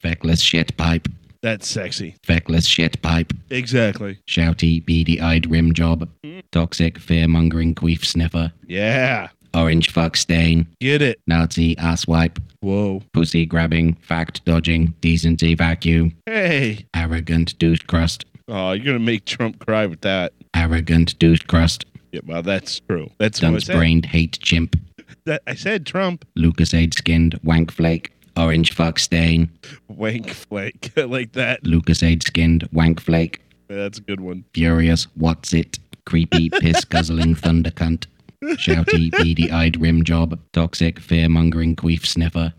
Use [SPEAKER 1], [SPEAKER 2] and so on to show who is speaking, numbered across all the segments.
[SPEAKER 1] Feckless shit pipe.
[SPEAKER 2] That's sexy.
[SPEAKER 1] Feckless shit pipe.
[SPEAKER 2] Exactly.
[SPEAKER 1] Shouty, beady eyed rim job. Toxic, fear mongering queef sniffer.
[SPEAKER 2] Yeah.
[SPEAKER 1] Orange fuck stain.
[SPEAKER 2] Get it.
[SPEAKER 1] Nazi ass wipe.
[SPEAKER 2] Whoa.
[SPEAKER 1] Pussy grabbing, fact dodging, decency vacuum.
[SPEAKER 2] Hey.
[SPEAKER 1] Arrogant douche crust.
[SPEAKER 2] Oh, you're gonna make Trump cry with that.
[SPEAKER 1] Arrogant douche crust.
[SPEAKER 2] Yeah, well, that's true. That's what I
[SPEAKER 1] Dunce
[SPEAKER 2] said.
[SPEAKER 1] brained hate chimp.
[SPEAKER 2] That- I said Trump.
[SPEAKER 1] Lucasade skinned wank flake. Orange fuck stain.
[SPEAKER 2] Wank flake. I like that.
[SPEAKER 1] Lucasade skinned wank flake.
[SPEAKER 2] That's a good one.
[SPEAKER 1] Furious, what's it? Creepy, piss guzzling thunder cunt. Shouty, beady eyed rim job. Toxic, fear mongering queef sniffer.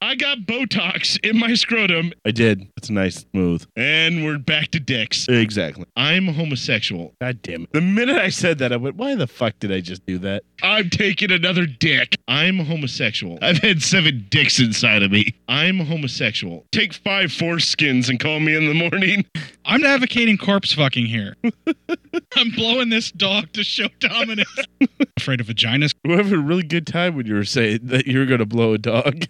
[SPEAKER 3] I got Botox in my scrotum,
[SPEAKER 2] I did. That's nice, smooth.
[SPEAKER 3] and we're back to dicks.
[SPEAKER 2] Exactly.
[SPEAKER 3] I'm homosexual.
[SPEAKER 2] God damn it. The minute I said that, I went, why the fuck did I just do that?
[SPEAKER 3] I'm taking another dick. I'm homosexual. I've had seven dicks inside of me. I'm homosexual. Take five foreskins and call me in the morning.
[SPEAKER 4] I'm advocating corpse fucking here. I'm blowing this dog to show dominance. Afraid of vaginas?
[SPEAKER 2] We're having a really good time when you were saying that you were going to blow a dog.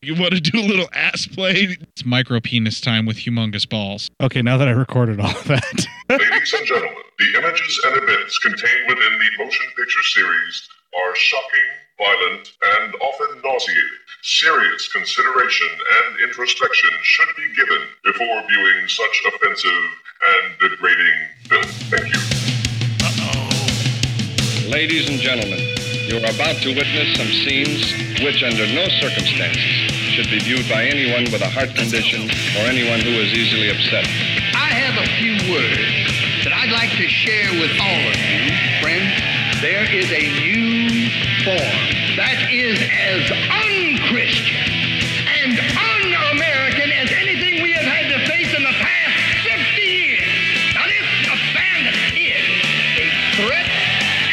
[SPEAKER 3] You want to do a little ass play?
[SPEAKER 4] It's micro penis time with humongous balls.
[SPEAKER 5] Okay, now that I recorded all that,
[SPEAKER 6] Ladies and gentlemen, the images and events contained within the motion picture series are shocking, violent, and often nauseating. Serious consideration and introspection should be given before viewing such offensive and degrading film. Thank you.
[SPEAKER 7] Ladies and gentlemen, you are about to witness some scenes which, under no circumstances, should be viewed by anyone with a heart condition or anyone who is easily upset.
[SPEAKER 8] I have a few words that I'd like to share with all of you, friends. There is a new form that is as unchristian and un-American as anything we have had to face in the past 50 years. Now this abandon is a threat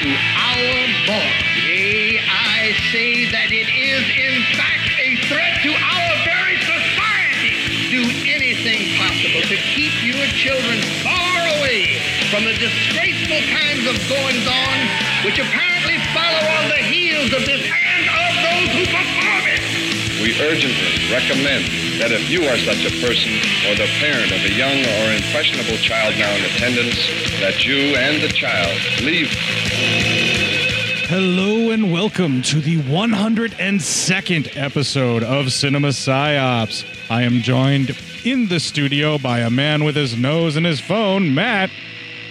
[SPEAKER 8] to our border. Yea, I say that it is in fact a threat to our very society. Do anything possible to keep your children far away from the disgraceful kinds of goings-on which apparently follow on the heels of this and of those who perform it.
[SPEAKER 7] We urgently recommend that if you are such a person or the parent of a young or impressionable child now in attendance, that you and the child leave
[SPEAKER 5] hello and welcome to the 102nd episode of Cinema Psyops. I am joined in the studio by a man with his nose and his phone, Matt.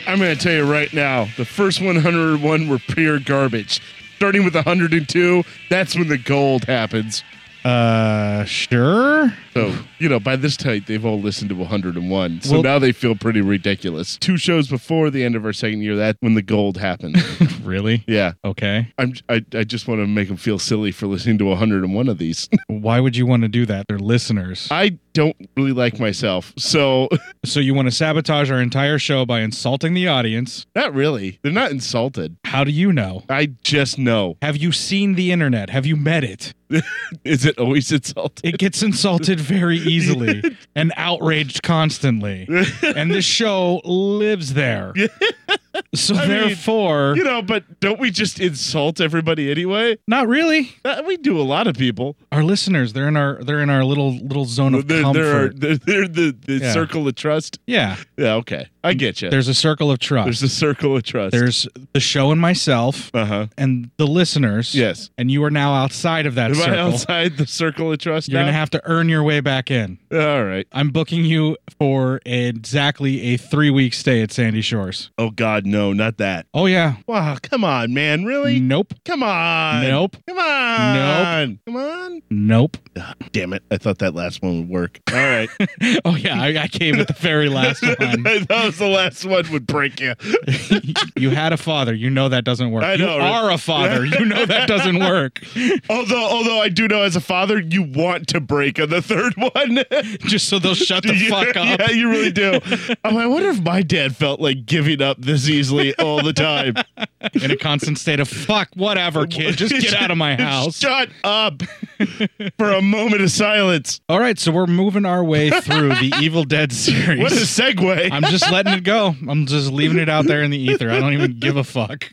[SPEAKER 2] I'm going to tell you right now the first 101 were pure garbage. Starting with 102, that's when the gold happens.
[SPEAKER 5] Uh, sure.
[SPEAKER 2] So, you know, by this time, they've all listened to 101. So
[SPEAKER 5] Well-
[SPEAKER 2] now they feel pretty ridiculous. Two shows before the end of our second year, that's when the gold happened.
[SPEAKER 5] Really?
[SPEAKER 2] yeah.
[SPEAKER 5] Okay.
[SPEAKER 2] I'm, I, I just want to make them feel silly for listening to 101 of these.
[SPEAKER 5] Why would you want to do that? They're listeners.
[SPEAKER 2] I don't really like myself. So,
[SPEAKER 5] So you want to sabotage our entire show by insulting the audience?
[SPEAKER 2] not really. They're not insulted.
[SPEAKER 5] How do you know?
[SPEAKER 2] I just know.
[SPEAKER 5] Have you seen the internet? Have you met it?
[SPEAKER 2] Is it always insulted?
[SPEAKER 5] It gets insulted very easily and outraged constantly. And this show lives there. So
[SPEAKER 2] I mean,
[SPEAKER 5] therefore,
[SPEAKER 2] you know, but don't we just insult everybody anyway?
[SPEAKER 5] not really.
[SPEAKER 2] Uh, We do a lot of people.
[SPEAKER 5] Our listeners, they're in our they're in our little little zone of
[SPEAKER 2] They're,
[SPEAKER 5] comfort.
[SPEAKER 2] they're, they're, they're the, the
[SPEAKER 5] Yeah.
[SPEAKER 2] circle of trust.
[SPEAKER 5] yeah.
[SPEAKER 2] Yeah, okay. I get you.
[SPEAKER 5] There's a circle of trust.
[SPEAKER 2] There's the circle of trust.
[SPEAKER 5] There's the show and myself
[SPEAKER 2] uh huh.
[SPEAKER 5] and the listeners.
[SPEAKER 2] Yes.
[SPEAKER 5] And you are now outside of that
[SPEAKER 2] Am I
[SPEAKER 5] circle.
[SPEAKER 2] outside the circle of trust
[SPEAKER 5] You're
[SPEAKER 2] now?
[SPEAKER 5] going to have to earn your way back in.
[SPEAKER 2] All right.
[SPEAKER 5] I'm booking you for exactly a 3-week stay at Sandy Shores.
[SPEAKER 2] Oh God, no, not that.
[SPEAKER 5] Oh yeah.
[SPEAKER 2] Wow, come on, man, really?
[SPEAKER 5] Nope.
[SPEAKER 2] Come on.
[SPEAKER 5] Nope.
[SPEAKER 2] Come on. Nope. Come on.
[SPEAKER 5] Nope.
[SPEAKER 2] Ah, Damn it! I thought that last one would work. All right,
[SPEAKER 5] Oh yeah, I, I came at the very last one.
[SPEAKER 2] that was the last one would break you.
[SPEAKER 5] you had a father. You know that doesn't work.
[SPEAKER 2] I know,
[SPEAKER 5] you
[SPEAKER 2] right?
[SPEAKER 5] are a father. You know that doesn't work.
[SPEAKER 2] Although, although I do know as a father, you want to break on the third one.
[SPEAKER 5] Just so they'll shut the
[SPEAKER 2] You-
[SPEAKER 5] fuck up.
[SPEAKER 2] Yeah, you really do. I'm like, I wonder if my dad felt like giving up this Beasley all the time.
[SPEAKER 5] in a constant state of fuck, whatever, kid. Just get out of my house.
[SPEAKER 2] Shut up for a moment of silence.
[SPEAKER 5] All right, so we're moving our way through the Evil Dead series.
[SPEAKER 2] What a segue.
[SPEAKER 5] I'm just letting it go. Oh, I'm just leaving it out there in the ether. I don't even give a fuck.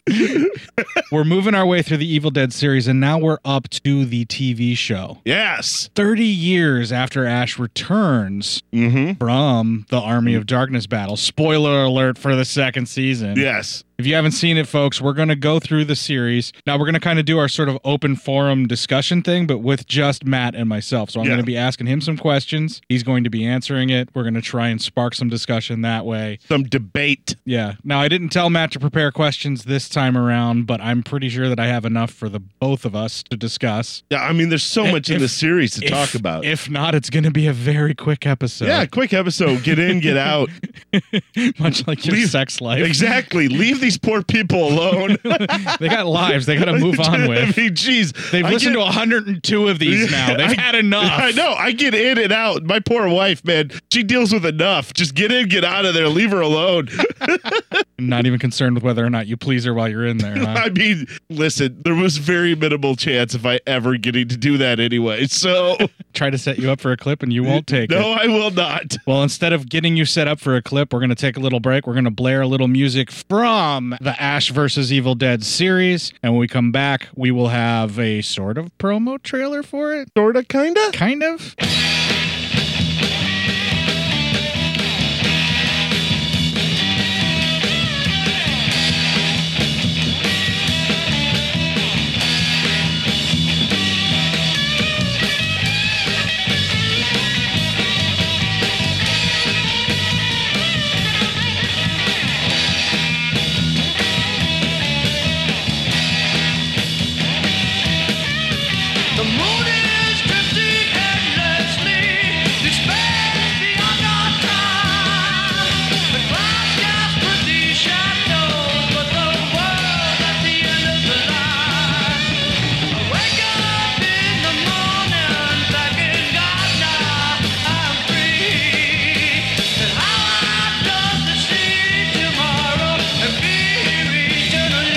[SPEAKER 5] we're moving our way through the Evil Dead series, and now we're up to the TV show.
[SPEAKER 2] yes.
[SPEAKER 5] 30 years after Ash returns
[SPEAKER 2] Mm-hmm.
[SPEAKER 5] from the Army of Darkness battle. Spoiler alert for the second season.
[SPEAKER 2] Yes.
[SPEAKER 5] If you haven't seen it, folks, we're going to go through the series. Now, we're going to kind of do our sort of open forum discussion thing, but with just Matt and myself. So I'm
[SPEAKER 2] Yeah.
[SPEAKER 5] going to be asking him some questions. He's going to be answering it. We're going to try and spark some discussion that way.
[SPEAKER 2] Some debate.
[SPEAKER 5] Yeah. Now, I didn't tell Matt to prepare questions this time around, but I'm pretty sure that I have enough for the both of us to discuss.
[SPEAKER 2] Yeah, I mean, there's so
[SPEAKER 5] If-
[SPEAKER 2] much in the series to talk about.
[SPEAKER 5] If not, it's going to be a very quick episode.
[SPEAKER 2] yeah, quick episode. Get in, get out.
[SPEAKER 5] Much like your
[SPEAKER 2] Leave-
[SPEAKER 5] sex life.
[SPEAKER 2] exactly. Leave these poor people alone.
[SPEAKER 5] they got lives they got to move on with.
[SPEAKER 2] I mean, geez.
[SPEAKER 5] They've
[SPEAKER 2] I
[SPEAKER 5] listened
[SPEAKER 2] get-
[SPEAKER 5] to 102 of these now. They've
[SPEAKER 2] I-
[SPEAKER 5] had enough.
[SPEAKER 2] I know. I get in and out. My poor wife, man. She deals with enough. Just get in, get out of there. Leave her alone.
[SPEAKER 5] Uh-huh. I'm not even concerned with whether or not you please her while you're in there. huh?
[SPEAKER 2] I mean, listen, there was very minimal chance of I ever getting to do that anyway. So,
[SPEAKER 5] Try to set you up for a clip and you won't take it.
[SPEAKER 2] no, I will not.
[SPEAKER 5] Well, instead of getting you set up for a clip, we're going to take a little break. We're going to blare a little music from the Ash versus Evil Dead series. And when we come back, we will have a sort of promo trailer for it.
[SPEAKER 2] Sorta, kinda.
[SPEAKER 5] Kind of.
[SPEAKER 9] The moon is drifting endlessly, through space beyond our time. The clouds gasp with these shadows, but the world at the end of the line. I wake up in the morning, thanking God now I'm free. And how I'd love to see tomorrow and be here eternally.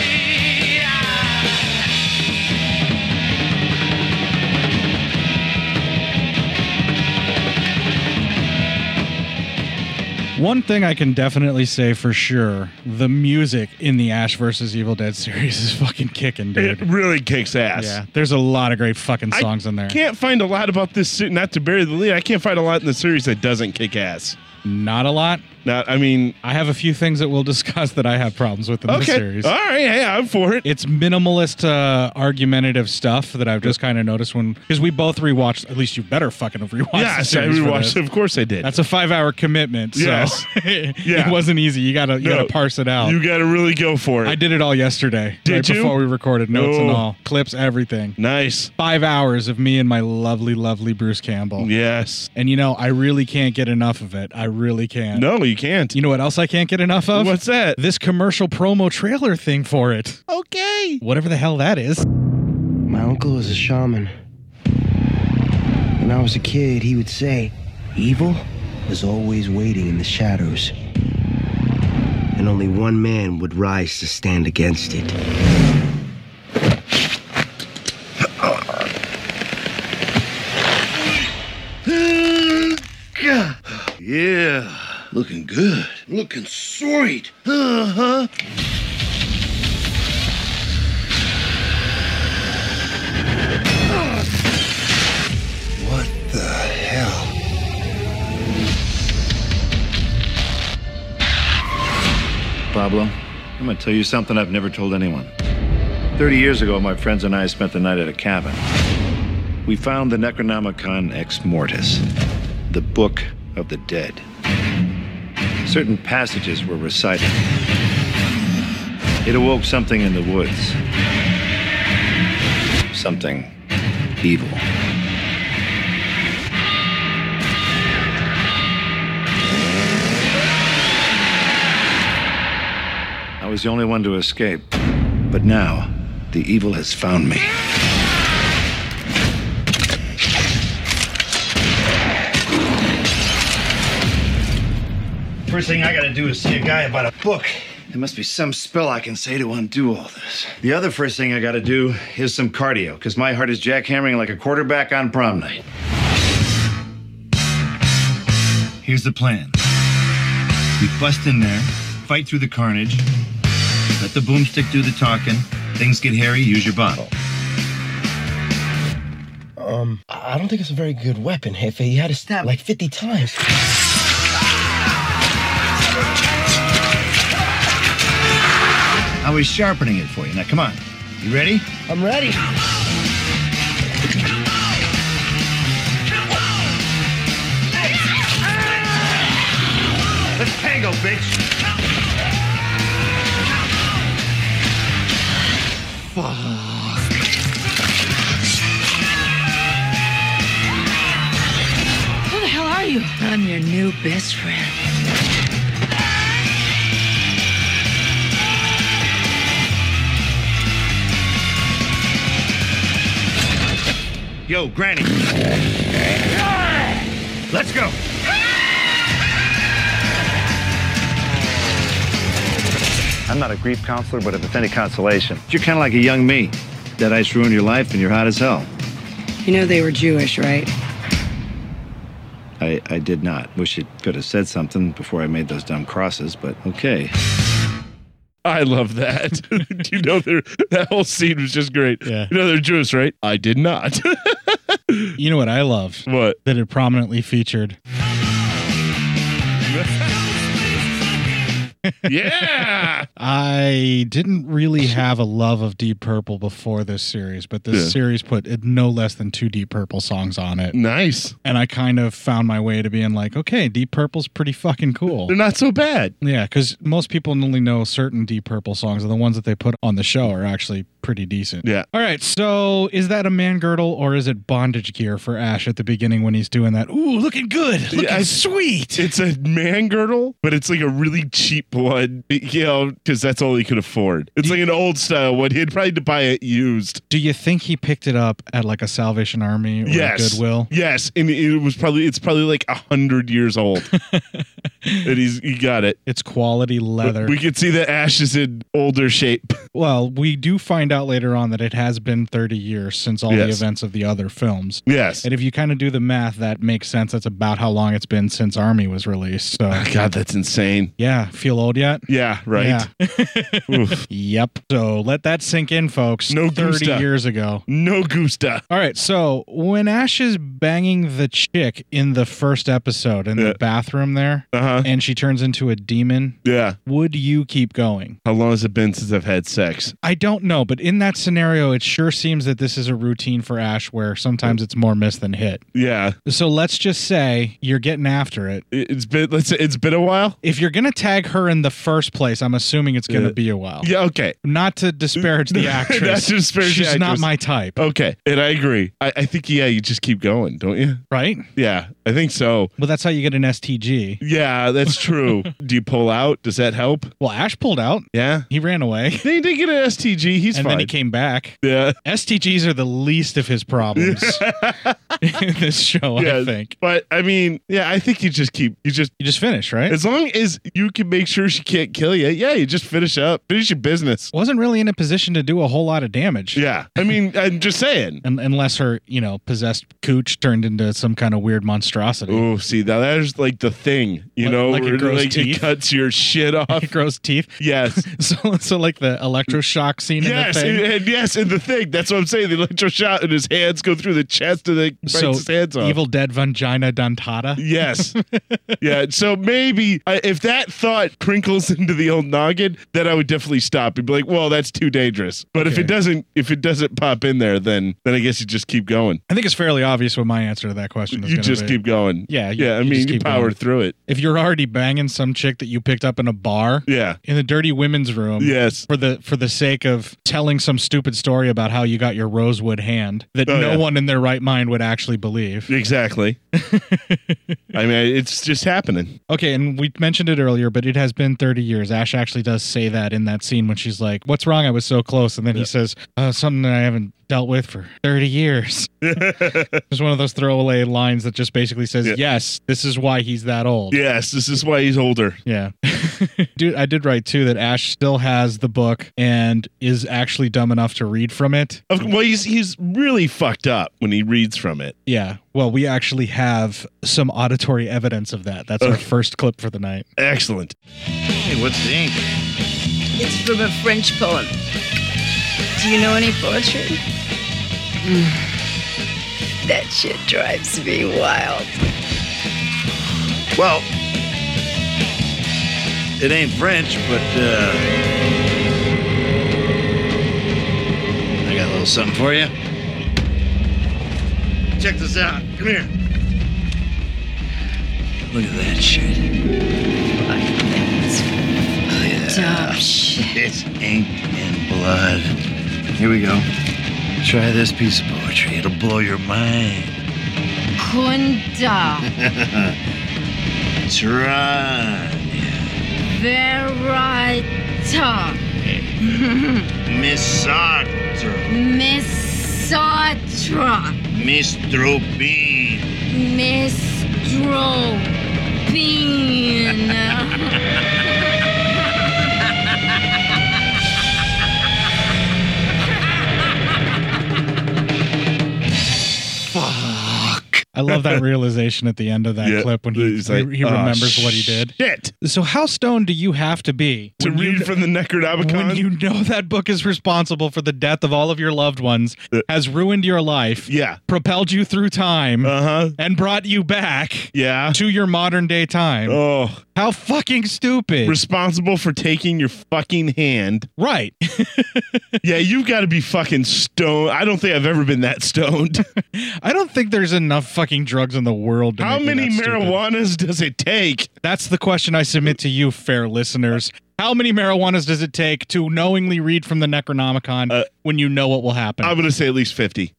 [SPEAKER 5] One thing I can definitely say for sure the music in the Ash versus Evil Dead series is fucking kicking,
[SPEAKER 2] It
[SPEAKER 5] dude.
[SPEAKER 2] really kicks ass.
[SPEAKER 5] Yeah, there's a lot of great fucking
[SPEAKER 2] I
[SPEAKER 5] songs in there.
[SPEAKER 2] Can't find a lot about this. se- Not to bury the lead, I can't find a lot in the series that doesn't kick ass.
[SPEAKER 5] Not a lot.
[SPEAKER 2] Not, I mean,
[SPEAKER 5] I have a few things that we'll discuss that I have problems with in the
[SPEAKER 2] okay,
[SPEAKER 5] series.
[SPEAKER 2] all right, hey, I'm for it.
[SPEAKER 5] It's minimalist, uh, argumentative stuff that I've just kind of noticed when because we both rewatched. At least you better fucking have rewatched. the
[SPEAKER 2] Yes, I
[SPEAKER 5] series for
[SPEAKER 2] rewatched
[SPEAKER 5] this.
[SPEAKER 2] it. Of course, I did.
[SPEAKER 5] That's a five-hour commitment. So
[SPEAKER 2] Yes.
[SPEAKER 5] it
[SPEAKER 2] Yeah.
[SPEAKER 5] wasn't easy. You gotta you
[SPEAKER 2] No.
[SPEAKER 5] gotta parse it out.
[SPEAKER 2] you got to really go for it.
[SPEAKER 5] I did it all yesterday.
[SPEAKER 2] Did
[SPEAKER 5] right
[SPEAKER 2] you?
[SPEAKER 5] before we recorded notes and
[SPEAKER 2] Oh.
[SPEAKER 5] all clips, everything.
[SPEAKER 2] nice.
[SPEAKER 5] Five hours of me and my lovely, lovely Bruce Campbell.
[SPEAKER 2] Yes.
[SPEAKER 5] And you know, I really can't get enough of it. I really can't.
[SPEAKER 2] No, you can't.
[SPEAKER 5] You know what else I can't get enough of?
[SPEAKER 2] What's that?
[SPEAKER 5] this commercial promo trailer thing for it.
[SPEAKER 2] Okay.
[SPEAKER 5] Whatever the hell that is.
[SPEAKER 10] My uncle was a shaman. When I was a kid, he would say, Evil is always waiting in the shadows. And only one man would rise to stand against it.
[SPEAKER 11] Yeah. Looking good. Looking sweet. Uh-huh.
[SPEAKER 10] What the hell?
[SPEAKER 12] Pablo, I'm going to tell you something I've never told anyone. 30 years ago, my friends and I spent the night at a cabin. We found the Necronomicon Ex Mortis, the Book of the Dead. Certain passages were recited. It awoke something in the woods. Something evil. I was the only one to escape. But now, the evil has found me.
[SPEAKER 10] First thing I gotta do is see a guy about a book.
[SPEAKER 12] There must be some spell I can say to undo all this. The other first thing I gotta do is some cardio, because my heart is jackhammering like a quarterback on prom night. Here's the plan we bust in there, fight through the carnage, let the boomstick do the talking. Things get hairy, use your bottle.
[SPEAKER 13] Um, I I don't think it's a very good weapon, Hefe. You had to stab like 50 times.
[SPEAKER 12] I was sharpening it for you. Now, come on. You ready?
[SPEAKER 13] I'm ready.
[SPEAKER 12] Let's tango, bitch.
[SPEAKER 14] Who the hell are you? I'm your new best friend.
[SPEAKER 12] Yo, Granny. Let's go. I'm not a grief counselor, but if it's any consolation, you're kind of like a young me. That ice ruined your life and you're hot as hell.
[SPEAKER 14] You know they were Jewish, right?
[SPEAKER 12] I, I did not. Wish it could have said something before I made those dumb crosses, but okay.
[SPEAKER 2] I love that. you know, there- that whole scene was just great. Yeah. You know, they're Jewish, right? I did not.
[SPEAKER 5] You know what I love?
[SPEAKER 2] What?
[SPEAKER 5] That it prominently featured.
[SPEAKER 2] yeah.
[SPEAKER 5] I didn't really have a love of Deep Purple before this series, but this
[SPEAKER 2] Yeah.
[SPEAKER 5] series put uh, no less than two Deep Purple songs on it.
[SPEAKER 2] Nice.
[SPEAKER 5] And I kind of found my way to being like, okay, Deep Purple's pretty fucking cool.
[SPEAKER 2] They're not so bad.
[SPEAKER 5] Yeah, because most people only know certain Deep Purple songs, and the ones that they put on the show are actually pretty decent.
[SPEAKER 2] Yeah.
[SPEAKER 5] All right, so is that a man girdle or is it bondage gear for Ash at the beginning when he's doing that? Ooh, looking good. Looking
[SPEAKER 2] Yeah, I-
[SPEAKER 5] sweet.
[SPEAKER 2] It's a man girdle, but it's like a really cheap one, you know, because that's all he could afford. It's like an old style one. He'd probably to buy it used.
[SPEAKER 5] Do you think he picked it up at like a Salvation Army or a
[SPEAKER 2] yes.
[SPEAKER 5] Goodwill?
[SPEAKER 2] Yes, and it was probably it's probably like a hundred years old. and he's he got it.
[SPEAKER 5] It's quality leather.
[SPEAKER 2] We could see that Ash is in older shape.
[SPEAKER 5] Well, we do find out later on that it has been 30 years since all the
[SPEAKER 2] Yes.
[SPEAKER 5] events of the other films.
[SPEAKER 2] Yes.
[SPEAKER 5] And if you kind of do the math, that makes sense. That's about how long it's been since Army was released. So,
[SPEAKER 2] God, that's insane.
[SPEAKER 5] yeah, feel old yet?
[SPEAKER 2] Yeah, right.
[SPEAKER 5] yep. So let that sink in, folks.
[SPEAKER 2] No
[SPEAKER 5] 30
[SPEAKER 2] gusta.
[SPEAKER 5] years ago.
[SPEAKER 2] No gusta.
[SPEAKER 5] All right. So when Ash is banging the chick in the first episode in
[SPEAKER 2] Yeah.
[SPEAKER 5] the bathroom there,
[SPEAKER 2] uh-huh.
[SPEAKER 5] and she turns into a demon,
[SPEAKER 2] Yeah.
[SPEAKER 5] would you keep going?
[SPEAKER 2] How long has it been since I've had sex?
[SPEAKER 5] I don't know, but in that scenario, it sure seems that this is a routine for Ash where sometimes it's more miss than hit.
[SPEAKER 2] Yeah.
[SPEAKER 5] So let's just say you're getting after it.
[SPEAKER 2] It- It's been let's say it's been a while.
[SPEAKER 5] If you're going to tag her in the first place, I'm assuming it's going to
[SPEAKER 2] Yeah.
[SPEAKER 5] be a while.
[SPEAKER 2] Yeah, okay.
[SPEAKER 5] Not to disparage the
[SPEAKER 2] Not
[SPEAKER 5] actress.
[SPEAKER 2] to disparage the
[SPEAKER 5] She's not
[SPEAKER 2] actress.
[SPEAKER 5] my type.
[SPEAKER 2] Okay. And I agree. I, I think yeah, you just keep going, don't you?
[SPEAKER 5] Right?
[SPEAKER 2] Yeah, I think so.
[SPEAKER 5] Well, that's how you get an STG.
[SPEAKER 2] Yeah, that's true. Do you pull out? Does that help?
[SPEAKER 5] Well, Ash pulled out.
[SPEAKER 2] Yeah.
[SPEAKER 5] He ran away.
[SPEAKER 2] They did get an STG. He's
[SPEAKER 5] and
[SPEAKER 2] fine.
[SPEAKER 5] then he came back.
[SPEAKER 2] yeah.
[SPEAKER 5] STGs are the least of his problems in this show, I
[SPEAKER 2] Yeah.
[SPEAKER 5] think.
[SPEAKER 2] But I mean, yeah, I think you just keep you just
[SPEAKER 5] You just finish, right?
[SPEAKER 2] as long as you can make sure she can't kill you. Yeah, you just finish up, finish your business.
[SPEAKER 5] Wasn't really in a position to do a whole lot of damage.
[SPEAKER 2] Yeah. I mean, I'm just saying.
[SPEAKER 5] Un- unless her, you know, possessed cooch turned into some kind of weird monstrosity.
[SPEAKER 2] Oh, see, now that's like the thing, you
[SPEAKER 5] Like-
[SPEAKER 2] know,
[SPEAKER 5] like it
[SPEAKER 2] where,
[SPEAKER 5] grows teeth?
[SPEAKER 2] it cuts your shit off.
[SPEAKER 5] It grows teeth.
[SPEAKER 2] yes.
[SPEAKER 5] So, so like the electroshock scene
[SPEAKER 2] Yes,
[SPEAKER 5] in
[SPEAKER 2] and,
[SPEAKER 5] the thing.
[SPEAKER 2] and yes, and the thing. That's what I'm saying. The electro shot and his hands go through the chest and they bites
[SPEAKER 5] so
[SPEAKER 2] his hands off.
[SPEAKER 5] Evil Dead Vangina Dentata.
[SPEAKER 2] Yes. yeah. So maybe I, if that thought crinkles into the old noggin, then I would definitely stop and be like, "Well, that's too dangerous." But if
[SPEAKER 5] Okay.
[SPEAKER 2] it doesn't, if it doesn't pop in there, then then I guess you just keep going.
[SPEAKER 5] I think it's fairly obvious what my answer to that question is
[SPEAKER 2] You
[SPEAKER 5] gonna
[SPEAKER 2] just
[SPEAKER 5] be.
[SPEAKER 2] keep going.
[SPEAKER 5] Yeah, you-
[SPEAKER 2] yeah. I
[SPEAKER 5] you
[SPEAKER 2] mean,
[SPEAKER 5] just
[SPEAKER 2] you
[SPEAKER 5] keep
[SPEAKER 2] power
[SPEAKER 5] going.
[SPEAKER 2] through it.
[SPEAKER 5] If you're already banging some chick that you picked up in a bar,
[SPEAKER 2] Yeah.
[SPEAKER 5] in the dirty women's room
[SPEAKER 2] Yes.
[SPEAKER 5] for the for the sake of telling some stupid story about how you got your rosewood hand that
[SPEAKER 2] Oh,
[SPEAKER 5] no
[SPEAKER 2] yeah.
[SPEAKER 5] one in their right mind would actually believe.
[SPEAKER 2] Exactly. I mean, it's just happening.
[SPEAKER 5] Okay, and we mentioned it earlier, but it has been 30 years. Ash actually does say that in that scene when she's like, "What's wrong? I was so close." And then he says, uh, "Something that I haven't dealt with for 30 years. It's one of those throwaway lines that just basically says, yes, this is why he's that old.
[SPEAKER 2] Yes, this is why he's older.
[SPEAKER 5] Yeah. Dude, I did write too that Ash still has the book and is actually dumb enough to read from it.
[SPEAKER 2] Of- Well, he's he's really fucked up when he reads from it.
[SPEAKER 5] Yeah. Well, we actually have some auditory evidence of that. That's our
[SPEAKER 2] Okay.
[SPEAKER 5] first clip for the night.
[SPEAKER 2] Excellent.
[SPEAKER 12] Hey, what's the ink?
[SPEAKER 14] It's from a French poem. Do you know any poetry? That shit drives me wild.
[SPEAKER 12] Well, it ain't French, but uh, I got a little something for you. Check this out. Come here. Look at that shit. Yeah. It's ink and blood. Here we go. Try this piece of poetry. It'll blow your mind.
[SPEAKER 14] Kunda
[SPEAKER 12] Try.
[SPEAKER 14] verita
[SPEAKER 12] Misatra.
[SPEAKER 14] misatra
[SPEAKER 12] Mistropine.
[SPEAKER 14] mistro
[SPEAKER 5] I love that realization at the end of that
[SPEAKER 2] Yeah.
[SPEAKER 5] clip when he,
[SPEAKER 2] He's like,
[SPEAKER 5] he
[SPEAKER 2] "Ah,
[SPEAKER 5] remembers what he did.
[SPEAKER 2] Shit.
[SPEAKER 5] So, how stoned do you have to be
[SPEAKER 2] To
[SPEAKER 5] when you
[SPEAKER 2] read
[SPEAKER 5] kn-
[SPEAKER 2] from the Necronomicon.
[SPEAKER 5] When you know that book is responsible for the death of all of your loved ones, has ruined your life,
[SPEAKER 2] Uh, yeah,
[SPEAKER 5] propelled you through time,
[SPEAKER 2] uh-huh.
[SPEAKER 5] and brought you back,
[SPEAKER 2] yeah,
[SPEAKER 5] to your modern day time.
[SPEAKER 2] Oh,
[SPEAKER 5] how fucking stupid!
[SPEAKER 2] Responsible for taking your fucking hand.
[SPEAKER 5] Right.
[SPEAKER 2] yeah, you've got to be fucking stoned. I don't think I've ever been that stoned.
[SPEAKER 5] I don't think there's enough fucking drugs in the world. To
[SPEAKER 2] How
[SPEAKER 5] make me
[SPEAKER 2] many
[SPEAKER 5] that stupid.
[SPEAKER 2] marijuanas does it take?
[SPEAKER 5] That's the question I submit to you, fair listeners. How many marijuanas does it take to knowingly read from the Necronomicon when you know what will happen?
[SPEAKER 2] Uh, I'm going to say at least 50.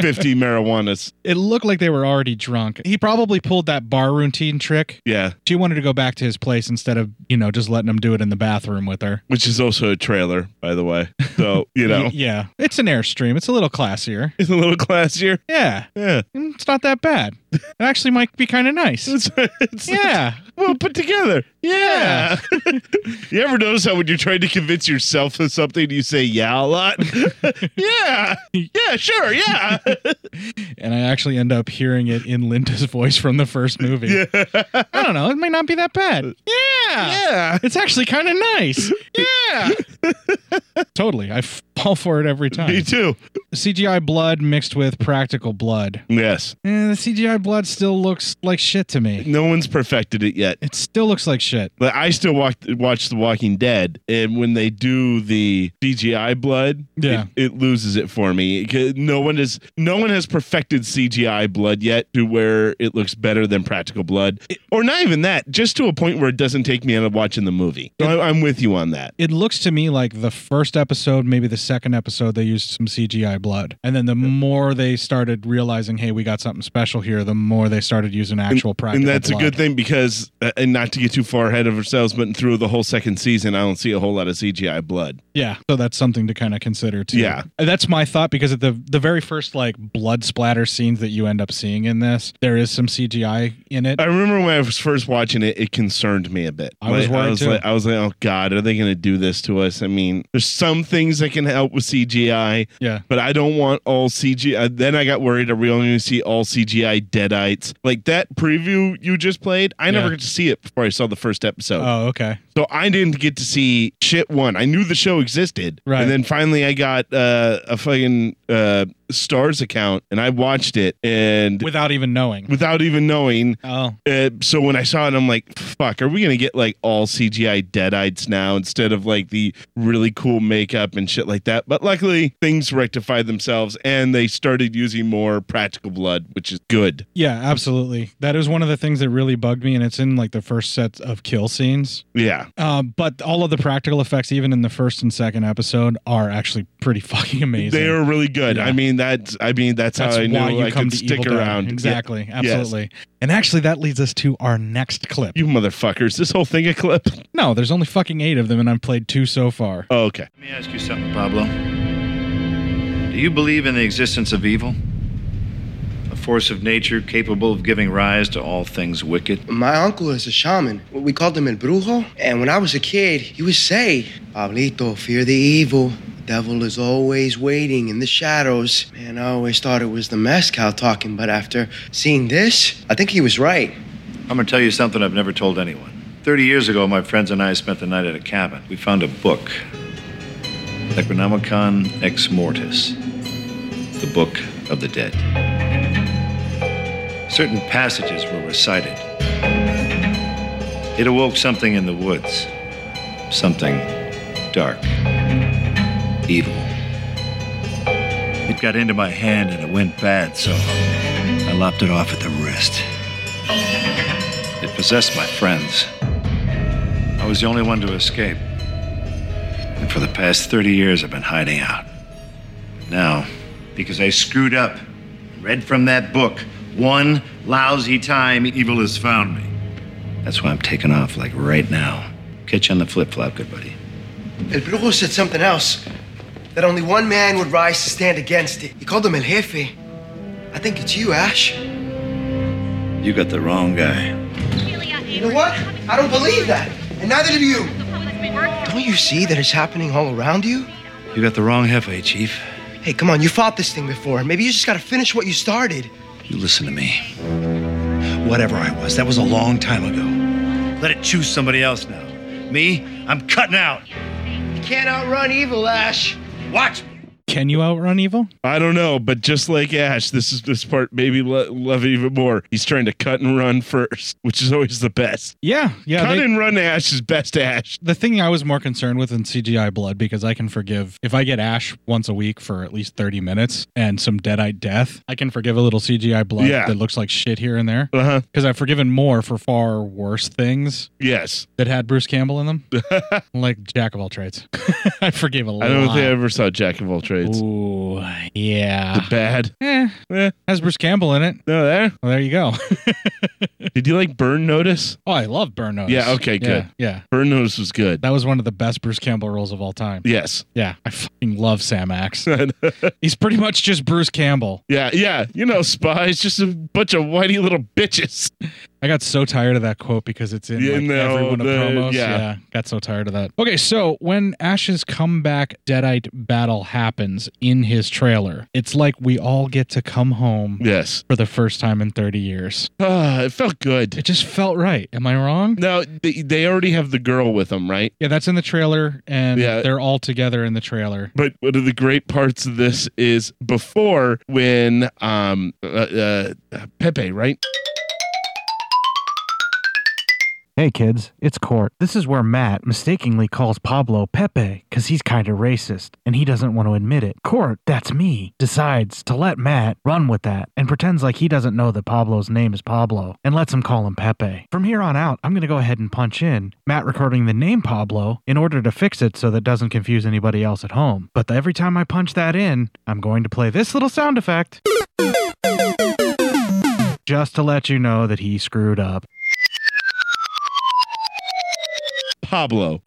[SPEAKER 2] 50 marijuanas.
[SPEAKER 5] It looked like they were already drunk. He probably pulled that bar routine trick.
[SPEAKER 2] Yeah.
[SPEAKER 5] She wanted to go back to his place instead of, you know, just letting him do it in the bathroom with her.
[SPEAKER 2] Which is also a trailer, by the way. So, you know.
[SPEAKER 5] Y- yeah. It's an Airstream. It's a little classier.
[SPEAKER 2] It's a little classier.
[SPEAKER 5] Yeah. Mm,
[SPEAKER 2] Yeah.
[SPEAKER 5] It's not that bad. It actually might be kind of nice. yeah.
[SPEAKER 2] well put together. Yeah. You ever notice how when you're trying to convince yourself of something, you say yeah a lot? yeah. Yeah, sure. Yeah.
[SPEAKER 5] And I actually end up hearing it in Linda's voice from the first movie. I don't know. It may not be that bad. Yeah.
[SPEAKER 2] Yeah.
[SPEAKER 5] It's actually kind of nice. Yeah. totally. I fall for it every time.
[SPEAKER 2] Me too.
[SPEAKER 5] CGI blood mixed with practical blood.
[SPEAKER 2] Yes.
[SPEAKER 5] Eh, the CGI blood still looks like shit to me.
[SPEAKER 2] No one's perfected it yet.
[SPEAKER 5] It still looks like shit.
[SPEAKER 2] But I still walk, watch The Walking Dead, and when they do the CGI blood,
[SPEAKER 5] Yeah.
[SPEAKER 2] it, it loses it for me. It ca- No one has no one has perfected CGI blood yet to where it looks better than practical blood, or not even that, just to a point where it doesn't take me out of watching the movie. So I, I'm with you on that.
[SPEAKER 5] It looks to me like the first episode, maybe the second episode, they used some CGI blood. And then the more they started realizing, hey, we got something special here, the more they started using actual practical
[SPEAKER 2] and that's
[SPEAKER 5] blood.
[SPEAKER 2] a good thing because, uh, and not to get too far ahead of ourselves, but through the whole second season, I don't see a whole lot of CGI blood.
[SPEAKER 5] Yeah, so that's something to kind of consider too.
[SPEAKER 2] Yeah.
[SPEAKER 5] that's my thought because at the the very first like blood splatter scenes that you end up seeing in this, there is some CGI in it.
[SPEAKER 2] I remember when I was first watching it, it concerned me a bit.
[SPEAKER 5] I was
[SPEAKER 2] Like,
[SPEAKER 5] worried
[SPEAKER 2] I was
[SPEAKER 5] too.
[SPEAKER 2] like, I was like, oh god, are they going to do this to us? I mean, there's some things that can help with CGI.
[SPEAKER 5] Yeah.
[SPEAKER 2] but I don't want all CGI. Then I got worried. Are we only going to see all CGI deadites? Like that preview you just played, I never
[SPEAKER 5] Yeah.
[SPEAKER 2] got to see it before I saw the first episode.
[SPEAKER 5] Oh, okay.
[SPEAKER 2] So I didn't get to see shit one. I knew the show existed.
[SPEAKER 5] Right.
[SPEAKER 2] And then finally I got uh, a fucking uh, Stars account and I watched it and
[SPEAKER 5] Without even knowing.
[SPEAKER 2] without even knowing.
[SPEAKER 5] Oh.
[SPEAKER 2] Uh, so when I saw it, I'm like, fuck, are we going to get like all CGI deadites now instead of like the really cool makeup and shit like that? But luckily, things rectified themselves and they started using more practical blood, which is good.
[SPEAKER 5] Yeah, absolutely. That is one of the things that really bugged me, and it's in like the first set of kill scenes.
[SPEAKER 2] Yeah.
[SPEAKER 5] Uh, but all of the practical effects, even in the first and second episode, are actually pretty fucking amazing.
[SPEAKER 2] They are really good.
[SPEAKER 5] Yeah.
[SPEAKER 2] I mean that's I mean that's,
[SPEAKER 5] That's
[SPEAKER 2] how I knew
[SPEAKER 5] why you
[SPEAKER 2] I
[SPEAKER 5] come
[SPEAKER 2] could
[SPEAKER 5] to Evil
[SPEAKER 2] stick
[SPEAKER 5] Dead.
[SPEAKER 2] around.
[SPEAKER 5] Exactly.
[SPEAKER 2] Yeah. Yes.
[SPEAKER 5] Absolutely. And actually, that leads us to our next clip.
[SPEAKER 2] You motherfuckers! This whole thing a clip?
[SPEAKER 5] No, there's only fucking eight of them, and I've played two so far.
[SPEAKER 2] Oh, okay.
[SPEAKER 12] Let me ask you something, Pablo. Do Do you believe in the existence of evil? A force of nature capable of giving rise to all things wicked?
[SPEAKER 13] My uncle is a shaman. We called him El Brujo. And when I was a kid, he would say, Pablito, fear the evil. The devil is always waiting in the shadows. Man, I always thought it was the Mezcal talking, but after seeing this, I think he was right.
[SPEAKER 12] I'm going to tell you something I've never told anyone. 30 years ago, my friends and I spent the night at a cabin. We found a book Necronomicon Ex Mortis, the Book of the Dead. Certain passages were recited. It awoke something in the woods, something dark, evil. It got into my hand and it went bad, so I lopped it off at the wrist. It possessed my friends. I was the only one to escape. And for the past 30 years, I've been hiding out. But now, because I screwed up, read from that book, one lousy time, evil has found me. That's why I'm taking off, like right now. Catch you on the flip flop, good buddy.
[SPEAKER 13] El Brujo said something else that only one man would rise to stand against it. He called him El Jefe. I think it's you, Ash.
[SPEAKER 12] You got the wrong guy.
[SPEAKER 13] You know what? I don't believe that. And neither do you. Don't you see that it's happening all around you?
[SPEAKER 12] You got the wrong Hefe, Chief.
[SPEAKER 13] Hey, come on, you fought this thing before. Maybe you just gotta finish what you started.
[SPEAKER 12] You listen to me. Whatever I was, that was a long time ago. Let it choose somebody else now. Me, I'm cutting out.
[SPEAKER 13] You can't outrun evil, Ash.
[SPEAKER 12] Watch
[SPEAKER 5] Can you outrun evil?
[SPEAKER 2] I don't know, but just like Ash, this is this part maybe le- love it even more. He's trying to cut and run first, which is always the best.
[SPEAKER 5] Yeah, yeah.
[SPEAKER 2] cut
[SPEAKER 5] they-
[SPEAKER 2] and run Ash is best Ash.
[SPEAKER 5] The thing I was more concerned with in CGI blood because I can forgive if I get Ash once a week for at least 30 minutes and some deadite death, I can forgive a little CGI blood
[SPEAKER 2] Yeah.
[SPEAKER 5] that looks like shit here and there.
[SPEAKER 2] Uh-huh.
[SPEAKER 5] Because I've forgiven more for far worse things.
[SPEAKER 2] Yes.
[SPEAKER 5] That had Bruce Campbell in them. like Jack of all trades. I forgave a lot.
[SPEAKER 2] I don't think I ever saw Jack of all trades.
[SPEAKER 5] Ooh, yeah.
[SPEAKER 2] The bad.
[SPEAKER 5] Eh, Has Bruce Campbell in it.
[SPEAKER 2] No, Oh, there.
[SPEAKER 5] Well, there you go.
[SPEAKER 2] Did you like Burn Notice?
[SPEAKER 5] Oh, I love Burn Notice.
[SPEAKER 2] Yeah, okay, good.
[SPEAKER 5] Yeah, yeah.
[SPEAKER 2] Burn Notice was good.
[SPEAKER 5] That was one of the best Bruce Campbell roles of all time.
[SPEAKER 2] Yes.
[SPEAKER 5] Yeah, I fucking love Sam Axe. He's pretty much just Bruce Campbell.
[SPEAKER 2] Yeah, yeah. You know, spies, just a bunch of whitey little bitches.
[SPEAKER 5] I got so tired of that quote because it's in
[SPEAKER 2] You
[SPEAKER 5] like,
[SPEAKER 2] know,
[SPEAKER 5] every one of
[SPEAKER 2] the-
[SPEAKER 5] promos.
[SPEAKER 2] yeah.
[SPEAKER 5] got so tired of that. Okay, so when Ash's comeback Deadite battle happens in his trailer, it's like we all get to come home.
[SPEAKER 2] Yes.
[SPEAKER 5] For the first time in 30 years.
[SPEAKER 2] Ah, it felt good.
[SPEAKER 5] It just felt right. Am I wrong?
[SPEAKER 2] No, they, they already have the girl with them, right?
[SPEAKER 5] Yeah, that's in the trailer, and
[SPEAKER 2] Yeah.
[SPEAKER 5] they're all together in the trailer.
[SPEAKER 2] But one of the great parts of this is before when um uh, uh, Pepe, right?
[SPEAKER 5] Hey kids, it's Court. This is where Matt mistakenly calls Pablo Pepe because he's kind of racist and he doesn't want to admit it. Court, that's me, decides to let Matt run with that and pretends like he doesn't know that Pablo's name is Pablo and lets him call him Pepe. From here on out, I'm going to go ahead and punch in Matt recording the name Pablo in order to fix it so that it doesn't confuse anybody else at home. But every time I punch that in, I'm going to play this little sound effect just to let you know that he screwed up.
[SPEAKER 2] Pablo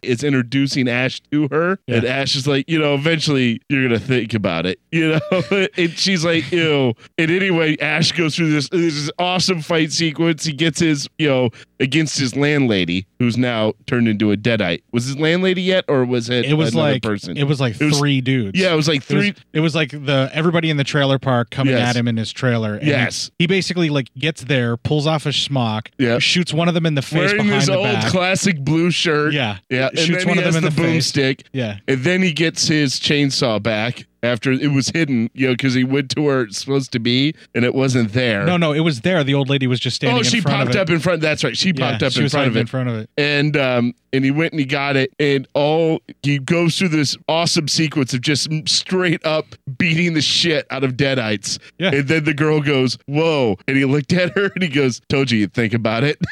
[SPEAKER 2] is introducing Ash to her, and Ash is like, you know, eventually you're gonna think about it, you know. and she's like, ew. And anyway, Ash goes through this this is awesome fight sequence. He gets his, you know, against his landlady, who's now turned into a deadite. Was his landlady yet, or was it?
[SPEAKER 5] it was
[SPEAKER 2] another
[SPEAKER 5] like
[SPEAKER 2] person.
[SPEAKER 5] it was like three dudes.
[SPEAKER 2] Yeah, it was like
[SPEAKER 5] It
[SPEAKER 2] three.
[SPEAKER 5] was, it was like the everybody in the trailer park coming
[SPEAKER 2] Yes.
[SPEAKER 5] at him in his trailer. And
[SPEAKER 2] Yes.
[SPEAKER 5] he, he basically like gets there, pulls off his smock,
[SPEAKER 2] Yeah.
[SPEAKER 5] shoots one of them in the face
[SPEAKER 2] wearing
[SPEAKER 5] behind
[SPEAKER 2] this
[SPEAKER 5] the
[SPEAKER 2] old
[SPEAKER 5] back.
[SPEAKER 2] classic blue shirt.
[SPEAKER 5] Yeah.
[SPEAKER 2] yeah. And
[SPEAKER 5] Shoots
[SPEAKER 2] then
[SPEAKER 5] one
[SPEAKER 2] he
[SPEAKER 5] of them in
[SPEAKER 2] has the
[SPEAKER 5] the face.
[SPEAKER 2] boomstick.
[SPEAKER 5] Yeah.
[SPEAKER 2] and then he gets his chainsaw back after it was hidden. You know, because he went to where it's supposed to be and it wasn't there.
[SPEAKER 5] no, no, it was there. The old lady was just standing.
[SPEAKER 2] Oh, she
[SPEAKER 5] in front
[SPEAKER 2] popped
[SPEAKER 5] of it.
[SPEAKER 2] up in front. That's right. She
[SPEAKER 5] Yeah,
[SPEAKER 2] popped up
[SPEAKER 5] she
[SPEAKER 2] in
[SPEAKER 5] was
[SPEAKER 2] front of
[SPEAKER 5] hiding
[SPEAKER 2] it.
[SPEAKER 5] in front of it.
[SPEAKER 2] And um, and he went and he got it. And all he goes through this awesome sequence of just straight up beating the shit out of deadites.
[SPEAKER 5] Yeah.
[SPEAKER 2] And then the girl goes, "Whoa!" And he looked at her and he goes, "Told you you'd think about it."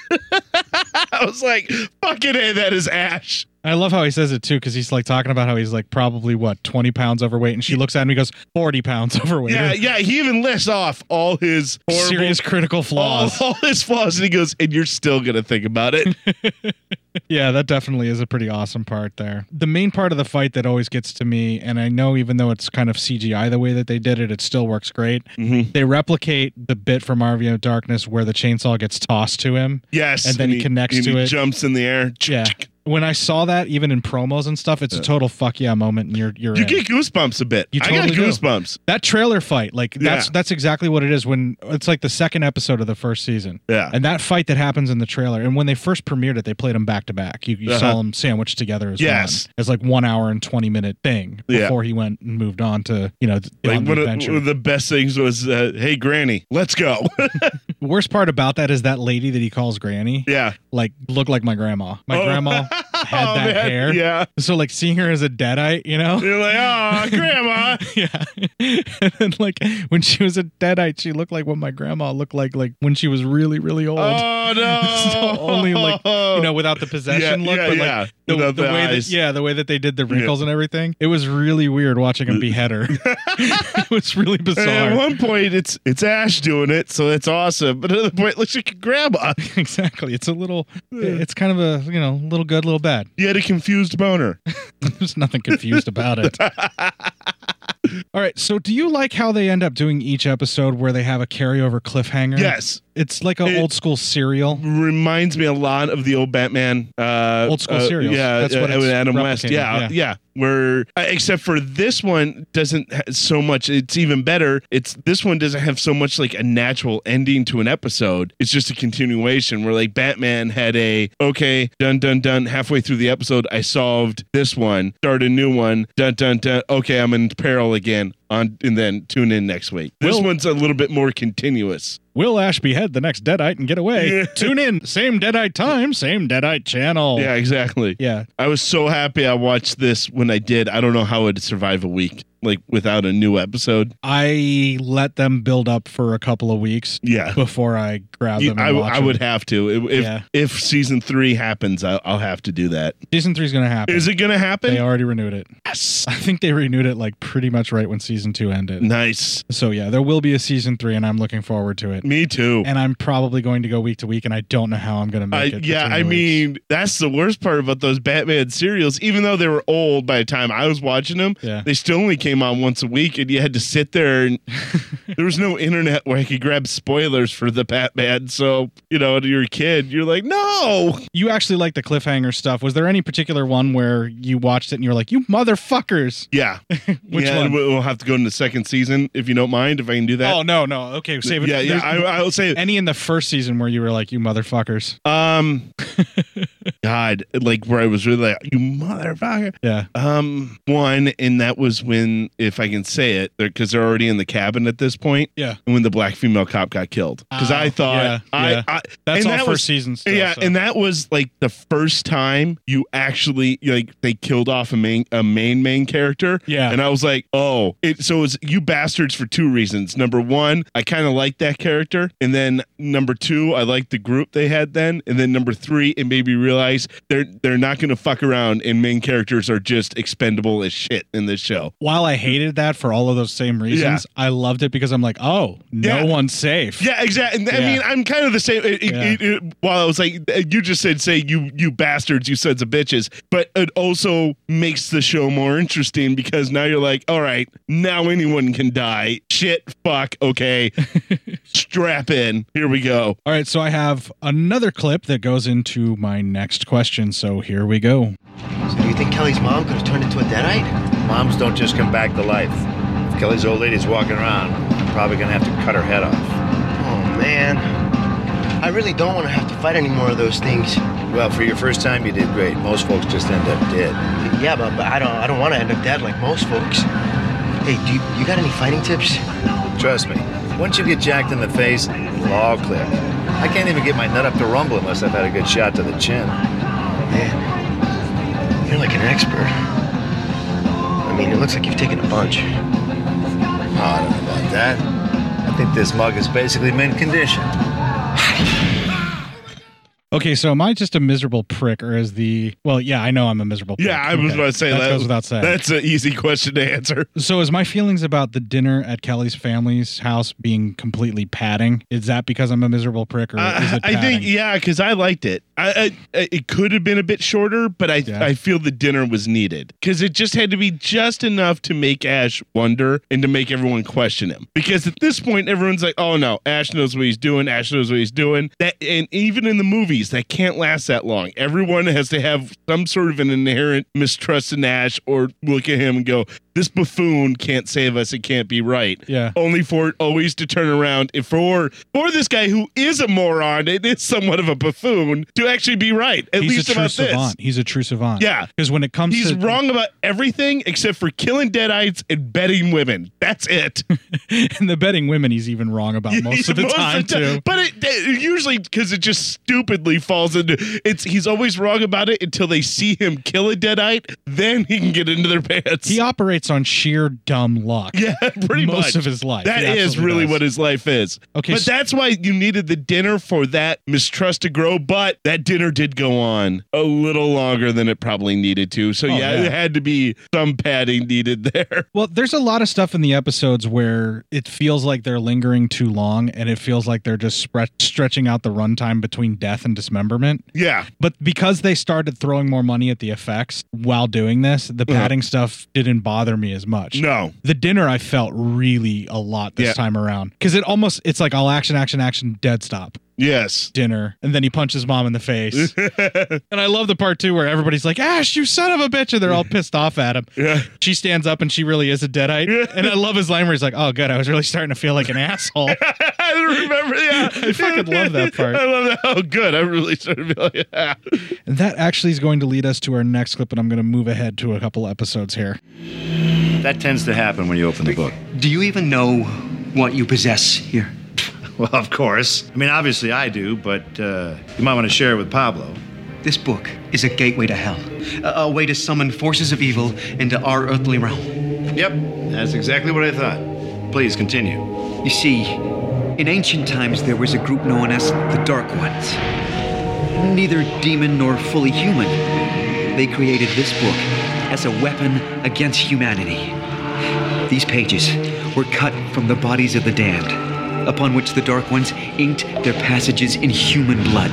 [SPEAKER 2] I was like, "Fucking a, that is Ash."
[SPEAKER 5] I love how he says it too, because he's like talking about how he's like probably what twenty pounds overweight, and she looks at him and goes forty pounds overweight.
[SPEAKER 2] Yeah, yeah. He even lists off all his horrible,
[SPEAKER 5] Serious critical
[SPEAKER 2] all,
[SPEAKER 5] flaws.
[SPEAKER 2] all his flaws, and he goes, "And you're still gonna think about it."
[SPEAKER 5] Yeah, that definitely is a pretty awesome part there. The main part of the fight that always gets to me, and I know even though it's kind of CGI the way that they did it, it still works great.
[SPEAKER 2] Mm-hmm.
[SPEAKER 5] They replicate the bit from Army of Darkness where the chainsaw gets tossed to him.
[SPEAKER 2] Yes,
[SPEAKER 5] And then he, connects
[SPEAKER 2] and
[SPEAKER 5] to
[SPEAKER 2] he
[SPEAKER 5] it.
[SPEAKER 2] Jumps in the air.
[SPEAKER 5] Yeah. When I saw that, even in promos and stuff, it's a
[SPEAKER 2] Yeah.
[SPEAKER 5] total fuck yeah moment, and you're you're
[SPEAKER 2] You
[SPEAKER 5] in.
[SPEAKER 2] get goosebumps a bit.
[SPEAKER 5] You
[SPEAKER 2] I
[SPEAKER 5] totally
[SPEAKER 2] got
[SPEAKER 5] do.
[SPEAKER 2] goosebumps.
[SPEAKER 5] That trailer fight, like that's
[SPEAKER 2] Yeah.
[SPEAKER 5] that's exactly what it is. When it's like the second episode of the first season,
[SPEAKER 2] Yeah.
[SPEAKER 5] and that fight that happens in the trailer, and when they first premiered it, they played them back to back. You, you saw
[SPEAKER 2] Uh-huh.
[SPEAKER 5] them sandwiched together as
[SPEAKER 2] Yes.
[SPEAKER 5] one, as like one hour and twenty minute thing
[SPEAKER 2] Yeah.
[SPEAKER 5] before he went and moved on to you know
[SPEAKER 2] Like
[SPEAKER 5] like,
[SPEAKER 2] one of,
[SPEAKER 5] adventure.
[SPEAKER 2] one of the best things was, uh, "Hey, Granny, let's go."
[SPEAKER 5] the worst part about that is that lady that he calls Granny.
[SPEAKER 2] Yeah,
[SPEAKER 5] like looked like my grandma. My grandma had
[SPEAKER 2] Oh,
[SPEAKER 5] that
[SPEAKER 2] man.
[SPEAKER 5] hair.
[SPEAKER 2] Yeah.
[SPEAKER 5] So like seeing her as a deadite, you know.
[SPEAKER 2] You're like, "Ah." "Aw, grandma."
[SPEAKER 5] yeah. and then like when she was a deadite, she looked like what my grandma looked like, like when she was really, really old.
[SPEAKER 2] Oh no!
[SPEAKER 5] So only like you know without the possession
[SPEAKER 2] Yeah,
[SPEAKER 5] look,
[SPEAKER 2] yeah,
[SPEAKER 5] but like
[SPEAKER 2] yeah.
[SPEAKER 5] the,
[SPEAKER 2] Without
[SPEAKER 5] the
[SPEAKER 2] the
[SPEAKER 5] way that
[SPEAKER 2] eyes.
[SPEAKER 5] yeah the way that they did the wrinkles and everything. It was really weird watching him behead her. it was really bizarre.
[SPEAKER 2] And at one point, it's it's Ash doing it, so it's awesome. But at another point, it looks like your grandma.
[SPEAKER 5] exactly. It's a little. It's kind of a you know little good, little bad.
[SPEAKER 2] You had a confused boner.
[SPEAKER 5] There's nothing confused about it. All right. So, do you like how they end up doing each episode where they have a carryover cliffhanger?
[SPEAKER 2] Yes.
[SPEAKER 5] It's like an
[SPEAKER 2] It-
[SPEAKER 5] old school serial.
[SPEAKER 2] Reminds me a lot of the old Batman, uh,
[SPEAKER 5] Old school
[SPEAKER 2] uh,
[SPEAKER 5] serials.
[SPEAKER 2] Yeah,
[SPEAKER 5] That's
[SPEAKER 2] uh,
[SPEAKER 5] what it's
[SPEAKER 2] with Adam West.
[SPEAKER 5] replicating,
[SPEAKER 2] Yeah, uh,
[SPEAKER 5] yeah.
[SPEAKER 2] yeah, Where uh, except for this one doesn't ha- so much. It's even better. It's this one doesn't have so much like a natural ending to an episode. It's just a continuation where like Batman had a okay, done, done, done. Halfway through the episode, I solved this one, start a new one, dun, dun, dun. Okay, I'm in peril again. On and then tune in next week. This
[SPEAKER 5] Will-
[SPEAKER 2] one's a little bit more continuous.
[SPEAKER 5] Will Ash behead the next Deadite and get away? Tune in. Same Deadite time, same Deadite channel.
[SPEAKER 2] Yeah, exactly.
[SPEAKER 5] Yeah.
[SPEAKER 2] I was so happy I watched this when I did. I don't know how it'd survive a week, like without a new episode.
[SPEAKER 5] I let them build up for a couple of weeks.
[SPEAKER 2] Yeah.
[SPEAKER 5] Before I grab
[SPEAKER 2] You-
[SPEAKER 5] them.
[SPEAKER 2] I,
[SPEAKER 5] And watch
[SPEAKER 2] I would
[SPEAKER 5] them.
[SPEAKER 2] have to. If- If,
[SPEAKER 5] Yeah.
[SPEAKER 2] if season three happens, I'll, I'll have to do that.
[SPEAKER 5] Season three's gonna happen.
[SPEAKER 2] Is it gonna happen?
[SPEAKER 5] They already renewed it.
[SPEAKER 2] Yes.
[SPEAKER 5] I think they renewed it like pretty much right when season two ended.
[SPEAKER 2] Nice.
[SPEAKER 5] So yeah, there will be a season three, and I'm looking forward to it.
[SPEAKER 2] Me too.
[SPEAKER 5] And I'm probably going to go week to week, and I don't know how I'm going to
[SPEAKER 2] I,
[SPEAKER 5] make it.
[SPEAKER 2] yeah,
[SPEAKER 5] between
[SPEAKER 2] I
[SPEAKER 5] the weeks.
[SPEAKER 2] mean that's the worst part about those Batman serials. Even though they were old by the time I was watching them,
[SPEAKER 5] Yeah.
[SPEAKER 2] they still only came on once a week, and you had to sit there. and There was no internet where I could grab spoilers for the Batman. So you know, to your kid, you're like, no.
[SPEAKER 5] you actually like the cliffhanger stuff. Was there any particular one where you watched it and you were like, "You motherfuckers"?
[SPEAKER 2] Yeah.
[SPEAKER 5] Which
[SPEAKER 2] yeah,
[SPEAKER 5] one?
[SPEAKER 2] We'll we'll have to go into the second season if you don't mind. If I can do that.
[SPEAKER 5] Oh no, no. Okay, save it.
[SPEAKER 2] Uh, Yeah, yeah.
[SPEAKER 5] There's
[SPEAKER 2] I, I'll say
[SPEAKER 5] any in the first season where you were like, "You motherfuckers."
[SPEAKER 2] Um, God, like where I was really like, you motherfucker.
[SPEAKER 5] Yeah.
[SPEAKER 2] Um, one, and that was when, if I can say it, because they're, already in the cabin at this point.
[SPEAKER 5] Yeah.
[SPEAKER 2] And when the black female cop got killed, because I
[SPEAKER 5] Oh,
[SPEAKER 2] thought,
[SPEAKER 5] yeah,
[SPEAKER 2] I,
[SPEAKER 5] yeah.
[SPEAKER 2] I
[SPEAKER 5] That's
[SPEAKER 2] and
[SPEAKER 5] all
[SPEAKER 2] that
[SPEAKER 5] first
[SPEAKER 2] was-
[SPEAKER 5] season stuff,
[SPEAKER 2] yeah,
[SPEAKER 5] so.
[SPEAKER 2] and that was like the first time you actually like they killed off a main a main main character.
[SPEAKER 5] Yeah.
[SPEAKER 2] And I was like, oh, it, so it was you bastards for two reasons. Number one, I kind of liked that character, and then number two, I liked the group they had then, and then number three, it made me realize they're they're not going to fuck around, and main characters are just expendable as shit in this show.
[SPEAKER 5] While I hated that for all of those same reasons, I loved it because I'm like, "Oh, no
[SPEAKER 2] Yeah.
[SPEAKER 5] one's safe."
[SPEAKER 2] Yeah, exactly. And,
[SPEAKER 5] Yeah.
[SPEAKER 2] I mean, I'm kind of the same. It, it-
[SPEAKER 5] Yeah.
[SPEAKER 2] it- it- while I was like, uh, you just said, "Say you, you bastards, you sons of bitches," but it also makes the show more interesting because now you're like, all right, now anyone can die. Shit, fuck, okay, strap in. Here we go.
[SPEAKER 5] All right, so I have another clip that goes into my next question. So here we go.
[SPEAKER 13] So do you think Kelly's mom could have turned into a deadite?
[SPEAKER 12] Moms don't just come back to life. If Kelly's old lady's walking around, I'm probably gonna have to cut her head off.
[SPEAKER 13] Oh man, I really don't want to have to fight any more of those things.
[SPEAKER 12] Well, for your first time, you did great. Most folks just end up dead.
[SPEAKER 13] Yeah, but, but I don't I don't want to end up dead like most folks. Hey, do you, you got any fighting tips?
[SPEAKER 12] Trust me, once you get jacked in the face, it'll all clear. I can't even get my nut up to rumble unless I've had a good shot to the chin.
[SPEAKER 13] Man, you're like an expert. I mean, it looks like you've taken a bunch.
[SPEAKER 12] Oh, I don't know about that. I think this mug is basically mint condition.
[SPEAKER 5] Okay, so am I just a miserable prick, or is the well? Yeah, I know I'm a miserable. prick.
[SPEAKER 2] Yeah, I was
[SPEAKER 5] Okay.
[SPEAKER 2] about to say
[SPEAKER 5] that,
[SPEAKER 2] that,
[SPEAKER 5] goes without saying.
[SPEAKER 2] That's an easy question to answer.
[SPEAKER 5] So is my feelings about the dinner at Kelly's family's house being completely padding? Is that because I'm a miserable prick, or is it
[SPEAKER 2] Uh, I
[SPEAKER 5] padding?
[SPEAKER 2] think yeah, because I liked it. I, I it could have been a bit shorter, but I I feel the dinner was needed because it just had to be just enough to make Ash wonder and to make everyone question him. Because at this point, everyone's like, "Oh no, Ash knows what he's doing. Ash knows what he's doing." That and even in the movies, that can't last that long. Everyone has to have some sort of an inherent mistrust in Ash, or look at him and go. This buffoon can't save us. It can't be right
[SPEAKER 5] Yeah.
[SPEAKER 2] only for it always to turn around and for for this guy who is a moron and is somewhat of a buffoon to actually be right at
[SPEAKER 5] He's
[SPEAKER 2] least
[SPEAKER 5] a true
[SPEAKER 2] about this.
[SPEAKER 5] savant. He's a true savant.
[SPEAKER 2] Yeah.
[SPEAKER 5] because when it comes
[SPEAKER 2] He's
[SPEAKER 5] to
[SPEAKER 2] wrong about everything except for killing deadites and betting women. That's it.
[SPEAKER 5] and the betting women, he's even wrong about most of the
[SPEAKER 2] Most
[SPEAKER 5] time too.
[SPEAKER 2] But it, it usually because it just stupidly falls into it's. He's always wrong about it until they see him kill a deadite. Then he can get into their pants.
[SPEAKER 5] He operates on sheer dumb luck.
[SPEAKER 2] Yeah, pretty
[SPEAKER 5] most
[SPEAKER 2] much
[SPEAKER 5] of his life.
[SPEAKER 2] That
[SPEAKER 5] He
[SPEAKER 2] is
[SPEAKER 5] absolutely
[SPEAKER 2] really
[SPEAKER 5] does.
[SPEAKER 2] what his life is.
[SPEAKER 5] Okay,
[SPEAKER 2] but
[SPEAKER 5] so-
[SPEAKER 2] that's why you needed the dinner for that mistrust to grow. But that dinner did go on a little longer than it probably needed to. So
[SPEAKER 5] Oh,
[SPEAKER 2] yeah,
[SPEAKER 5] yeah.
[SPEAKER 2] it had to be some padding needed there.
[SPEAKER 5] Well, there's a lot of stuff in the episodes where it feels like they're lingering too long and it feels like they're just spre- stretching out the runtime between death and dismemberment.
[SPEAKER 2] Yeah.
[SPEAKER 5] But because they started throwing more money at the effects while doing this, the
[SPEAKER 2] Uh-huh.
[SPEAKER 5] padding stuff didn't bother me as much.
[SPEAKER 2] No.
[SPEAKER 5] The dinner I felt really a lot this
[SPEAKER 2] Yeah.
[SPEAKER 5] time around cuz it almost it's like all action action action dead stop.
[SPEAKER 2] Yes.
[SPEAKER 5] Dinner and then he punches mom in the face. and I love the part too where everybody's like, "Ash, you son of a bitch," and they're all pissed off at him.
[SPEAKER 2] Yeah.
[SPEAKER 5] She stands up and she really is a deadite. And I love his line where he's like, "Oh, good, I was really starting to feel like an asshole."
[SPEAKER 2] I remember. Yeah, I
[SPEAKER 5] fucking love that part.
[SPEAKER 2] I love that. Oh, good. I really started to be like, yeah.
[SPEAKER 5] and that actually is going to lead us to our next clip, and I'm going to move ahead to a couple episodes here.
[SPEAKER 12] That tends to happen when you open the book.
[SPEAKER 13] Do you even know what you possess here?
[SPEAKER 12] Well, of course. I mean, obviously I do, but uh, you might want to share it with Pablo.
[SPEAKER 13] This book is a gateway to hell, a, a way to summon forces of evil into our earthly realm.
[SPEAKER 12] Yep, that's exactly what I thought. Please continue.
[SPEAKER 13] You see, in ancient times there was a group known as the Dark Ones. Neither demon nor fully human, they created this book as a weapon against humanity. These pages were cut from the bodies of the damned, upon which the Dark Ones inked their passages in human blood.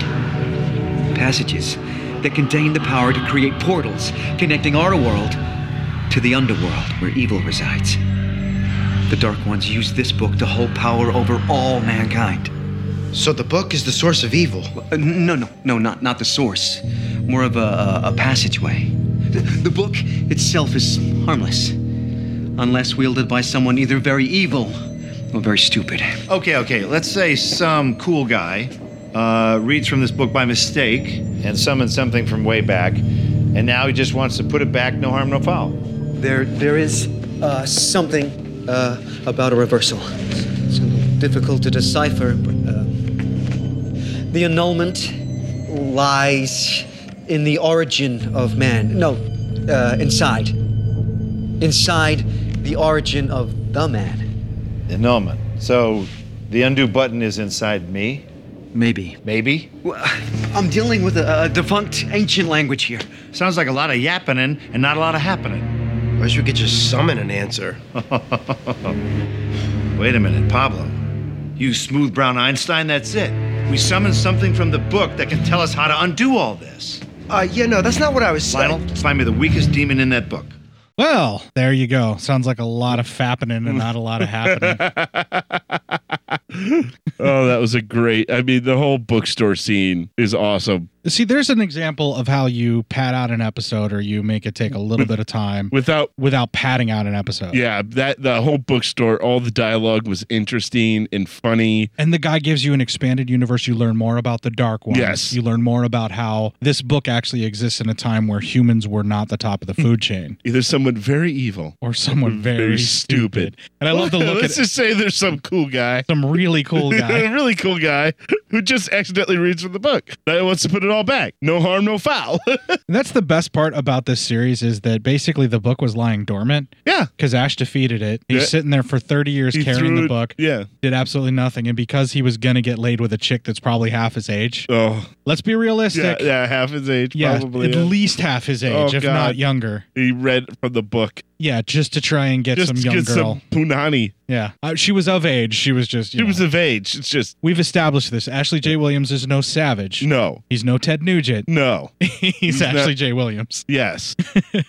[SPEAKER 13] Passages that contain the power to create portals connecting our world to the underworld where evil resides. The Dark Ones use this book to hold power over all mankind. So the book is the source of evil? No, no, no, not, not the source. More of a, a, a passageway. The, the book itself is harmless, unless wielded by someone either very evil or very stupid.
[SPEAKER 12] Okay, okay. Let's say some cool guy uh, reads from this book by mistake and summons something from way back, and now he just wants to put it back, no harm, no foul.
[SPEAKER 13] There, there is uh, something uh, about a reversal. It's difficult to decipher. But, uh, the annulment lies in the origin of man. No, uh, inside. Inside the origin of the man.
[SPEAKER 12] Annulment. So the undo button is inside me.
[SPEAKER 13] Maybe.
[SPEAKER 12] Maybe.
[SPEAKER 13] Well, I'm dealing with a, a Uh, defunct ancient language here.
[SPEAKER 12] Sounds like a lot of yapping and not a lot of happening.
[SPEAKER 13] Wish we could just summon an answer.
[SPEAKER 12] Wait a minute, Pablo. You smooth brown Einstein, that's it. We summon something from the book that can tell us how to undo all this.
[SPEAKER 13] Uh, yeah, no, that's not what I was saying.
[SPEAKER 12] Lionel, find me the weakest demon in that book.
[SPEAKER 5] Well, there you go. Sounds like a lot of fapping and not a lot of happening.
[SPEAKER 2] oh, that was a great. I mean, the whole bookstore scene is awesome.
[SPEAKER 5] See, there's an example of how you pad out an episode or you make it take a little bit of time
[SPEAKER 2] without
[SPEAKER 5] without padding out an episode.
[SPEAKER 2] Yeah, that the whole bookstore, all the dialogue was interesting and funny.
[SPEAKER 5] And the guy gives you an expanded universe. You learn more about the dark ones.
[SPEAKER 2] Yes.
[SPEAKER 5] You learn more about how this book actually exists in a time where humans were not the top of the food chain.
[SPEAKER 2] Either someone very evil
[SPEAKER 5] or someone very, stupid. And I love the look
[SPEAKER 2] Let's
[SPEAKER 5] at
[SPEAKER 2] just say there's some cool guy,
[SPEAKER 5] some really cool guy.
[SPEAKER 2] really cool guy who just accidentally reads from the book that wants to put it all back. No harm, no foul.
[SPEAKER 5] And that's the best part about this series is that basically the book was lying dormant.
[SPEAKER 2] Yeah.
[SPEAKER 5] Because Ash defeated it. He's
[SPEAKER 2] Yeah.
[SPEAKER 5] sitting there for 30 years
[SPEAKER 2] He
[SPEAKER 5] carrying
[SPEAKER 2] threw
[SPEAKER 5] the
[SPEAKER 2] it-
[SPEAKER 5] book.
[SPEAKER 2] Yeah.
[SPEAKER 5] Did absolutely nothing. And because he was going to get laid with a chick that's probably half his age.
[SPEAKER 2] Oh.
[SPEAKER 5] Let's be realistic.
[SPEAKER 2] yeah, yeah, half his age,
[SPEAKER 5] Yeah,
[SPEAKER 2] probably
[SPEAKER 5] at
[SPEAKER 2] yeah.
[SPEAKER 5] least half his age,
[SPEAKER 2] Oh,
[SPEAKER 5] if
[SPEAKER 2] God.
[SPEAKER 5] not younger.
[SPEAKER 2] He read from the book.
[SPEAKER 5] Yeah, just to try and get
[SPEAKER 2] Just
[SPEAKER 5] some young
[SPEAKER 2] get
[SPEAKER 5] girl.
[SPEAKER 2] some punani.
[SPEAKER 5] Yeah, uh, she was of age. She was just. She was
[SPEAKER 2] of age. It's just
[SPEAKER 5] we've established this. Ashley J. Williams is no savage.
[SPEAKER 2] No,
[SPEAKER 5] he's no Ted Nugent.
[SPEAKER 2] No,
[SPEAKER 5] he's
[SPEAKER 2] He's not-
[SPEAKER 5] Ashley J. Williams.
[SPEAKER 2] Yes.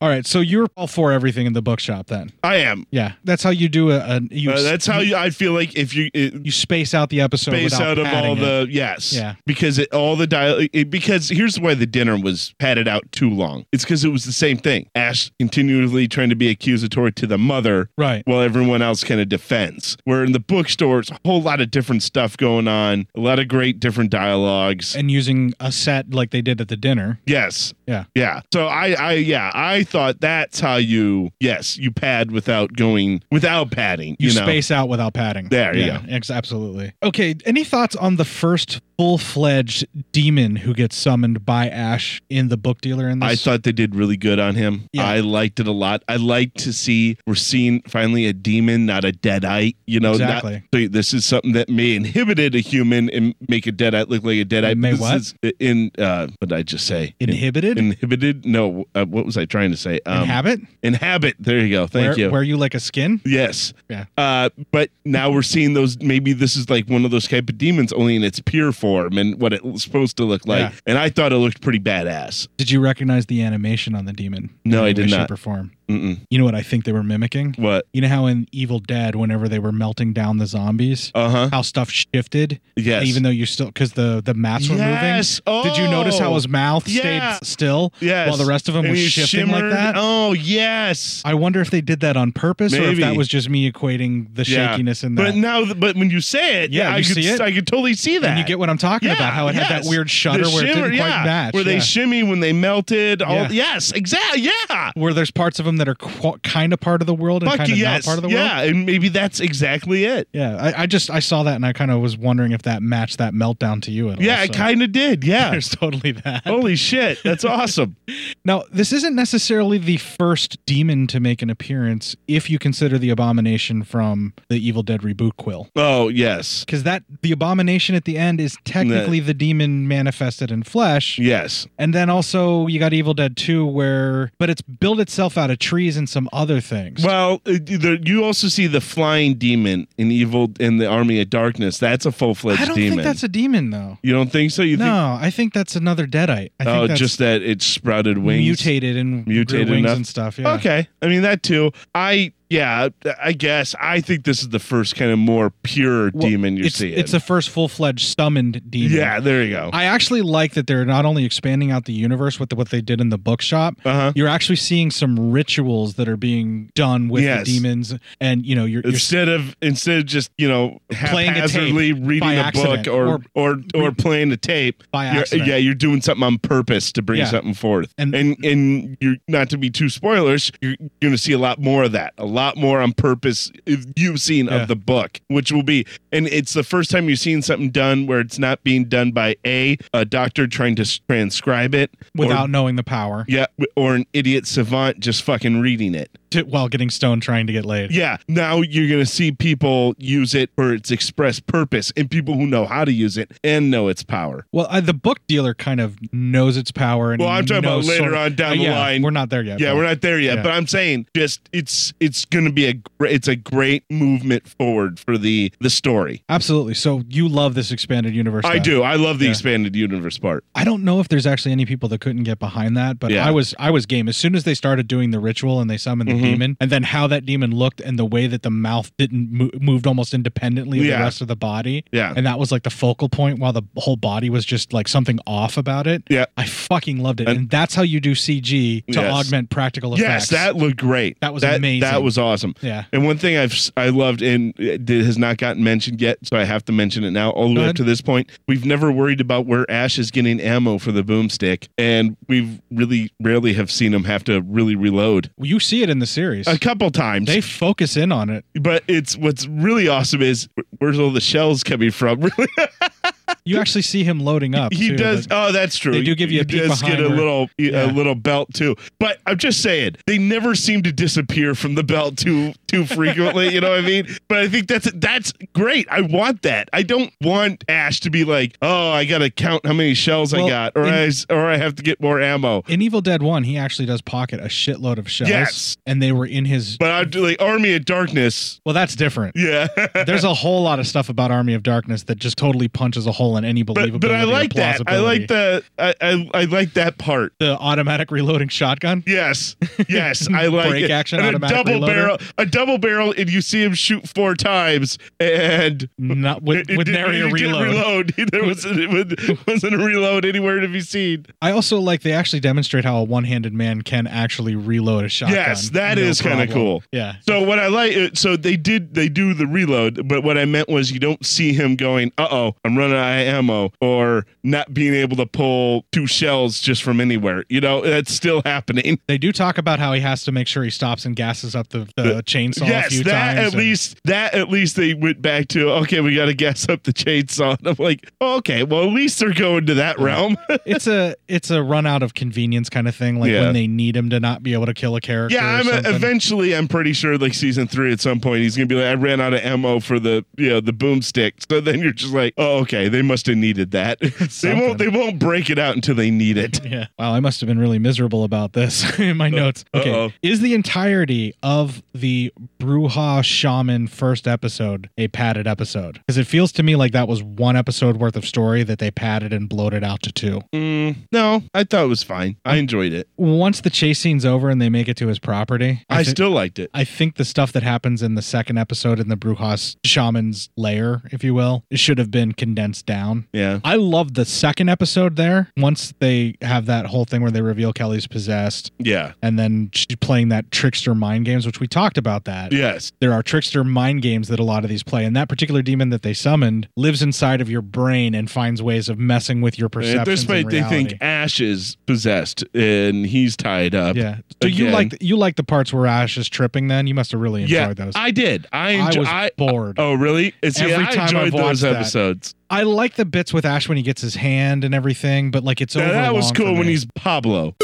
[SPEAKER 5] all right, so you're all for everything in the bookshop then.
[SPEAKER 2] I am.
[SPEAKER 5] Yeah, that's how you do a. a you,
[SPEAKER 2] Uh, that's how you, I feel like if you it,
[SPEAKER 5] you space out the episode.
[SPEAKER 2] space
[SPEAKER 5] without
[SPEAKER 2] out of all
[SPEAKER 5] padding it.
[SPEAKER 2] the yes
[SPEAKER 5] Yeah.
[SPEAKER 2] because it, all the dial it, because here's why the dinner was padded out too long it's because it was the same thing ash continually trying to be accusatory to the mother
[SPEAKER 5] right
[SPEAKER 2] while everyone else kind of defends where in the bookstore it's a whole lot of different stuff going on a lot of great different dialogues
[SPEAKER 5] and using a set like they did at the dinner.
[SPEAKER 2] yes
[SPEAKER 5] Yeah.
[SPEAKER 2] yeah so i i yeah i thought that's how you yes you pad without going without padding
[SPEAKER 5] You,
[SPEAKER 2] you, know?
[SPEAKER 5] space out without padding.
[SPEAKER 2] There you
[SPEAKER 5] yeah,
[SPEAKER 2] go.
[SPEAKER 5] ex- absolutely. Okay, any thoughts on the first full fledged demon who gets summoned by Ash in the book dealer in this?
[SPEAKER 2] I thought they did really good on him. I liked it a lot. I like to see we're seeing finally a demon, not a deadite. You know, not-
[SPEAKER 5] Exactly.
[SPEAKER 2] so this is something that may inhibited a human and make a deadite look like a deadite.
[SPEAKER 5] May
[SPEAKER 2] This
[SPEAKER 5] what?
[SPEAKER 2] is in uh, what did I just say?
[SPEAKER 5] Inhibited.
[SPEAKER 2] Inhibited. No, uh, what was I trying to say? Um,
[SPEAKER 5] Inhabit?
[SPEAKER 2] Inhabit. There you go. Thank
[SPEAKER 5] where,
[SPEAKER 2] you.
[SPEAKER 5] Where you like a skin?
[SPEAKER 2] Yes.
[SPEAKER 5] Yeah.
[SPEAKER 2] Uh, but now we're seeing those. Maybe this is like one of those type of demons, only in its pure form and what it's supposed to look like.
[SPEAKER 5] Yeah.
[SPEAKER 2] And I thought it looked pretty badass.
[SPEAKER 5] Did you recognize the animation on the demon?
[SPEAKER 2] No,
[SPEAKER 5] In
[SPEAKER 2] I
[SPEAKER 5] any
[SPEAKER 2] did
[SPEAKER 5] way, shape,
[SPEAKER 2] not.
[SPEAKER 5] or form?
[SPEAKER 2] Mm-mm.
[SPEAKER 5] You know what I think they were mimicking?
[SPEAKER 2] What?
[SPEAKER 5] You know how in Evil Dead, whenever they were melting down the zombies,
[SPEAKER 2] uh-huh.
[SPEAKER 5] how stuff shifted?
[SPEAKER 2] Yes.
[SPEAKER 5] Even though you still, because the, the mats were
[SPEAKER 2] Yes.
[SPEAKER 5] moving. Did you notice how
[SPEAKER 2] Oh.
[SPEAKER 5] his mouth
[SPEAKER 2] Yeah.
[SPEAKER 5] stayed still
[SPEAKER 2] Yes.
[SPEAKER 5] while the rest of them
[SPEAKER 2] And
[SPEAKER 5] was
[SPEAKER 2] he
[SPEAKER 5] shifting like
[SPEAKER 2] shimmered.
[SPEAKER 5] that?
[SPEAKER 2] Oh, yes.
[SPEAKER 5] I wonder if they did that on purpose or if
[SPEAKER 2] Maybe.
[SPEAKER 5] that was just me equating the
[SPEAKER 2] Yeah.
[SPEAKER 5] shakiness in that.
[SPEAKER 2] But now, th- but when you say it,
[SPEAKER 5] Yeah,
[SPEAKER 2] yeah, I
[SPEAKER 5] you
[SPEAKER 2] could,
[SPEAKER 5] see it?
[SPEAKER 2] I could totally see that.
[SPEAKER 5] And you get what I'm talking about, how it had that
[SPEAKER 2] yes.
[SPEAKER 5] weird shudder
[SPEAKER 2] The
[SPEAKER 5] where it
[SPEAKER 2] shimmer,
[SPEAKER 5] didn't quite
[SPEAKER 2] yeah,
[SPEAKER 5] match.
[SPEAKER 2] Where they
[SPEAKER 5] yeah.
[SPEAKER 2] shimmy when they melted. All
[SPEAKER 5] Yeah.
[SPEAKER 2] yes, exactly. Yeah.
[SPEAKER 5] where there's parts of them that are qu- kind of part of the world and
[SPEAKER 2] Fuck
[SPEAKER 5] kind of
[SPEAKER 2] yes.
[SPEAKER 5] not part of the
[SPEAKER 2] yeah,
[SPEAKER 5] world.
[SPEAKER 2] and maybe that's exactly it.
[SPEAKER 5] Yeah, I, I just I saw that and I kind of was wondering if that matched that meltdown to you at all.
[SPEAKER 2] Yeah, it
[SPEAKER 5] so.
[SPEAKER 2] kind of did. Yeah.
[SPEAKER 5] There's totally that.
[SPEAKER 2] Holy shit, that's awesome.
[SPEAKER 5] Now, this isn't necessarily the first demon to make an appearance if you consider the abomination from the Evil Dead reboot quill.
[SPEAKER 2] Oh, yes.
[SPEAKER 5] Because that the abomination at the end is technically the demon manifested in flesh.
[SPEAKER 2] Yes.
[SPEAKER 5] And then also you got Evil Dead 2 where but it's built itself out of trees and some other things.
[SPEAKER 2] Well, uh, the, you also see the flying demon in Evil in the Army of Darkness. That's a full fledged
[SPEAKER 5] I
[SPEAKER 2] demon.
[SPEAKER 5] don't think that's a demon though.
[SPEAKER 2] you don't think so? You think
[SPEAKER 5] no, I think that's another deadite. I think
[SPEAKER 2] oh,
[SPEAKER 5] that's
[SPEAKER 2] just that it sprouted wings,
[SPEAKER 5] mutated and grew
[SPEAKER 2] mutated
[SPEAKER 5] wings
[SPEAKER 2] enough? Oh,
[SPEAKER 5] and stuff. Yeah.
[SPEAKER 2] Okay, I mean that too. I yeah, I guess I think this is the first kind of more pure
[SPEAKER 5] Well,
[SPEAKER 2] demon you're
[SPEAKER 5] it's,
[SPEAKER 2] seeing.
[SPEAKER 5] It's the first full fledged summoned demon.
[SPEAKER 2] yeah, there you go.
[SPEAKER 5] I actually like that they're not only expanding out the universe with the, what they did in the bookshop.
[SPEAKER 2] Uh-huh.
[SPEAKER 5] You're actually seeing some rituals that are being done with
[SPEAKER 2] Yes.
[SPEAKER 5] the demons, and you know you're, you're
[SPEAKER 2] instead of instead of just you know
[SPEAKER 5] Playing a tape
[SPEAKER 2] haphazardly reading
[SPEAKER 5] by
[SPEAKER 2] a
[SPEAKER 5] accident
[SPEAKER 2] book or
[SPEAKER 5] or-
[SPEAKER 2] or or, playing a tape
[SPEAKER 5] By
[SPEAKER 2] you're-
[SPEAKER 5] accident.
[SPEAKER 2] yeah, you're doing something on purpose to bring
[SPEAKER 5] Yeah.
[SPEAKER 2] something forth,
[SPEAKER 5] And-
[SPEAKER 2] and and, you're not to be too spoilers. You're going to see a lot more of that, a lot more on purpose. If you've seen
[SPEAKER 5] Yeah.
[SPEAKER 2] of the book, which will be, and it's the first time you've seen something done where it's not being done by a a doctor trying to s- transcribe it or-
[SPEAKER 5] without knowing the power
[SPEAKER 2] yeah, or an idiot savant just fucking reading it.
[SPEAKER 5] to, while getting stoned trying to get laid.
[SPEAKER 2] Yeah. Now you're going to see people use it for its express purpose and people who know how to use it and know its power.
[SPEAKER 5] Well, I, the book dealer kind of knows its power. And
[SPEAKER 2] Well, I'm talking about
[SPEAKER 5] knows
[SPEAKER 2] later
[SPEAKER 5] sort of-
[SPEAKER 2] on down
[SPEAKER 5] Uh, yeah,
[SPEAKER 2] the line.
[SPEAKER 5] We're not there yet.
[SPEAKER 2] Yeah,
[SPEAKER 5] but-
[SPEAKER 2] we're not there yet,
[SPEAKER 5] Yeah.
[SPEAKER 2] but I'm saying just it's it's going to be a gr- it's a great movement forward for the the story.
[SPEAKER 5] Absolutely. So you love this expanded universe.
[SPEAKER 2] I
[SPEAKER 5] stuff.
[SPEAKER 2] do. I love the
[SPEAKER 5] Yeah.
[SPEAKER 2] expanded universe part.
[SPEAKER 5] I don't know if there's actually any people that couldn't get behind that, but
[SPEAKER 2] Yeah.
[SPEAKER 5] I was I was game as soon as they started doing the ritual and they summoned the
[SPEAKER 2] Mhm.
[SPEAKER 5] demon, and then how that demon looked and the way that the mouth didn't mo- moved almost independently of
[SPEAKER 2] Yeah.
[SPEAKER 5] the rest of the body,
[SPEAKER 2] Yeah.
[SPEAKER 5] and that was like the focal point while the whole body was just like something off about it.
[SPEAKER 2] Yeah.
[SPEAKER 5] I fucking loved it, and, that's how you do CG to
[SPEAKER 2] Yes.
[SPEAKER 5] augment practical
[SPEAKER 2] Yes,
[SPEAKER 5] effects.
[SPEAKER 2] that looked great.
[SPEAKER 5] That was amazing.
[SPEAKER 2] That was awesome.
[SPEAKER 5] Yeah.
[SPEAKER 2] And one thing I've s- I loved and it did- has not gotten mentioned yet, so I have to mention it now. All the
[SPEAKER 5] Go
[SPEAKER 2] way
[SPEAKER 5] ahead.
[SPEAKER 2] up to this point, we've never worried about where Ash is getting ammo for the boomstick, and we've really rarely have seen him have to really reload
[SPEAKER 5] you see it in the series.
[SPEAKER 2] a couple times.
[SPEAKER 5] They focus in on it.
[SPEAKER 2] but it's what's really awesome is wh- where's all the shells coming from? Really?
[SPEAKER 5] You actually see him loading up.
[SPEAKER 2] He
[SPEAKER 5] too,
[SPEAKER 2] does.
[SPEAKER 5] but-
[SPEAKER 2] Oh, that's true.
[SPEAKER 5] They do give you a
[SPEAKER 2] he
[SPEAKER 5] peek
[SPEAKER 2] does
[SPEAKER 5] behind
[SPEAKER 2] get a
[SPEAKER 5] her.
[SPEAKER 2] little
[SPEAKER 5] Yeah.
[SPEAKER 2] a little belt too. But I'm just saying, they never seem to disappear from the belt too too frequently. you know what I mean? But I think that's that's great. I want that. I don't want Ash to be like, oh, I got to count how many shells I
[SPEAKER 5] Well,
[SPEAKER 2] got, or
[SPEAKER 5] in-
[SPEAKER 2] I s- or I have to get more ammo.
[SPEAKER 5] In Evil Dead 1, he actually does pocket a shitload of shells.
[SPEAKER 2] Yes.
[SPEAKER 5] And they were in his.
[SPEAKER 2] But I'd do like Army of Darkness.
[SPEAKER 5] Well, that's different.
[SPEAKER 2] Yeah.
[SPEAKER 5] There's a whole lot of stuff about Army of Darkness that just totally punches a hole in any believability.
[SPEAKER 2] But I
[SPEAKER 5] or
[SPEAKER 2] like that. I
[SPEAKER 5] plausibility.
[SPEAKER 2] like the I, I I like that part.
[SPEAKER 5] The automatic reloading shotgun.
[SPEAKER 2] Yes, yes, I like
[SPEAKER 5] Break
[SPEAKER 2] it.
[SPEAKER 5] action
[SPEAKER 2] And a
[SPEAKER 5] automatic
[SPEAKER 2] double
[SPEAKER 5] reloader.
[SPEAKER 2] barrel, a double barrel, and you see him shoot four times, and
[SPEAKER 5] not with,
[SPEAKER 2] it,
[SPEAKER 5] with
[SPEAKER 2] didn't-
[SPEAKER 5] nary a
[SPEAKER 2] it didn't
[SPEAKER 5] reload.
[SPEAKER 2] reload. There was it was- wasn't a reload anywhere to be seen.
[SPEAKER 5] I also like they actually demonstrate how a one-handed man can actually reload a shotgun.
[SPEAKER 2] Yes, that
[SPEAKER 5] No
[SPEAKER 2] is kind of
[SPEAKER 5] problem.
[SPEAKER 2] cool.
[SPEAKER 5] Yeah.
[SPEAKER 2] So what I like, uh, so they did, they do the reload, but what I meant was you don't see him going, "Uh oh, I'm running out of ammo," or not being able to pull two shells just from anywhere. You know, that's still happening.
[SPEAKER 5] They do talk about how he has to make sure he stops and gasses up the, the, chainsaw
[SPEAKER 2] yes,
[SPEAKER 5] a few
[SPEAKER 2] that
[SPEAKER 5] times.
[SPEAKER 2] at
[SPEAKER 5] and-
[SPEAKER 2] least that at least they went back to okay, we got to gas up the chainsaw. And I'm like, oh, okay, well at least they're going to that realm.
[SPEAKER 5] it's a it's a run out of convenience kind of thing, like
[SPEAKER 2] Yeah.
[SPEAKER 5] when they need him to not be able to kill a character.
[SPEAKER 2] Yeah,
[SPEAKER 5] or
[SPEAKER 2] I'm uh,
[SPEAKER 5] something.
[SPEAKER 2] eventually I'm pretty sure like season three at some point he's gonna be like I ran out of ammo for the you know the boomstick. So then you're just like oh okay they must have needed that. they won't they won't break it out until they need it.
[SPEAKER 5] Yeah. Wow, I must have been really miserable about this in my notes. Okay.
[SPEAKER 2] uh-oh.
[SPEAKER 5] Is the entirety of the Bruja Shaman first episode a padded episode? Because it feels to me like that was one episode worth of story that they padded and bloated out to two.
[SPEAKER 2] Mm, no, I thought it was fine. I enjoyed it.
[SPEAKER 5] Once the chase scene's over and they make it to his property,
[SPEAKER 2] I
[SPEAKER 5] thi-
[SPEAKER 2] still liked it.
[SPEAKER 5] I think the stuff that happens in the second episode in the Brujas shaman's lair, if you will, should have been condensed down.
[SPEAKER 2] Yeah.
[SPEAKER 5] I love the second episode there. Once they have that whole thing where they reveal Kelly's possessed.
[SPEAKER 2] Yeah.
[SPEAKER 5] And then she's playing that trickster mind games, which we talked about that.
[SPEAKER 2] Yes.
[SPEAKER 5] There are trickster mind games that a lot of these play. And that particular demon that they summoned lives inside of your brain and finds ways of messing with your perceptions.
[SPEAKER 2] At this
[SPEAKER 5] and
[SPEAKER 2] point, they
[SPEAKER 5] reality.
[SPEAKER 2] think Ash is possessed and he's tied up.
[SPEAKER 5] Yeah. So you
[SPEAKER 2] again.
[SPEAKER 5] like you like the parts where Ash is tripping then? You must have really
[SPEAKER 2] Yeah,
[SPEAKER 5] enjoyed those.
[SPEAKER 2] I did. I,
[SPEAKER 5] I
[SPEAKER 2] enjo-
[SPEAKER 5] was
[SPEAKER 2] I
[SPEAKER 5] bored.
[SPEAKER 2] Oh, really? It's,
[SPEAKER 5] Every
[SPEAKER 2] yeah,
[SPEAKER 5] time
[SPEAKER 2] I enjoyed
[SPEAKER 5] I've watched
[SPEAKER 2] those
[SPEAKER 5] that.
[SPEAKER 2] episodes.
[SPEAKER 5] I like the bits with Ash when he gets his hand and everything, but like it's
[SPEAKER 2] Now,
[SPEAKER 5] over.
[SPEAKER 2] that was
[SPEAKER 5] long for
[SPEAKER 2] cool when
[SPEAKER 5] me.
[SPEAKER 2] he's Pablo.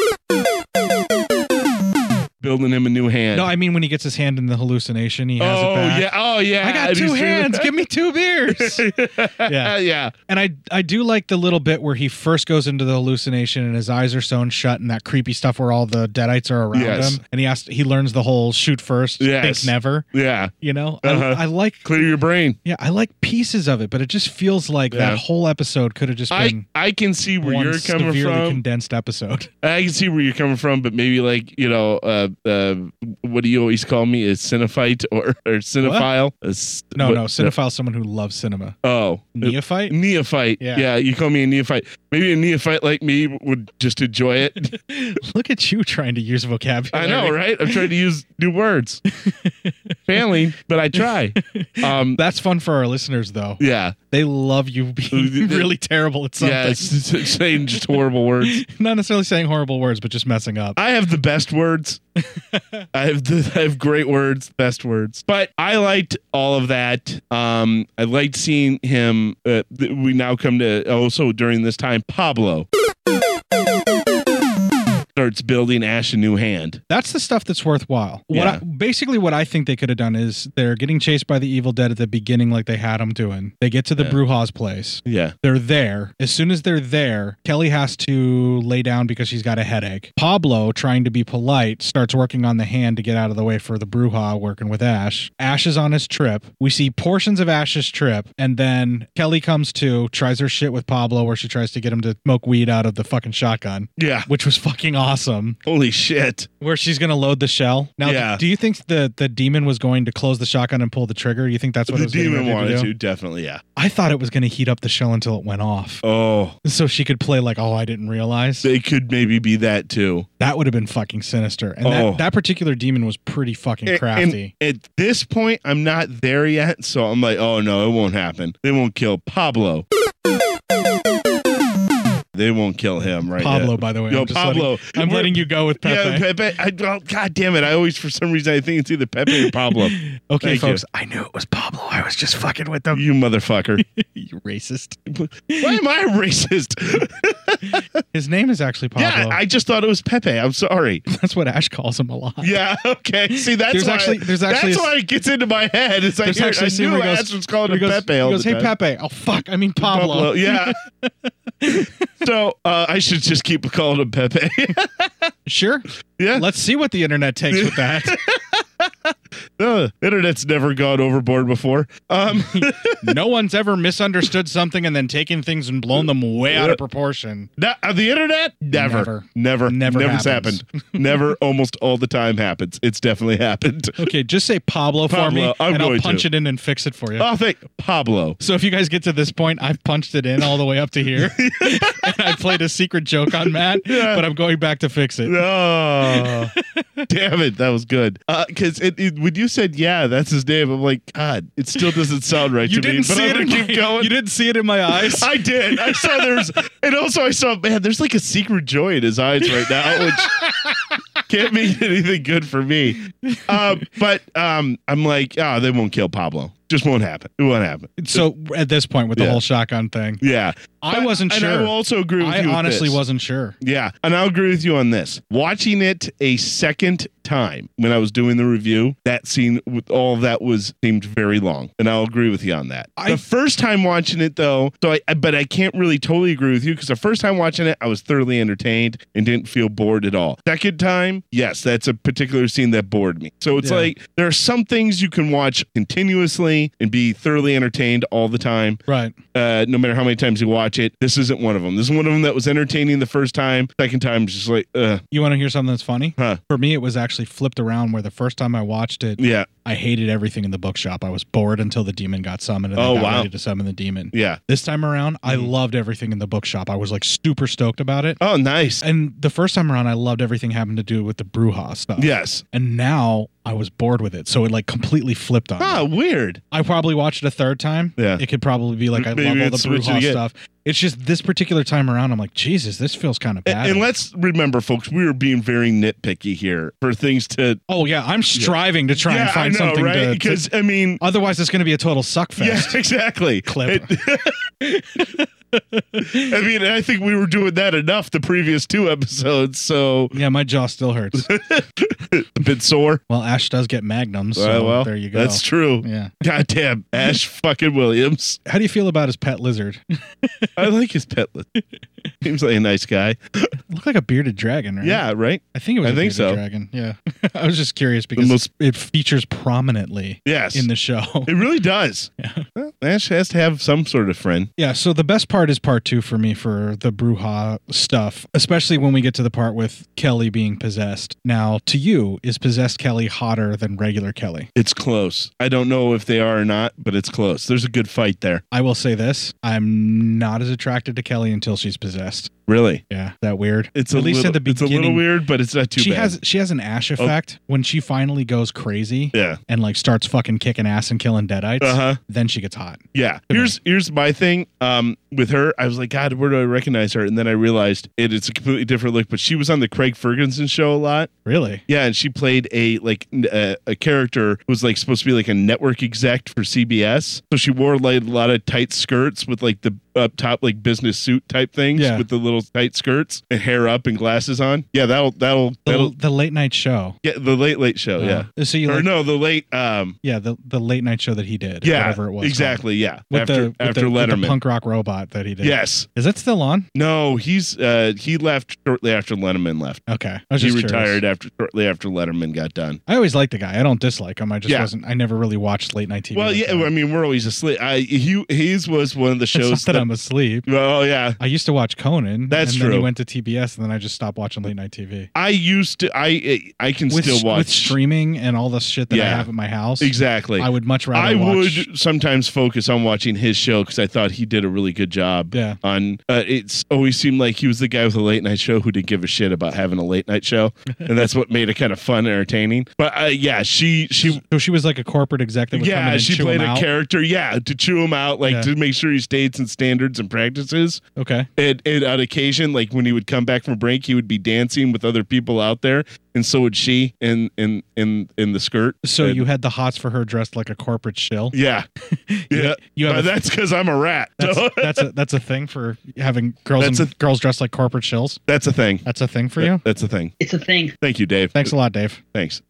[SPEAKER 2] Building him a new hand.
[SPEAKER 5] No, I mean when he gets his hand in the hallucination, he has
[SPEAKER 2] oh
[SPEAKER 5] it back.
[SPEAKER 2] yeah. Oh yeah.
[SPEAKER 5] I got
[SPEAKER 2] And
[SPEAKER 5] two
[SPEAKER 2] he's doing
[SPEAKER 5] hands.
[SPEAKER 2] that.
[SPEAKER 5] Give me two beers. yeah.
[SPEAKER 2] Uh, Yeah.
[SPEAKER 5] And I I do like the little bit where he first goes into the hallucination and his eyes are sewn shut and that creepy stuff where all the deadites are around
[SPEAKER 2] Yes.
[SPEAKER 5] him and he has he learns the whole shoot first,
[SPEAKER 2] Yes.
[SPEAKER 5] think never.
[SPEAKER 2] Yeah.
[SPEAKER 5] You know,
[SPEAKER 2] Uh-huh.
[SPEAKER 5] I, I like
[SPEAKER 2] clear your brain.
[SPEAKER 5] Yeah, I like pieces of it, but it just feels like
[SPEAKER 2] Yeah.
[SPEAKER 5] that whole episode could have just
[SPEAKER 2] I
[SPEAKER 5] been
[SPEAKER 2] I can see where
[SPEAKER 5] one
[SPEAKER 2] you're coming
[SPEAKER 5] severely
[SPEAKER 2] from.
[SPEAKER 5] condensed episode.
[SPEAKER 2] I can see where you're coming from, but maybe like you know, uh, uh, what do you always call me? A cinephite or or cinephile? A c-
[SPEAKER 5] No,
[SPEAKER 2] what-
[SPEAKER 5] no, cinephile is someone who loves cinema.
[SPEAKER 2] Oh,
[SPEAKER 5] Neophyte?
[SPEAKER 2] Neophyte.
[SPEAKER 5] Yeah.
[SPEAKER 2] Yeah. you call me a neophyte. Maybe a neophyte like me would just enjoy it.
[SPEAKER 5] Look at you trying to use
[SPEAKER 2] I
[SPEAKER 5] vocabulary.
[SPEAKER 2] know, right? I'm trying to use new words. Failing, but I try. Um,
[SPEAKER 5] That's fun for our listeners, though.
[SPEAKER 2] Yeah.
[SPEAKER 5] They love you being really terrible at something.
[SPEAKER 2] Yeah, it's, it's, it's saying just horrible words.
[SPEAKER 5] Not necessarily saying horrible words, but just messing up.
[SPEAKER 2] I have the best words. I have the, I have great words, best words. But I liked all of that. Um, I liked seeing him. Uh, th- we now come to also during this time, Pablo starts building Ash a new hand.
[SPEAKER 5] That's the stuff that's worthwhile. What I, basically what I think they could have done is they're getting chased by the evil dead at the beginning, like they had them doing. They get to the
[SPEAKER 2] Yeah.
[SPEAKER 5] Brujas place.
[SPEAKER 2] Yeah.
[SPEAKER 5] They're there. As soon as they're there, Kelly has to lay down because she's got a headache. Pablo, trying to be polite, starts working on the hand to get out of the way for the Bruja working with Ash. Ash is on his trip. We see portions of Ash's trip, and then Kelly comes to, tries her shit with Pablo, where she tries to get him to smoke weed out of the fucking shotgun.
[SPEAKER 2] Yeah.
[SPEAKER 5] Which was fucking awesome.
[SPEAKER 2] Holy shit.
[SPEAKER 5] Where she's gonna load the shell. Now,
[SPEAKER 2] Yeah.
[SPEAKER 5] do you think the the demon was going to close the shotgun and pull the trigger? You think that's what it
[SPEAKER 2] the
[SPEAKER 5] was getting
[SPEAKER 2] demon
[SPEAKER 5] ready to
[SPEAKER 2] wanted
[SPEAKER 5] do?
[SPEAKER 2] to, definitely, yeah.
[SPEAKER 5] I thought it was going to heat up the shell until it went off.
[SPEAKER 2] Oh.
[SPEAKER 5] So she could play like, oh, I didn't realize.
[SPEAKER 2] They could maybe be that too.
[SPEAKER 5] That would have been fucking sinister. And
[SPEAKER 2] Oh.
[SPEAKER 5] that, that particular demon was pretty fucking
[SPEAKER 2] And-
[SPEAKER 5] crafty.
[SPEAKER 2] and at this point, I'm not there yet, so I'm like, oh no, it won't happen. They won't kill Pablo. They won't kill him, right?
[SPEAKER 5] Pablo,
[SPEAKER 2] yet.
[SPEAKER 5] by the way.
[SPEAKER 2] No,
[SPEAKER 5] I'm just
[SPEAKER 2] Pablo.
[SPEAKER 5] letting- I'm
[SPEAKER 2] We're-
[SPEAKER 5] letting you go with
[SPEAKER 2] Yeah,
[SPEAKER 5] Pepe.
[SPEAKER 2] Pepe. I, oh, God damn it. I always, for some reason, I think it's either Pepe or Pablo.
[SPEAKER 5] Okay,
[SPEAKER 2] Thank
[SPEAKER 5] folks,
[SPEAKER 2] You.
[SPEAKER 5] I knew it was Pablo. I was just fucking with them.
[SPEAKER 2] You motherfucker.
[SPEAKER 5] you racist.
[SPEAKER 2] Why am I racist?
[SPEAKER 5] His name is actually Pablo.
[SPEAKER 2] Yeah, I just thought it was Pepe. I'm sorry.
[SPEAKER 5] That's what Ash calls him a lot.
[SPEAKER 2] Yeah. Okay. See, that's
[SPEAKER 5] There's
[SPEAKER 2] why,
[SPEAKER 5] actually- there's actually a-
[SPEAKER 2] that's why it gets into my head. It's like
[SPEAKER 5] There's
[SPEAKER 2] here,
[SPEAKER 5] actually a
[SPEAKER 2] I
[SPEAKER 5] scene
[SPEAKER 2] knew
[SPEAKER 5] where he goes-
[SPEAKER 2] Ash was calling
[SPEAKER 5] where
[SPEAKER 2] him
[SPEAKER 5] he goes-
[SPEAKER 2] Pepe. All
[SPEAKER 5] he goes,
[SPEAKER 2] the
[SPEAKER 5] "Hey
[SPEAKER 2] time."
[SPEAKER 5] Pepe." Oh fuck, I mean Pablo.
[SPEAKER 2] Yeah. so uh, I should just keep calling him Pepe.
[SPEAKER 5] sure.
[SPEAKER 2] Yeah.
[SPEAKER 5] Let's see what the internet takes with that.
[SPEAKER 2] no, the Uh, internet's never gone overboard before. Um,
[SPEAKER 5] no one's ever misunderstood something and then taken things and blown them way out of proportion.
[SPEAKER 2] Not, uh, the internet? Never.
[SPEAKER 5] Never.
[SPEAKER 2] Never. Never.
[SPEAKER 5] Never
[SPEAKER 2] has
[SPEAKER 5] happens.
[SPEAKER 2] happened. never. Almost all the time happens. It's definitely happened.
[SPEAKER 5] Okay, just say Pablo, for me,
[SPEAKER 2] Pablo, I'm
[SPEAKER 5] and I'll
[SPEAKER 2] going
[SPEAKER 5] punch
[SPEAKER 2] to.
[SPEAKER 5] it in and fix it for you.
[SPEAKER 2] Oh, thank Pablo.
[SPEAKER 5] so if you guys get to this point, I've punched it in all the way up to here, and I played a secret joke on Matt, but I'm going back to fix it.
[SPEAKER 2] No. Uh, Damn it, that was good. Because it, it, when you said yeah, that's his name. I'm like, God, it still doesn't sound right
[SPEAKER 5] You
[SPEAKER 2] to me.
[SPEAKER 5] didn't
[SPEAKER 2] but
[SPEAKER 5] see
[SPEAKER 2] I'm
[SPEAKER 5] it
[SPEAKER 2] gonna
[SPEAKER 5] in
[SPEAKER 2] keep
[SPEAKER 5] my-
[SPEAKER 2] going.
[SPEAKER 5] you didn't see it in my eyes.
[SPEAKER 2] I did. I saw there's, and also I saw man, there's like a secret joy in his eyes right now, which can't mean anything good for me. Uh, but um, I'm like, ah, they won't kill Pablo. Just won't happen. It won't happen.
[SPEAKER 5] So at this point, with the
[SPEAKER 2] Yeah.
[SPEAKER 5] whole shotgun thing,
[SPEAKER 2] Yeah.
[SPEAKER 5] I wasn't
[SPEAKER 2] and
[SPEAKER 5] sure.
[SPEAKER 2] I will also agree with
[SPEAKER 5] I
[SPEAKER 2] you with
[SPEAKER 5] honestly
[SPEAKER 2] this.
[SPEAKER 5] wasn't sure.
[SPEAKER 2] Yeah, and I'll agree with you on this. Watching it a second time when I was doing the review, that scene with all that was seemed very long, and I'll agree with you on that. the first time watching it though, so I, I- but I can't really totally agree with you because the first time watching it, I was thoroughly entertained and didn't feel bored at all. Second time, yes, that's a particular scene that bored me. So it's
[SPEAKER 5] Yeah.
[SPEAKER 2] like there are some things you can watch continuously and be thoroughly entertained all the time.
[SPEAKER 5] Right.
[SPEAKER 2] Uh, no matter how many times you watch it, this isn't one of them. This is one of them that was entertaining the first time. Second time, just like, uh,
[SPEAKER 5] You want to hear something that's funny?
[SPEAKER 2] Huh.
[SPEAKER 5] For me, it was actually flipped around where the first time I watched it,
[SPEAKER 2] yeah,
[SPEAKER 5] I hated everything in the bookshop. I was bored until the demon got summoned and
[SPEAKER 2] Oh,
[SPEAKER 5] I got
[SPEAKER 2] wow.
[SPEAKER 5] ready to summon the demon.
[SPEAKER 2] yeah. Mm-hmm.
[SPEAKER 5] This time around, I loved everything in the bookshop. I was like super stoked about it.
[SPEAKER 2] Oh, nice.
[SPEAKER 5] And the first time around, I loved everything having to do with the Bruja stuff.
[SPEAKER 2] Yes.
[SPEAKER 5] And now I was bored with it. So it like completely flipped on me.
[SPEAKER 2] Ah, weird.
[SPEAKER 5] I probably watched it a third time.
[SPEAKER 2] Yeah.
[SPEAKER 5] It could probably be like, I
[SPEAKER 2] Maybe
[SPEAKER 5] love all the
[SPEAKER 2] it's switching
[SPEAKER 5] Bruja
[SPEAKER 2] again.
[SPEAKER 5] stuff. It's just this particular time around, I'm like, Jesus, this feels kind of bad.
[SPEAKER 2] And let's remember, folks, we are being very nitpicky here for things to
[SPEAKER 5] oh, yeah. I'm striving to try and
[SPEAKER 2] Yeah,
[SPEAKER 5] find
[SPEAKER 2] I know,
[SPEAKER 5] something
[SPEAKER 2] right?
[SPEAKER 5] to- to.
[SPEAKER 2] Because I mean,
[SPEAKER 5] Otherwise, it's going to be a total suck fest.
[SPEAKER 2] yeah, exactly.
[SPEAKER 5] Clip.
[SPEAKER 2] It- I mean, I think we were doing that enough the previous two episodes, so
[SPEAKER 5] Yeah, my jaw still hurts.
[SPEAKER 2] a bit sore.
[SPEAKER 5] well, Ash does get magnums, so
[SPEAKER 2] Uh, well,
[SPEAKER 5] there you go.
[SPEAKER 2] That's true.
[SPEAKER 5] Yeah.
[SPEAKER 2] Goddamn, Ash fucking Williams.
[SPEAKER 5] How do you feel about his pet lizard?
[SPEAKER 2] I like his petlet. Seems like a nice guy.
[SPEAKER 5] Looked like a bearded dragon, right?
[SPEAKER 2] Yeah, right.
[SPEAKER 5] I think it was
[SPEAKER 2] I
[SPEAKER 5] a bearded
[SPEAKER 2] think so.
[SPEAKER 5] dragon. Yeah. I was just curious because
[SPEAKER 2] most-
[SPEAKER 5] it features prominently
[SPEAKER 2] Yes,
[SPEAKER 5] in the show.
[SPEAKER 2] it really does. Well, Ash has to have some sort of friend.
[SPEAKER 5] Yeah, so the best part is part two for me for the Bruja stuff, especially when we get to the part with Kelly being possessed. Now, to you, is possessed Kelly hotter than regular Kelly?
[SPEAKER 2] It's close. I don't know if they are or not, but it's close. There's a good fight there.
[SPEAKER 5] I will say this I'm not as attracted to Kelly until she's possessed.
[SPEAKER 2] Really,
[SPEAKER 5] Yeah, is that weird.
[SPEAKER 2] it's
[SPEAKER 5] at
[SPEAKER 2] a
[SPEAKER 5] least
[SPEAKER 2] little,
[SPEAKER 5] at the
[SPEAKER 2] it's a
[SPEAKER 5] beginning.
[SPEAKER 2] little weird, but it's not too
[SPEAKER 5] she
[SPEAKER 2] bad.
[SPEAKER 5] has she has an ash
[SPEAKER 2] Oh.
[SPEAKER 5] effect when she finally goes crazy
[SPEAKER 2] yeah.
[SPEAKER 5] and like starts fucking kicking ass and killing deadites.
[SPEAKER 2] Uh huh.
[SPEAKER 5] Then she gets hot.
[SPEAKER 2] Yeah. Here's here's my thing. Um, with her, I was like, God, where do I recognize her? And then I realized it, it's a completely different look. But she was on the Craig Ferguson show a lot.
[SPEAKER 5] Really?
[SPEAKER 2] Yeah, and she played a like n- a, a character who was like supposed to be like a network exec for CBS. So she wore like a lot of tight skirts with like the up top like business suit type things
[SPEAKER 5] Yeah.
[SPEAKER 2] with the little tight skirts and hair up and glasses on. Yeah, that'll that'll that'll
[SPEAKER 5] The, the late night show.
[SPEAKER 2] yeah, the late late show. yeah,
[SPEAKER 5] Uh, so you
[SPEAKER 2] or
[SPEAKER 5] like,
[SPEAKER 2] no, the late um
[SPEAKER 5] yeah the the late night show that he did.
[SPEAKER 2] yeah
[SPEAKER 5] whatever it was.
[SPEAKER 2] exactly yeah
[SPEAKER 5] called. With
[SPEAKER 2] after
[SPEAKER 5] the with
[SPEAKER 2] after
[SPEAKER 5] the, with the
[SPEAKER 2] Letterman.
[SPEAKER 5] punk rock robot that he did.
[SPEAKER 2] yes.
[SPEAKER 5] Is that still on?
[SPEAKER 2] No, he's uh he left shortly after Letterman left.
[SPEAKER 5] Okay. Oh, I was
[SPEAKER 2] He
[SPEAKER 5] just curious.
[SPEAKER 2] retired after shortly after Letterman got done.
[SPEAKER 5] I always liked the guy. I don't dislike him. I just
[SPEAKER 2] Yeah.
[SPEAKER 5] wasn't. I never really watched late night TV.
[SPEAKER 2] Well,
[SPEAKER 5] like
[SPEAKER 2] yeah,
[SPEAKER 5] that.
[SPEAKER 2] I mean, we're always asleep. I he his was one of the
[SPEAKER 5] It's not
[SPEAKER 2] shows
[SPEAKER 5] that,
[SPEAKER 2] that
[SPEAKER 5] I'm asleep.
[SPEAKER 2] Oh yeah.
[SPEAKER 5] I used to watch Conan.
[SPEAKER 2] That's
[SPEAKER 5] and Then he
[SPEAKER 2] true.
[SPEAKER 5] went to TBS, and then I just stopped watching late night TV.
[SPEAKER 2] I used to I I can
[SPEAKER 5] with,
[SPEAKER 2] still watch
[SPEAKER 5] with streaming and all the shit that I
[SPEAKER 2] Yeah.
[SPEAKER 5] have at my house.
[SPEAKER 2] Exactly.
[SPEAKER 5] I would much rather
[SPEAKER 2] I
[SPEAKER 5] watch.
[SPEAKER 2] would sometimes focus on watching his show cuz I thought he did a really good job.
[SPEAKER 5] Yeah.
[SPEAKER 2] On uh, it's always seemed like he was the guy with a late night show who didn't give a shit about having a late night show and that's what made it kind of fun and entertaining. But uh, yeah, she she
[SPEAKER 5] So she was like a corporate exec that would come in
[SPEAKER 2] yeah,
[SPEAKER 5] and
[SPEAKER 2] she
[SPEAKER 5] chew
[SPEAKER 2] played
[SPEAKER 5] him
[SPEAKER 2] a
[SPEAKER 5] out.
[SPEAKER 2] character, yeah, to chew him out, like
[SPEAKER 5] Yeah.
[SPEAKER 2] to make sure he states and standards and practices.
[SPEAKER 5] Okay.
[SPEAKER 2] And, and on a occasion, like when he would come back from break, he would be dancing with other people out there, and so would she in in in in the skirt.
[SPEAKER 5] So
[SPEAKER 2] And-
[SPEAKER 5] you had the hots for her dressed like a corporate shill.
[SPEAKER 2] yeah, yeah.
[SPEAKER 5] you have
[SPEAKER 2] But
[SPEAKER 5] a-
[SPEAKER 2] that's because I'm a rat.
[SPEAKER 5] That's, that's a that's a thing for having girls
[SPEAKER 2] That's
[SPEAKER 5] and girls dressed like corporate shills.
[SPEAKER 2] That's a thing.
[SPEAKER 5] That's a thing for you.
[SPEAKER 2] That's a thing.
[SPEAKER 15] It's a thing.
[SPEAKER 2] Thank you, Dave.
[SPEAKER 5] Thanks a lot, Dave.
[SPEAKER 2] Thanks.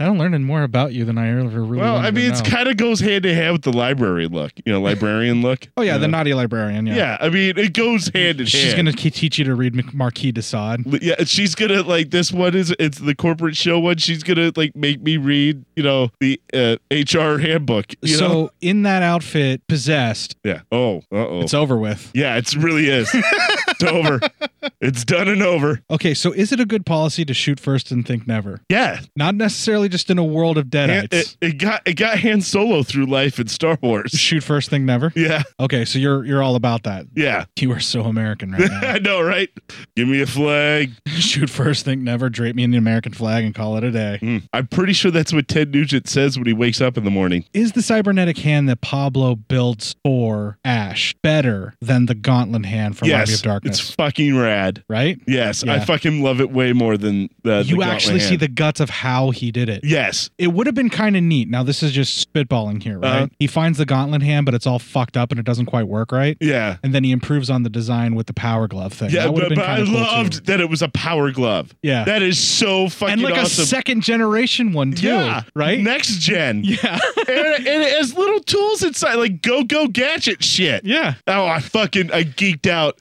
[SPEAKER 5] I'm learning more about you than I ever really.
[SPEAKER 2] Well, I
[SPEAKER 5] wanted to
[SPEAKER 2] mean, it's
[SPEAKER 5] know.
[SPEAKER 2] kind of goes hand in hand with the library look, you know, librarian look.
[SPEAKER 5] Oh yeah,
[SPEAKER 2] you
[SPEAKER 5] the
[SPEAKER 2] know?
[SPEAKER 5] naughty librarian. Yeah.
[SPEAKER 2] Yeah. I mean, it goes hand in
[SPEAKER 5] She's
[SPEAKER 2] hand.
[SPEAKER 5] gonna ke- teach you to read Mac- Marquis de Sade.
[SPEAKER 2] yeah, she's gonna like this one is it's the corporate show one. She's gonna like make me read, you know, the uh, HR handbook. You
[SPEAKER 5] so
[SPEAKER 2] know?
[SPEAKER 5] in that outfit, possessed.
[SPEAKER 2] yeah. Oh, uh oh.
[SPEAKER 5] It's over with.
[SPEAKER 2] Yeah, it's really is. it's over. It's done and over.
[SPEAKER 5] Okay, so is it a good policy to shoot first and think never?
[SPEAKER 2] Yeah.
[SPEAKER 5] Not necessarily just in a world of
[SPEAKER 2] It,
[SPEAKER 5] deadites.
[SPEAKER 2] it, it got it got Han Solo through life in Star Wars.
[SPEAKER 5] Shoot first, think never.
[SPEAKER 2] Yeah.
[SPEAKER 5] Okay, so you're you're all about that.
[SPEAKER 2] Yeah.
[SPEAKER 5] You are so American right now.
[SPEAKER 2] I know, right? Give me a flag.
[SPEAKER 5] Shoot first, think never. Drape me in the American flag and call it a day.
[SPEAKER 2] I'm pretty sure that's what Ted Nugent says when he wakes up in the morning.
[SPEAKER 5] Is the cybernetic hand that Pablo builds for Ash better than the gauntlet hand from Army of Darkness?
[SPEAKER 2] It's fucking rad,
[SPEAKER 5] right?
[SPEAKER 2] Yes, I
[SPEAKER 5] Yeah.
[SPEAKER 2] fucking love it way more than the.
[SPEAKER 5] you
[SPEAKER 2] the
[SPEAKER 5] actually
[SPEAKER 2] Gauntlet
[SPEAKER 5] see
[SPEAKER 2] hand.
[SPEAKER 5] the guts of how he did it.
[SPEAKER 2] Yes.
[SPEAKER 5] It would have been kind of neat. Now, this is just spitballing here, right?
[SPEAKER 2] Uh-huh.
[SPEAKER 5] He finds the gauntlet hand, but it's all fucked up and it doesn't quite work right.
[SPEAKER 2] Yeah.
[SPEAKER 5] And then he improves on the design with the power glove thing.
[SPEAKER 2] Yeah,
[SPEAKER 5] That would have
[SPEAKER 2] but,
[SPEAKER 5] been
[SPEAKER 2] but I
[SPEAKER 5] kinda cool, too.
[SPEAKER 2] loved that it was a power glove.
[SPEAKER 5] Yeah.
[SPEAKER 2] that is so fucking
[SPEAKER 5] And like
[SPEAKER 2] awesome.
[SPEAKER 5] a second generation one, too,
[SPEAKER 2] Yeah,
[SPEAKER 5] right?
[SPEAKER 2] Next gen.
[SPEAKER 5] Yeah.
[SPEAKER 2] and, and it has little tools inside, like go go gadget shit.
[SPEAKER 5] Yeah.
[SPEAKER 2] Oh, I fucking I geeked out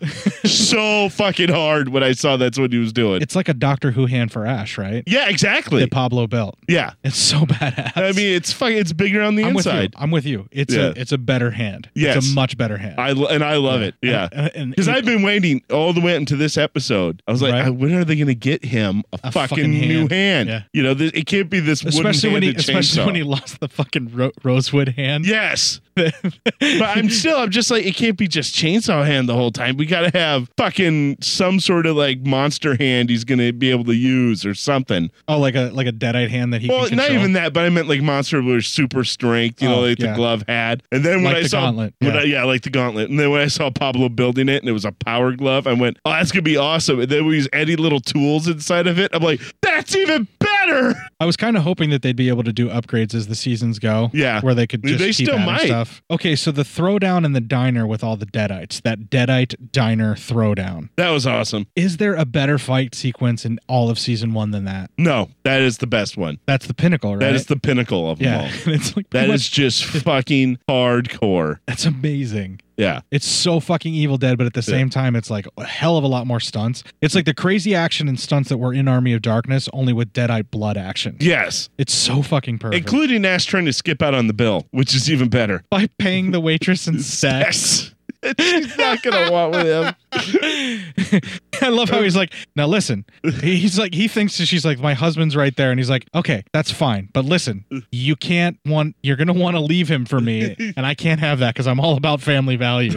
[SPEAKER 2] so fucking hard when I saw that's what he was doing.
[SPEAKER 5] It's like a Doctor Who hand for Ash, right?
[SPEAKER 2] yeah, exactly.
[SPEAKER 5] That Pablo built.
[SPEAKER 2] yeah,
[SPEAKER 5] It's so badass.
[SPEAKER 2] I mean, it's fucking it's bigger on the
[SPEAKER 5] I'm with you.
[SPEAKER 2] inside.
[SPEAKER 5] I'm with you. It's
[SPEAKER 2] Yeah.
[SPEAKER 5] a it's a better hand. It's
[SPEAKER 2] Yes.
[SPEAKER 5] a much better hand.
[SPEAKER 2] I lo- and I love it. Yeah,
[SPEAKER 5] And- and-
[SPEAKER 2] because I've been waiting all the way into this episode. I was like, I- when are they going to get him a,
[SPEAKER 5] A
[SPEAKER 2] fucking,
[SPEAKER 5] fucking
[SPEAKER 2] new
[SPEAKER 5] hand.
[SPEAKER 2] hand?
[SPEAKER 5] Yeah.
[SPEAKER 2] You know, this, it can't be this
[SPEAKER 5] especially when he
[SPEAKER 2] wooden-handed
[SPEAKER 5] especially
[SPEAKER 2] chainsaw.
[SPEAKER 5] when he lost the fucking ro- rosewood hand.
[SPEAKER 2] Yes. but I'm still, I'm just like, it can't be just chainsaw hand the whole time. We got to have fucking some sort of like monster hand he's going to be able to use or something.
[SPEAKER 5] Oh, like a like a deadite hand that he
[SPEAKER 2] Well,
[SPEAKER 5] can
[SPEAKER 2] not
[SPEAKER 5] control.
[SPEAKER 2] even that, but I meant like monster with super strength, you know,
[SPEAKER 5] Oh,
[SPEAKER 2] like the
[SPEAKER 5] yeah.
[SPEAKER 2] glove had. And then when
[SPEAKER 5] Like
[SPEAKER 2] I
[SPEAKER 5] the
[SPEAKER 2] saw,
[SPEAKER 5] gauntlet,
[SPEAKER 2] when
[SPEAKER 5] yeah.
[SPEAKER 2] I- yeah, like the gauntlet. And then when I saw Pablo building it and it was a power glove, I went, oh, that's going to be awesome. And then we use any little tools inside of it. I'm like, that's even better.
[SPEAKER 5] I was kind of hoping that they'd be able to do upgrades as the seasons go.
[SPEAKER 2] Yeah.
[SPEAKER 5] where they could just
[SPEAKER 2] They
[SPEAKER 5] keep
[SPEAKER 2] still
[SPEAKER 5] adding
[SPEAKER 2] might.
[SPEAKER 5] stuff. Okay, so the throwdown in the diner with all the deadites. That deadite diner throwdown.
[SPEAKER 2] That was awesome.
[SPEAKER 5] Is there a better fight sequence in all of season one than that?
[SPEAKER 2] No, that is the best one.
[SPEAKER 5] That's the pinnacle, right?
[SPEAKER 2] That is the pinnacle of
[SPEAKER 5] yeah.
[SPEAKER 2] them all.
[SPEAKER 5] And it's like
[SPEAKER 2] That
[SPEAKER 5] pretty
[SPEAKER 2] is
[SPEAKER 5] much-
[SPEAKER 2] just fucking hardcore.
[SPEAKER 5] that's amazing.
[SPEAKER 2] Yeah.
[SPEAKER 5] It's so fucking Evil Dead, but at the same time, it's like a hell of a lot more stunts. It's like the crazy action and stunts that were in Army of Darkness, only with Deadite blood action.
[SPEAKER 2] Yes.
[SPEAKER 5] It's so fucking perfect.
[SPEAKER 2] Including Ash trying to skip out on the bill, which is even better.
[SPEAKER 5] By paying the waitress in sex.
[SPEAKER 2] She's not gonna want with him.
[SPEAKER 5] I love how he's like, now listen. He- He's like, he thinks that she's like, my husband's right there. And he's like, okay, that's fine. But listen, you can't want, you're going to want to leave him for me. And I can't have that because I'm all about family values.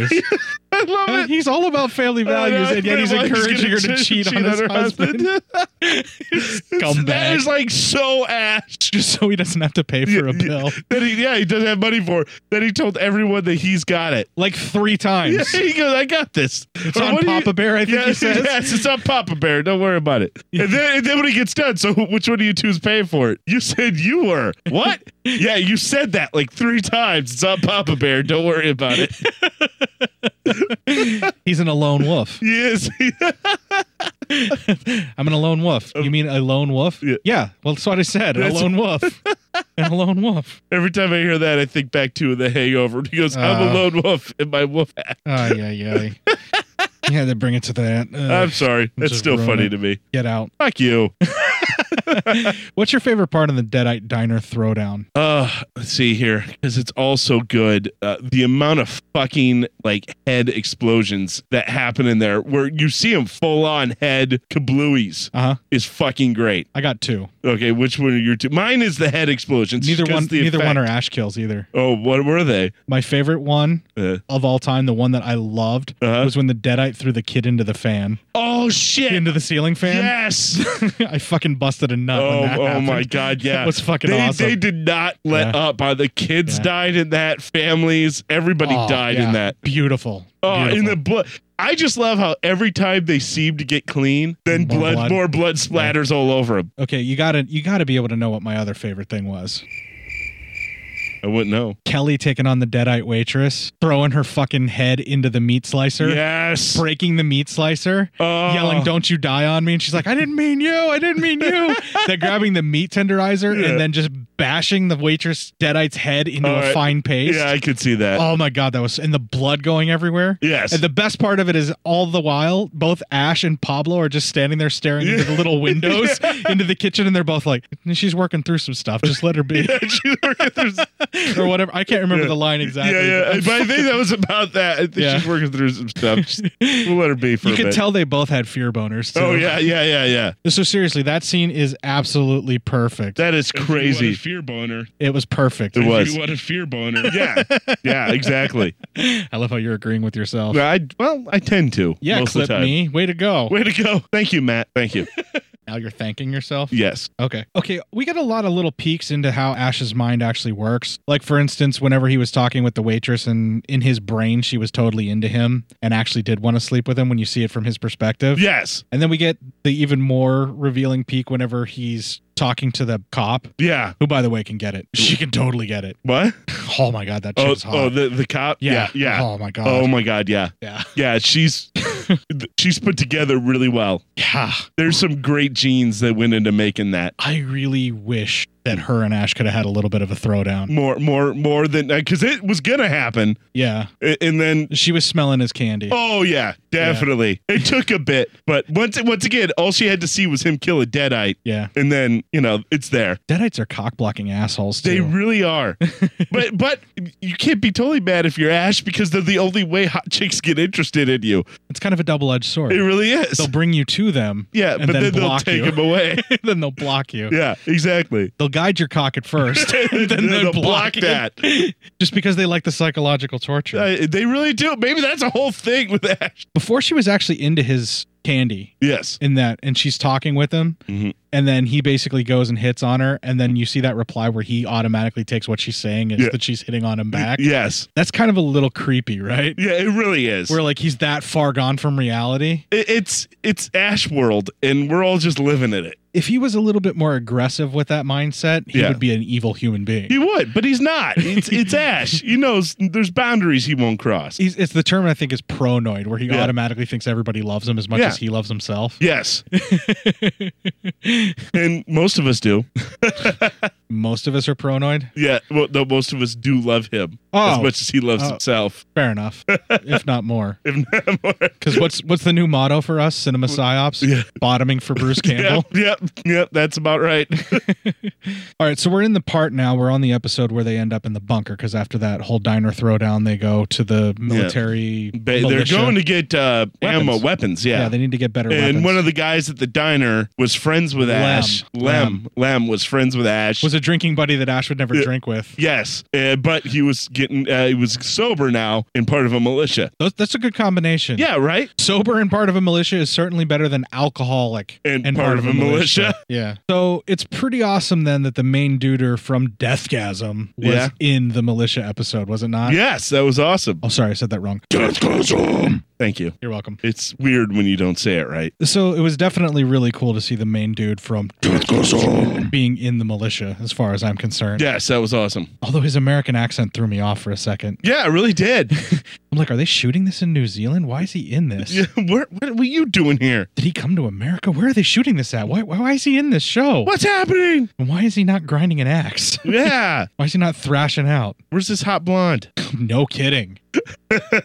[SPEAKER 2] I love it.
[SPEAKER 5] He's all about family values, and yet he's encouraging her to cheat on his husband.
[SPEAKER 2] that
[SPEAKER 5] Scumbag.
[SPEAKER 2] is like so Ash.
[SPEAKER 5] just so he doesn't have to pay for a bill.
[SPEAKER 2] That he, yeah, he doesn't have money for. it. Then he told everyone that he's got it.
[SPEAKER 5] Like three
[SPEAKER 2] Yeah,
[SPEAKER 5] times.
[SPEAKER 2] he goes, I got this. It's
[SPEAKER 5] on Papa Bear, I think he says.
[SPEAKER 2] Yes, it's on Papa Bear. Don't worry about it. And then, and then when he gets done, so which one of you two is paying for it? You said you were. What? yeah, you said that like three times. It's on Papa Bear. Don't worry about it.
[SPEAKER 5] He's an alone wolf.
[SPEAKER 2] Yes.
[SPEAKER 5] I'm an alone wolf. You mean a lone wolf? Yeah. well, that's what I said. A
[SPEAKER 2] Um, That's-
[SPEAKER 5] lone wolf. An alone wolf.
[SPEAKER 2] Every time I hear that, I think back to The Hangover. He goes, I'm a
[SPEAKER 5] Oh.
[SPEAKER 2] lone wolf in my wolf hat.
[SPEAKER 5] Ay, ay, ay. You had to bring it to that. Oh, uh, Ugh.
[SPEAKER 2] I'm sorry. That's
[SPEAKER 5] Just
[SPEAKER 2] still
[SPEAKER 5] ruin
[SPEAKER 2] funny
[SPEAKER 5] it.
[SPEAKER 2] to me.
[SPEAKER 5] Get out.
[SPEAKER 2] Fuck you.
[SPEAKER 5] What's your favorite part of the Deadite Diner throwdown?
[SPEAKER 2] Uh, let's see here, because it's all so good. Uh, the amount of fucking like head explosions that happen in there, where you see them full on head kablooies,
[SPEAKER 5] Uh huh.
[SPEAKER 2] is fucking great.
[SPEAKER 5] I got two.
[SPEAKER 2] Okay, which one are your two? Mine is the head explosions.
[SPEAKER 5] Neither
[SPEAKER 2] 'cause
[SPEAKER 5] one.
[SPEAKER 2] the
[SPEAKER 5] Neither one are
[SPEAKER 2] effect-
[SPEAKER 5] ash kills either.
[SPEAKER 2] Oh, what were they?
[SPEAKER 5] My favorite one
[SPEAKER 2] Uh,
[SPEAKER 5] of all time, the one that I loved,
[SPEAKER 2] Uh-huh.
[SPEAKER 5] was when the Deadite threw the kid into the fan,
[SPEAKER 2] oh shit!
[SPEAKER 5] into the ceiling fan.
[SPEAKER 2] Yes.
[SPEAKER 5] I fucking busted a nut. when
[SPEAKER 2] Oh,
[SPEAKER 5] that
[SPEAKER 2] oh
[SPEAKER 5] happened.
[SPEAKER 2] my God! Yeah,
[SPEAKER 5] That was fucking
[SPEAKER 2] they,
[SPEAKER 5] awesome.
[SPEAKER 2] They did not let
[SPEAKER 5] Yeah.
[SPEAKER 2] up. Uh, the kids died in that. Families, everybody
[SPEAKER 5] Oh,
[SPEAKER 2] died
[SPEAKER 5] yeah.
[SPEAKER 2] in that.
[SPEAKER 5] Beautiful.
[SPEAKER 2] Oh, in the blood. I just love how every time they seem to get clean, then
[SPEAKER 5] More
[SPEAKER 2] blood,
[SPEAKER 5] blood.
[SPEAKER 2] more blood splatters all over them.
[SPEAKER 5] Okay, you gotta you gotta be able to know what my other favorite thing was.
[SPEAKER 2] I wouldn't know.
[SPEAKER 5] Kelly taking on the deadite waitress, throwing her fucking head into the meat slicer.
[SPEAKER 2] Yes.
[SPEAKER 5] Breaking the meat slicer,
[SPEAKER 2] Oh.
[SPEAKER 5] yelling, Don't you die on me. And she's like, I didn't mean you. I didn't mean you. They're grabbing the meat tenderizer
[SPEAKER 2] Yeah.
[SPEAKER 5] and then just bashing the waitress deadite's head into
[SPEAKER 2] All
[SPEAKER 5] a
[SPEAKER 2] right.
[SPEAKER 5] fine paste.
[SPEAKER 2] Yeah, I could see that.
[SPEAKER 5] Oh my god, that was and the blood going everywhere.
[SPEAKER 2] Uh, Yes.
[SPEAKER 5] And the best part of it is all the while, both Ash and Pablo are just standing there staring into the little windows into the kitchen, and they're both like, "She's working through some stuff. Just let her be." or whatever. I can't remember the line exactly.
[SPEAKER 2] Yeah, yeah.
[SPEAKER 5] but-
[SPEAKER 2] But I think that was about that. I think
[SPEAKER 5] Yeah.
[SPEAKER 2] she's working through some stuff. Just- we'll let her be for
[SPEAKER 5] you
[SPEAKER 2] a
[SPEAKER 5] could
[SPEAKER 2] bit.
[SPEAKER 5] tell they both had fear boners. Too.
[SPEAKER 2] Oh yeah, yeah, yeah, yeah.
[SPEAKER 5] So seriously, that scene is absolutely perfect.
[SPEAKER 2] That is
[SPEAKER 3] What a
[SPEAKER 2] crazy.
[SPEAKER 3] fear boner.
[SPEAKER 5] It was perfect.
[SPEAKER 2] It was.
[SPEAKER 3] What a fear boner.
[SPEAKER 2] Yeah. Yeah, exactly.
[SPEAKER 5] I love how you're agreeing with yourself.
[SPEAKER 2] I well, I tend to.
[SPEAKER 5] Yeah,
[SPEAKER 2] most of the
[SPEAKER 5] clip
[SPEAKER 2] time.
[SPEAKER 5] me. Way to go.
[SPEAKER 2] Way to go. Thank you, Matt. Thank you.
[SPEAKER 5] Now you're thanking yourself. Oh,
[SPEAKER 2] Yes.
[SPEAKER 5] Okay. Okay. We got a lot of little peeks into how Ash's mind actually works. Like, for instance, whenever he was talking with the waitress and in his brain, she was totally into him and actually did want to sleep with him when you see it from his perspective.
[SPEAKER 2] Yes.
[SPEAKER 5] And then we get the even more revealing peak whenever he's talking to the cop.
[SPEAKER 2] Yeah.
[SPEAKER 5] Who, by the way, can get it. She can totally get it.
[SPEAKER 2] What?
[SPEAKER 5] Oh, my God. That chick
[SPEAKER 2] Oh,
[SPEAKER 5] is hot.
[SPEAKER 2] oh, the the cop.
[SPEAKER 5] Yeah.
[SPEAKER 2] Yeah. yeah,
[SPEAKER 5] Oh, my God.
[SPEAKER 2] Oh my god. Yeah.
[SPEAKER 5] Yeah.
[SPEAKER 2] Yeah. She's th- she's put together really well.
[SPEAKER 5] Yeah.
[SPEAKER 2] There's some great genes that went into making that.
[SPEAKER 5] I really wish that her and Ash could have had a little bit of a throwdown.
[SPEAKER 2] More, more, more than because it was gonna happen,
[SPEAKER 5] Yeah.
[SPEAKER 2] A- and then
[SPEAKER 5] She was smelling his candy.
[SPEAKER 2] Oh yeah, definitely. It took a bit, but once once again, all she had to see was him kill a deadite.
[SPEAKER 5] Yeah.
[SPEAKER 2] And then, you know, it's there.
[SPEAKER 5] Deadites are cock blocking assholes, too.
[SPEAKER 2] They really are. but but you can't be totally mad if you're Ash because they're the only way hot chicks get interested in you.
[SPEAKER 5] It's kind of a double edged sword.
[SPEAKER 2] It really is.
[SPEAKER 5] They'll bring you to them.
[SPEAKER 2] Yeah,
[SPEAKER 5] and
[SPEAKER 2] but then they'll
[SPEAKER 5] block
[SPEAKER 2] take
[SPEAKER 5] you.
[SPEAKER 2] him away.
[SPEAKER 5] then they'll block you.
[SPEAKER 2] yeah, exactly.
[SPEAKER 5] They'll guide your cock at first.
[SPEAKER 2] Then
[SPEAKER 5] and then they'll,
[SPEAKER 2] they'll
[SPEAKER 5] block,
[SPEAKER 2] block
[SPEAKER 5] it.
[SPEAKER 2] that.
[SPEAKER 5] Just because they like the psychological torture.
[SPEAKER 2] Uh, they really do. Maybe that's a whole thing with Ash.
[SPEAKER 5] Before she was actually into his candy
[SPEAKER 2] Yes.
[SPEAKER 5] in that, and she's talking with him,
[SPEAKER 2] Mhm.
[SPEAKER 5] and then he basically goes and hits on her, and then you see that reply where he automatically takes what she's saying is
[SPEAKER 2] Yeah.
[SPEAKER 5] that she's hitting on him back.
[SPEAKER 2] Yes.
[SPEAKER 5] That's kind of a little creepy, right?
[SPEAKER 2] Yeah, it really is.
[SPEAKER 5] Where like he's that far gone from reality.
[SPEAKER 2] It- it's it's Ash world and we're all just living in it.
[SPEAKER 5] If he was a little bit more aggressive with that mindset, he
[SPEAKER 2] Yeah.
[SPEAKER 5] would be an evil human being.
[SPEAKER 2] He would, but he's not. It's, it's Ash. He knows there's boundaries he won't cross.
[SPEAKER 5] He's, it's the term I think is pronoid, where he
[SPEAKER 2] Yeah.
[SPEAKER 5] automatically thinks everybody loves him as much
[SPEAKER 2] Yeah.
[SPEAKER 5] as he loves himself.
[SPEAKER 2] Yes. and most of us do.
[SPEAKER 5] Most of us are pronoid.
[SPEAKER 2] Yeah. Well, no, most of us do love him
[SPEAKER 5] Oh.
[SPEAKER 2] as much as he loves
[SPEAKER 5] Oh.
[SPEAKER 2] himself.
[SPEAKER 5] Fair enough, if not more.
[SPEAKER 2] If not more.
[SPEAKER 5] Because what's what's the new motto for us, cinema psyops?
[SPEAKER 2] Yeah.
[SPEAKER 5] Bottoming for Bruce Campbell.
[SPEAKER 2] Yep, yep, yep, that's about right.
[SPEAKER 5] All right, so we're in the part now. We're on the episode where they end up in the bunker because after that whole diner throwdown, they go to the military.
[SPEAKER 2] Ba- They're
[SPEAKER 5] militia.
[SPEAKER 2] going to get uh, ammo,
[SPEAKER 5] Weapons.
[SPEAKER 2] weapons, yeah.
[SPEAKER 5] Yeah, they need to get better
[SPEAKER 2] and
[SPEAKER 5] weapons.
[SPEAKER 2] one of the guys at the diner was friends with
[SPEAKER 5] Lem.
[SPEAKER 2] Ash. Lem. Lem was friends with Ash.
[SPEAKER 5] was a drinking buddy that Ash would never
[SPEAKER 2] Yeah.
[SPEAKER 5] drink with.
[SPEAKER 2] yes, uh, but he was getting, uh, he was sober now and part of a militia.
[SPEAKER 5] Those, that's a good combination.
[SPEAKER 2] Yeah, right?
[SPEAKER 5] sober and part of a militia is certainly better than alcoholic
[SPEAKER 2] And part of a militia.
[SPEAKER 5] Yeah. So it's pretty awesome then that the main duder from Deathgasm was
[SPEAKER 2] Yeah.
[SPEAKER 5] in the militia episode, was it not?
[SPEAKER 2] Yes, that was awesome.
[SPEAKER 5] Uh, Oh, sorry, I said that wrong.
[SPEAKER 2] Thank you.
[SPEAKER 5] You're welcome.
[SPEAKER 2] It's weird when you don't say it right.
[SPEAKER 5] So it was definitely really cool to see the main dude from Deathgasm being in the militia, as far as I'm concerned.
[SPEAKER 2] Yes, that was awesome.
[SPEAKER 5] Although his American accent threw me off for a second.
[SPEAKER 2] Yeah, I really did.
[SPEAKER 5] I'm like, are they shooting this in New Zealand? Why is he in this?
[SPEAKER 2] yeah, where, what were you doing here?
[SPEAKER 5] Did he come to America? Where are they shooting this at? Why, why, why is he in this show?
[SPEAKER 2] What's happening?
[SPEAKER 5] Oh. And why is he not grinding an axe?
[SPEAKER 2] Yeah.
[SPEAKER 5] Why is he not thrashing out?
[SPEAKER 2] Where's this hot blonde?
[SPEAKER 5] No kidding.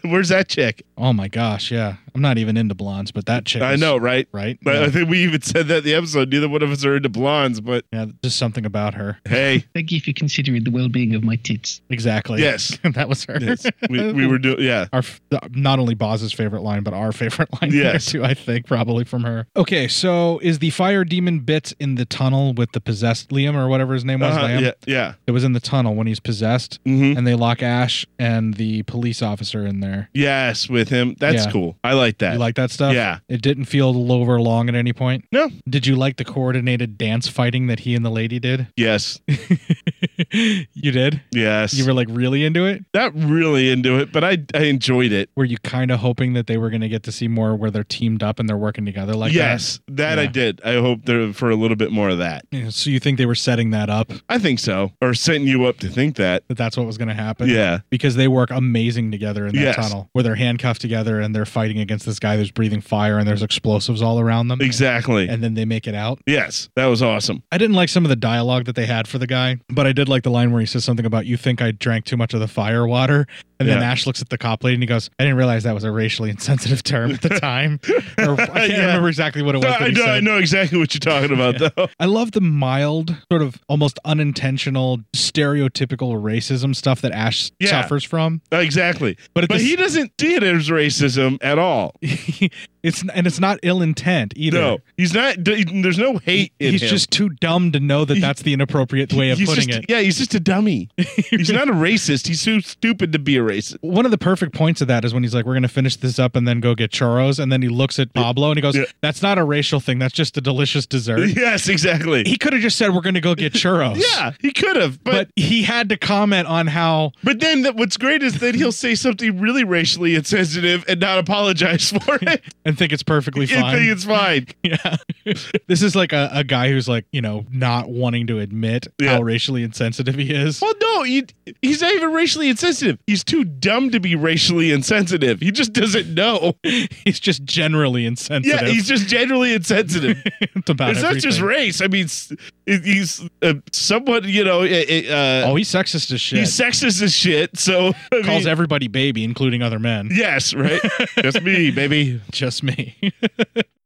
[SPEAKER 2] Where's that chick?
[SPEAKER 5] Oh my gosh, yeah. I'm not even into blondes, but that chick.
[SPEAKER 2] I
[SPEAKER 5] is-
[SPEAKER 2] know, right?
[SPEAKER 5] right?
[SPEAKER 2] But
[SPEAKER 5] yeah.
[SPEAKER 2] I think we even said that in the episode. Neither one of us are into blondes, but
[SPEAKER 5] Yeah, just something about her.
[SPEAKER 2] hey,
[SPEAKER 15] Thank you for considering the well-being of my tits.
[SPEAKER 5] Exactly.
[SPEAKER 2] yes.
[SPEAKER 5] that was her.
[SPEAKER 2] yes. We, we were doing, yeah.
[SPEAKER 5] Our f- not only Boz's favorite line, but our favorite line there
[SPEAKER 2] Yes.
[SPEAKER 5] too. I think probably from her. Okay, so is the fire demon bits in the tunnel with the possessed Liam or whatever his name was?
[SPEAKER 2] Uh-huh,
[SPEAKER 5] Liam.
[SPEAKER 2] yeah. Yeah.
[SPEAKER 5] It was in the tunnel when he's possessed,
[SPEAKER 2] Mhm.
[SPEAKER 5] and they lock Ash and the police officer in there.
[SPEAKER 2] Yes, with him. That's
[SPEAKER 5] Yeah.
[SPEAKER 2] cool. I like like that.
[SPEAKER 5] You like that stuff?
[SPEAKER 2] Yeah.
[SPEAKER 5] It didn't feel low or long at any point?
[SPEAKER 2] No.
[SPEAKER 5] Did you like the coordinated dance fighting that he and the lady did?
[SPEAKER 2] Yes.
[SPEAKER 5] You did?
[SPEAKER 2] Yes.
[SPEAKER 5] You were like really into it?
[SPEAKER 2] Not really into it, but I, I enjoyed it.
[SPEAKER 5] Were you kind of hoping that they were going to get to see more where they're teamed up and they're working together like
[SPEAKER 2] yes,
[SPEAKER 5] that?
[SPEAKER 2] that I did. I hope there for a little bit more of that.
[SPEAKER 5] Yeah, So you think they were setting that up?
[SPEAKER 2] I think so, or setting you up to think that
[SPEAKER 5] that that's what was going to happen.
[SPEAKER 2] Yeah.
[SPEAKER 5] Because they work amazing together in that
[SPEAKER 2] Yes.
[SPEAKER 5] tunnel where they're handcuffed together and they're fighting against this guy who's breathing fire and there's explosives all around them.
[SPEAKER 2] Exactly.
[SPEAKER 5] And then they make it out.
[SPEAKER 2] Yes, that was awesome.
[SPEAKER 5] I didn't like some of the dialogue that they had for the guy, but I did like the line where he says something about you think I drank too much of the fire water. And then
[SPEAKER 2] Yeah.
[SPEAKER 5] Ash looks at the cop lady and he goes, I didn't realize that was a racially insensitive term at the time. or, I can't
[SPEAKER 2] Yeah.
[SPEAKER 5] remember exactly what it was.
[SPEAKER 2] No,
[SPEAKER 5] that
[SPEAKER 2] I
[SPEAKER 5] he
[SPEAKER 2] know, I
[SPEAKER 5] said.
[SPEAKER 2] know exactly what you're talking about, though.
[SPEAKER 5] I love the mild, sort of almost unintentional, stereotypical racism stuff that Ash
[SPEAKER 2] Yeah.
[SPEAKER 5] suffers from.
[SPEAKER 2] Exactly.
[SPEAKER 5] But,
[SPEAKER 2] But,
[SPEAKER 5] at the s-
[SPEAKER 2] he doesn't see it as racism at all.
[SPEAKER 5] it's and it's not ill intent either.
[SPEAKER 2] No, he's not. d- There's no hate in
[SPEAKER 5] He's
[SPEAKER 2] him.
[SPEAKER 5] just too dumb to know that that's the inappropriate way of
[SPEAKER 2] He's
[SPEAKER 5] putting
[SPEAKER 2] just-
[SPEAKER 5] it.
[SPEAKER 2] Yeah, he's just a dummy. he's not a racist. He's too stupid to be a racist.
[SPEAKER 5] One of the perfect points of that is when he's like, "We're going to finish this up and then go get churros," and then he looks at Pablo and he goes, "That's not a racial thing. That's just a delicious dessert."
[SPEAKER 2] Yes, exactly.
[SPEAKER 5] He could have just said, "We're going to go get churros."
[SPEAKER 2] Yeah, he could have, but,
[SPEAKER 5] he had to comment on how.
[SPEAKER 2] But then, th- what's great is that he'll say something really racially insensitive and not apologize for it.
[SPEAKER 5] and think it's perfectly
[SPEAKER 2] You
[SPEAKER 5] fine.
[SPEAKER 2] think it's fine.
[SPEAKER 5] yeah. this is like a, a guy who's like, you know, not wanting to admit how racially insensitive he is.
[SPEAKER 2] Well, no, you, he's not even racially insensitive. He's too dumb to be racially insensitive. He just doesn't know.
[SPEAKER 5] He's just generally insensitive.
[SPEAKER 2] Yeah, he's just generally insensitive.
[SPEAKER 5] it's about
[SPEAKER 2] it's not just
[SPEAKER 5] everything.
[SPEAKER 2] race. I mean, it's- it- he's uh, somewhat, you know. Uh,
[SPEAKER 5] oh, he's sexist as shit.
[SPEAKER 2] He's sexist as shit. So I
[SPEAKER 5] Calls
[SPEAKER 2] mean,
[SPEAKER 5] everybody baby, including other men.
[SPEAKER 2] Yes, right. just me, baby.
[SPEAKER 5] Just me.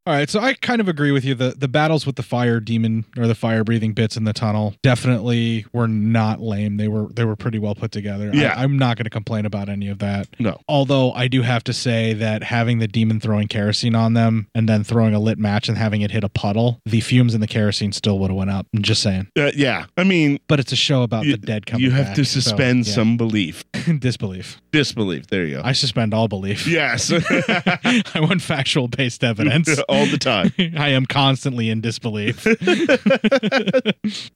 [SPEAKER 5] All right, so I kind of agree with you. The the battles with the fire demon or the fire breathing bits in the tunnel definitely were not lame. They were they were pretty well put together.
[SPEAKER 2] Yeah.
[SPEAKER 5] I, I'm not going to complain about any of that.
[SPEAKER 2] No.
[SPEAKER 5] Although I do have to say that having the demon throwing kerosene on them and then throwing a lit match and having it hit a puddle, the fumes in the kerosene still would have went up. I'm just saying.
[SPEAKER 2] Uh, yeah, I mean,
[SPEAKER 5] but it's a show about the dead coming.
[SPEAKER 2] You have
[SPEAKER 5] back,
[SPEAKER 2] to
[SPEAKER 5] so,
[SPEAKER 2] suspend
[SPEAKER 5] yeah.
[SPEAKER 2] some belief,
[SPEAKER 5] disbelief,
[SPEAKER 2] disbelief. There you go.
[SPEAKER 5] I suspend all belief.
[SPEAKER 2] Yes.
[SPEAKER 5] I want factual based evidence
[SPEAKER 2] All the time.
[SPEAKER 5] I am constantly in disbelief.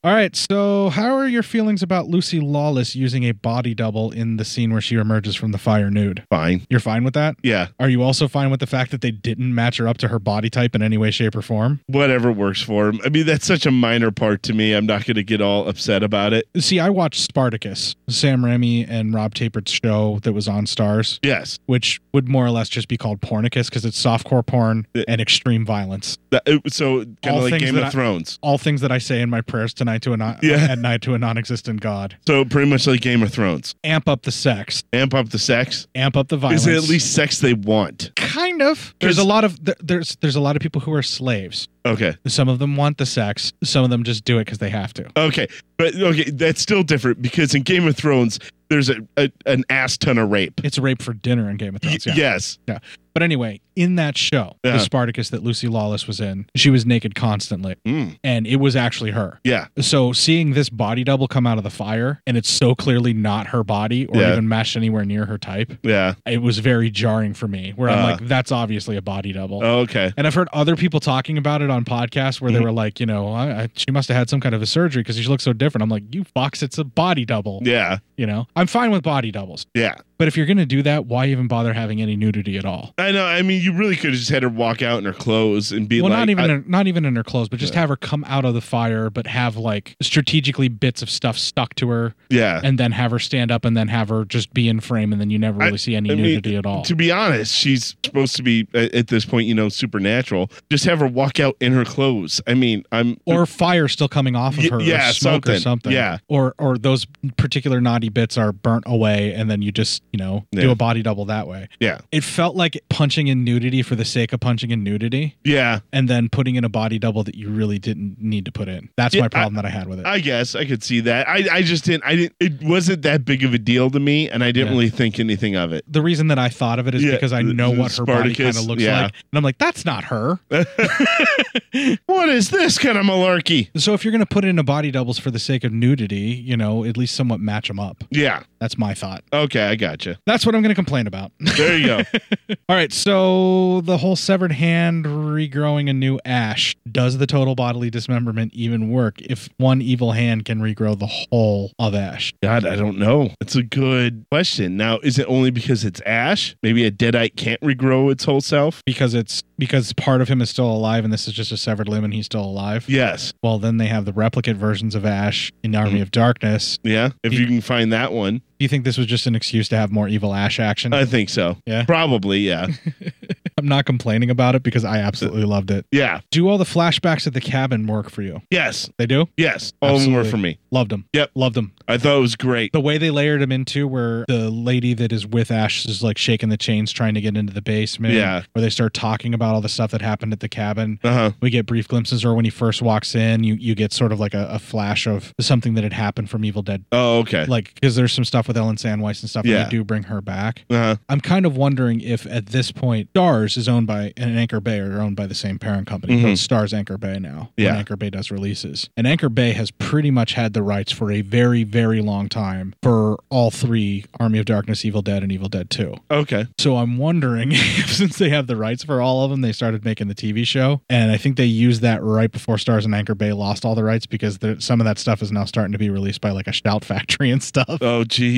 [SPEAKER 5] all right, so how are your feelings about Lucy Lawless using a body double in the scene where she emerges from the fire nude?
[SPEAKER 2] Fine.
[SPEAKER 5] You're fine with that?
[SPEAKER 2] Yeah.
[SPEAKER 5] Are you also fine with the fact that they didn't match her up to her body type in any way, shape, or form?
[SPEAKER 2] Whatever works for him. I mean, that's such a minor part to me. I'm not going to get all upset about it.
[SPEAKER 5] See, I watched Spartacus, Sam Raimi and Rob Tapert's show that was on Stars.
[SPEAKER 2] Yes.
[SPEAKER 5] Which would more or less just be called Pornicus because it's softcore porn and extreme violence.
[SPEAKER 2] That- it- so kind
[SPEAKER 5] All
[SPEAKER 2] of like
[SPEAKER 5] things
[SPEAKER 2] Game
[SPEAKER 5] that
[SPEAKER 2] of
[SPEAKER 5] I-
[SPEAKER 2] Thrones.
[SPEAKER 5] all things that I say in my prayers tonight to a non-
[SPEAKER 2] Yeah.
[SPEAKER 5] at night to a non-existent God.
[SPEAKER 2] So pretty much like Game of Thrones.
[SPEAKER 5] Amp up the sex.
[SPEAKER 2] Amp up the sex.
[SPEAKER 5] Amp up the violence.
[SPEAKER 2] Is it at least sex they want?
[SPEAKER 5] kind of. There's a lot of th- there's there's a lot of people who are slaves.
[SPEAKER 2] Okay.
[SPEAKER 5] Some of them want the sex. Some of them just do it because they have to.
[SPEAKER 2] Okay, but okay, that's still different because in Game of Thrones, there's a, a an ass ton of rape.
[SPEAKER 5] It's rape for dinner in Game of Thrones. yeah.
[SPEAKER 2] Yes.
[SPEAKER 5] Yeah. But anyway, in that show,
[SPEAKER 2] Uh-huh.
[SPEAKER 5] the Spartacus that Lucy Lawless was in, she was naked constantly,
[SPEAKER 2] Mm.
[SPEAKER 5] and it was actually her.
[SPEAKER 2] Yeah.
[SPEAKER 5] So seeing this body double come out of the fire, and it's so clearly not her body or
[SPEAKER 2] Yeah.
[SPEAKER 5] even matched anywhere near her type.
[SPEAKER 2] Yeah.
[SPEAKER 5] it was very jarring for me where i'm
[SPEAKER 2] Uh.
[SPEAKER 5] like that's obviously a body double
[SPEAKER 2] Oh, okay.
[SPEAKER 5] and i've heard other people talking about it on podcasts where they
[SPEAKER 2] Mhm.
[SPEAKER 5] were like you know I, I, she must have had some kind of a surgery because she looks so different i'm like you fox it's a body double
[SPEAKER 2] Yeah.
[SPEAKER 5] you know i'm fine with body doubles
[SPEAKER 2] Yeah.
[SPEAKER 5] but if you're gonna do that why even bother having any nudity at all
[SPEAKER 2] I know. I mean, you really could have just had her walk out in her clothes and be
[SPEAKER 5] well,
[SPEAKER 2] like,
[SPEAKER 5] not even
[SPEAKER 2] I-
[SPEAKER 5] in, not even in her clothes, but just have her come out of the fire, but have like strategically bits of stuff stuck to her,
[SPEAKER 2] Yeah.
[SPEAKER 5] and then have her stand up, and then have her just be in frame, and then you never really see any
[SPEAKER 2] I mean,
[SPEAKER 5] nudity at all.
[SPEAKER 2] To be honest, she's supposed to be a- at this point, you know, supernatural. Just have her walk out in her clothes. I mean, I'm
[SPEAKER 5] or fire still coming off of
[SPEAKER 2] Y-
[SPEAKER 5] her,
[SPEAKER 2] yeah,
[SPEAKER 5] or smoke or
[SPEAKER 2] something.
[SPEAKER 5] something,
[SPEAKER 2] Yeah.
[SPEAKER 5] or or those particular naughty bits are burnt away, and then you just you know do
[SPEAKER 2] Yeah.
[SPEAKER 5] a body double that way.
[SPEAKER 2] yeah,
[SPEAKER 5] It felt like punching in nudity for the sake of punching in nudity,
[SPEAKER 2] yeah.
[SPEAKER 5] and then putting in a body double that you really didn't need to put in. That's
[SPEAKER 2] Yeah,
[SPEAKER 5] my problem that I had with it.
[SPEAKER 2] I guess I could see that. I, I just didn't. I didn't. It wasn't that big of a deal to me, and I didn't
[SPEAKER 5] Yeah.
[SPEAKER 2] really think anything of it.
[SPEAKER 5] the reason that I thought of it is
[SPEAKER 2] Yeah,
[SPEAKER 5] because I know
[SPEAKER 2] the
[SPEAKER 5] what her body
[SPEAKER 2] Spartacus,
[SPEAKER 5] kind of looks
[SPEAKER 2] yeah.
[SPEAKER 5] like, and I'm like, that's not her.
[SPEAKER 2] what is this kind of malarkey?
[SPEAKER 5] So if you're gonna put in a body doubles for the sake of nudity, you know, at least somewhat match them up.
[SPEAKER 2] Yeah.
[SPEAKER 5] That's my thought.
[SPEAKER 2] Okay, I got Gotcha.
[SPEAKER 5] That's what I'm going to complain about.
[SPEAKER 2] There you go.
[SPEAKER 5] All right, so the whole severed hand regrowing a new ash. Does the total bodily dismemberment even work if one evil hand can regrow the whole of ash?
[SPEAKER 2] God, I don't know. It's a good question. Now, is it only because it's Ash? Maybe a deadite can't regrow its whole self?
[SPEAKER 5] Because it's because part of him is still alive and this is just a severed limb and he's still alive.
[SPEAKER 2] Yes. Mm-hmm.
[SPEAKER 5] Well, then they have the replicate versions of Ash in Army of Darkness.
[SPEAKER 2] Yeah. If you can find that one.
[SPEAKER 5] Do you think this was just an excuse to have more evil Ash action?
[SPEAKER 2] I think so.
[SPEAKER 5] Yeah.
[SPEAKER 2] Probably, yeah.
[SPEAKER 5] I'm not complaining about it because I absolutely loved it.
[SPEAKER 2] Yeah.
[SPEAKER 5] Do all the flashbacks at the cabin work for you?
[SPEAKER 2] Yes.
[SPEAKER 5] They do?
[SPEAKER 2] Yes. All of them were
[SPEAKER 5] Absolutely.
[SPEAKER 2] for me.
[SPEAKER 5] Loved them.
[SPEAKER 2] Yep.
[SPEAKER 5] Loved them.
[SPEAKER 2] I thought it was great.
[SPEAKER 5] The way they layered him into where the lady that is with Ash is like shaking the chains trying to get into the basement.
[SPEAKER 2] Yeah.
[SPEAKER 5] Where they start talking about all the stuff that happened at the cabin.
[SPEAKER 2] Uh-huh.
[SPEAKER 5] We get brief glimpses or when he first walks in, you, you get sort of like a, a flash of something that had happened from Evil Dead.
[SPEAKER 2] Oh, okay.
[SPEAKER 5] Like, because there's some stuff with Ellen Sandweiss and stuff.
[SPEAKER 2] Yeah.
[SPEAKER 5] And they do bring her back.
[SPEAKER 2] Uh-huh.
[SPEAKER 5] I'm kind of wondering if at this point Stars is owned by and Anchor Bay are owned by the same parent company.
[SPEAKER 2] Mhm.
[SPEAKER 5] It's Stars Anchor Bay now.
[SPEAKER 2] Yeah.
[SPEAKER 5] When Anchor Bay does releases. And Anchor Bay has pretty much had the rights for a very, very long time for all three Army of Darkness, Evil Dead, and Evil Dead 2.
[SPEAKER 2] Okay.
[SPEAKER 5] So I'm wondering if since they have the rights for all of them, they started making the TV show. And I think they used that right before Stars and Anchor Bay lost all the rights because there, some of that stuff is now starting to be released by like a Stout Factory and stuff
[SPEAKER 2] Oh, jeez.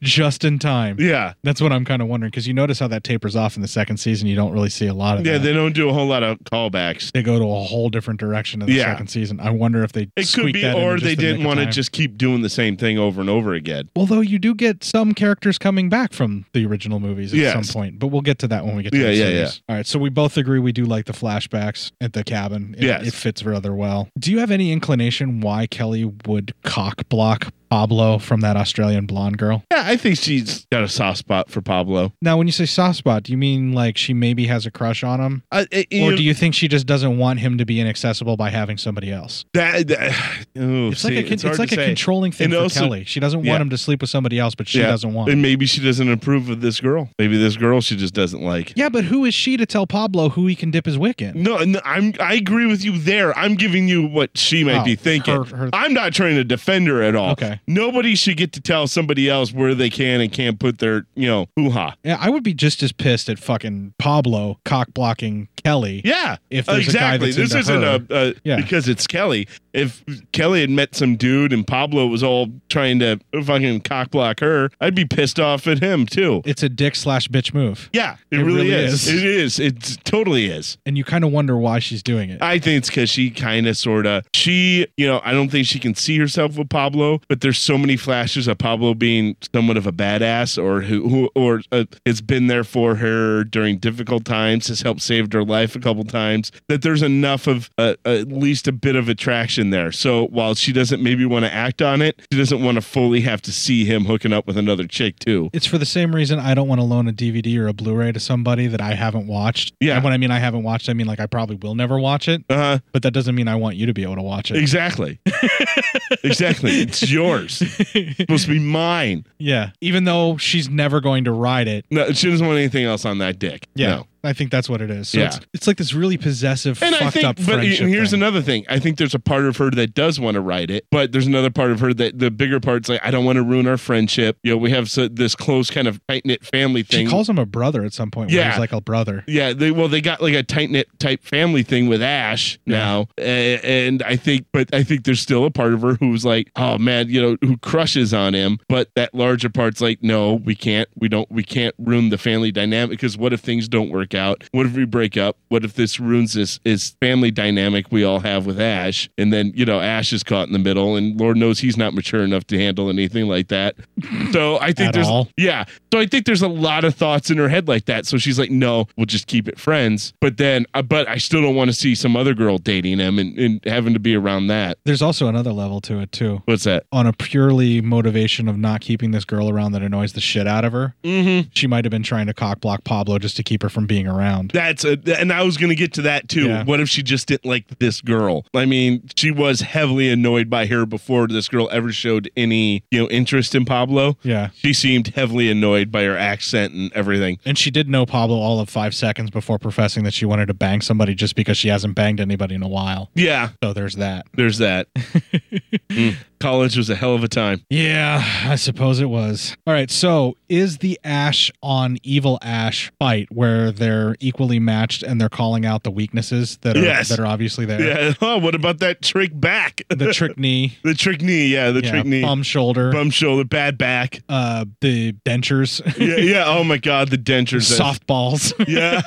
[SPEAKER 5] just in time.
[SPEAKER 2] Yeah.
[SPEAKER 5] That's what I'm kind of wondering because you notice how that tapers off in the second season. You don't really see a lot of
[SPEAKER 2] yeah,
[SPEAKER 5] that.
[SPEAKER 2] they don't do a whole lot of callbacks.
[SPEAKER 5] They go to a whole different direction in the
[SPEAKER 2] Yeah.
[SPEAKER 5] second season. I wonder if they
[SPEAKER 2] It could
[SPEAKER 5] squeak
[SPEAKER 2] be,
[SPEAKER 5] that in
[SPEAKER 2] or
[SPEAKER 5] just
[SPEAKER 2] they
[SPEAKER 5] in the
[SPEAKER 2] didn't
[SPEAKER 5] nick of
[SPEAKER 2] want to
[SPEAKER 5] time.
[SPEAKER 2] just keep doing the same thing over and over again.
[SPEAKER 5] Although you do get some characters coming back from the original movies at
[SPEAKER 2] Yes.
[SPEAKER 5] some point, but we'll get to that when we get to
[SPEAKER 2] Yeah,
[SPEAKER 5] the
[SPEAKER 2] yeah,
[SPEAKER 5] series. All right, so we both agree we do like the flashbacks at the cabin. It,
[SPEAKER 2] Yes.
[SPEAKER 5] it fits rather well. Do you have any inclination why Kelly would cock block Pablo from that Australian blonde girl?
[SPEAKER 2] Yeah, I think she's got a soft spot for Pablo.
[SPEAKER 5] Now, when you say soft spot, do you mean like she maybe has a crush on him?
[SPEAKER 2] I- I-
[SPEAKER 5] or
[SPEAKER 2] you-
[SPEAKER 5] do you think she just doesn't want him to be inaccessible by having somebody else?
[SPEAKER 2] That, that- oh,
[SPEAKER 5] It's
[SPEAKER 2] see,
[SPEAKER 5] like a, con- it's
[SPEAKER 2] hard to
[SPEAKER 5] like a
[SPEAKER 2] say.
[SPEAKER 5] controlling thing
[SPEAKER 2] And
[SPEAKER 5] for
[SPEAKER 2] also-
[SPEAKER 5] Kelly. She doesn't
[SPEAKER 2] Yeah.
[SPEAKER 5] want him to sleep with somebody else, but she
[SPEAKER 2] Yeah.
[SPEAKER 5] doesn't want.
[SPEAKER 2] And
[SPEAKER 5] him.
[SPEAKER 2] maybe she doesn't approve of this girl. Maybe this girl she just doesn't like.
[SPEAKER 5] Yeah, but who is she to tell Pablo who he can dip his wick in?
[SPEAKER 2] No, no I'm I agree with you there. I'm giving you what she might
[SPEAKER 5] Oh,
[SPEAKER 2] be thinking.
[SPEAKER 5] her- her-
[SPEAKER 2] I'm not trying to defend her at all.
[SPEAKER 5] Okay.
[SPEAKER 2] Nobody should get to tell somebody else where they can and can't put their, you know, hoo ha.
[SPEAKER 5] Yeah, I would be just as pissed at fucking Pablo cock blocking Kelly.
[SPEAKER 2] Yeah.
[SPEAKER 5] if there's
[SPEAKER 2] exactly.
[SPEAKER 5] a guy that's
[SPEAKER 2] this
[SPEAKER 5] into
[SPEAKER 2] isn't
[SPEAKER 5] her.
[SPEAKER 2] a, a
[SPEAKER 5] Yeah.
[SPEAKER 2] because it's Kelly. If Kelly had met some dude and Pablo was all trying to fucking cock block her, I'd be pissed off at him too.
[SPEAKER 5] It's a dick slash bitch move.
[SPEAKER 2] Yeah, it, really, is. It is. It totally is.
[SPEAKER 5] and you kind of wonder why she's doing it.
[SPEAKER 2] I think it's because she kind of, sort of, she, you know, I don't think she can see herself with Pablo, but there's so many flashes of Pablo being somewhat of a badass or who, who or uh, has been there for her during difficult times, has helped saved her life a couple times, that there's enough of uh, at least a bit of attraction there. So while she doesn't maybe want to act on it, she doesn't want to fully have to see him hooking up with another chick, too.
[SPEAKER 5] It's for the same reason I don't want to loan a DVD or a Blu-ray to somebody that I haven't watched.
[SPEAKER 2] Yeah.
[SPEAKER 5] And when I mean I haven't watched, I mean like I probably will never watch it.
[SPEAKER 2] Uh-huh.
[SPEAKER 5] But that doesn't mean I want you to be able to watch it.
[SPEAKER 2] Exactly. exactly. It's yours. It's supposed to be mine.
[SPEAKER 5] Yeah. Even though she's never going to ride it.
[SPEAKER 2] No, she doesn't want anything else on that dick.
[SPEAKER 5] Yeah.
[SPEAKER 2] No.
[SPEAKER 5] I think that's what it is. So
[SPEAKER 2] Yeah.
[SPEAKER 5] it's, it's like this really possessive,
[SPEAKER 2] And
[SPEAKER 5] fucked
[SPEAKER 2] I
[SPEAKER 5] up
[SPEAKER 2] think, but
[SPEAKER 5] friendship.
[SPEAKER 2] and here's
[SPEAKER 5] thing.
[SPEAKER 2] another thing. I think there's a part of her that does want to write it, but there's another part of her that the bigger part's like, I don't want to ruin our friendship. You know, we have so, this close kind of tight knit family
[SPEAKER 5] she
[SPEAKER 2] thing.
[SPEAKER 5] calls him a brother at some point. Where
[SPEAKER 2] Yeah.
[SPEAKER 5] he's like a brother.
[SPEAKER 2] yeah, they, well, they got like a tight knit type family thing with Ash now, A- and I think, but I think there's still a part of her who's like, oh man, you know, who crushes on him. But that larger part's like, no, we can't, we don't, we can't ruin the family dynamic because what if things don't work out? What if we break up? What if this ruins this is family dynamic we all have with Ash? And then you know, Ash is caught in the middle, and Lord knows he's not mature enough to handle anything like that. So I think
[SPEAKER 5] At
[SPEAKER 2] there's
[SPEAKER 5] all.
[SPEAKER 2] yeah. So I think there's a lot of thoughts in her head like that. So she's like, no, we'll just keep it friends. But then, uh, but I still don't want to see some other girl dating him and, and having to be around that.
[SPEAKER 5] There's also another level to it too.
[SPEAKER 2] What's that?
[SPEAKER 5] On a purely motivation of not keeping this girl around that annoys the shit out of her,
[SPEAKER 2] Mm-hmm.
[SPEAKER 5] she might have been trying to cock block Pablo just to keep her from being around.
[SPEAKER 2] That's a, and I was going to get to that too.
[SPEAKER 5] Yeah.
[SPEAKER 2] What if she just didn't like this girl? I mean, she was heavily annoyed by her before this girl ever showed any, you know, interest in Pablo.
[SPEAKER 5] Yeah.
[SPEAKER 2] She seemed heavily annoyed by her accent and everything.
[SPEAKER 5] And she did know Pablo all of five seconds before professing that she wanted to bang somebody just because she hasn't banged anybody in a while.
[SPEAKER 2] Yeah.
[SPEAKER 5] So there's that.
[SPEAKER 2] There's that. Hmm. College was a hell of a time.
[SPEAKER 5] Yeah, I suppose it was. All right, so is the Ash on Evil Ash fight where they're equally matched and they're calling out the weaknesses that are
[SPEAKER 2] Yes.
[SPEAKER 5] that are obviously there?
[SPEAKER 2] Yeah. Oh, what about that trick back?
[SPEAKER 5] The trick knee.
[SPEAKER 2] the trick knee. Yeah. The
[SPEAKER 5] Yeah, Um,
[SPEAKER 2] trick knee.
[SPEAKER 5] bum shoulder.
[SPEAKER 2] Bum shoulder. Bad back.
[SPEAKER 5] Uh, the dentures.
[SPEAKER 2] yeah. Yeah. Oh my God. The dentures.
[SPEAKER 5] Softballs.
[SPEAKER 2] Yeah.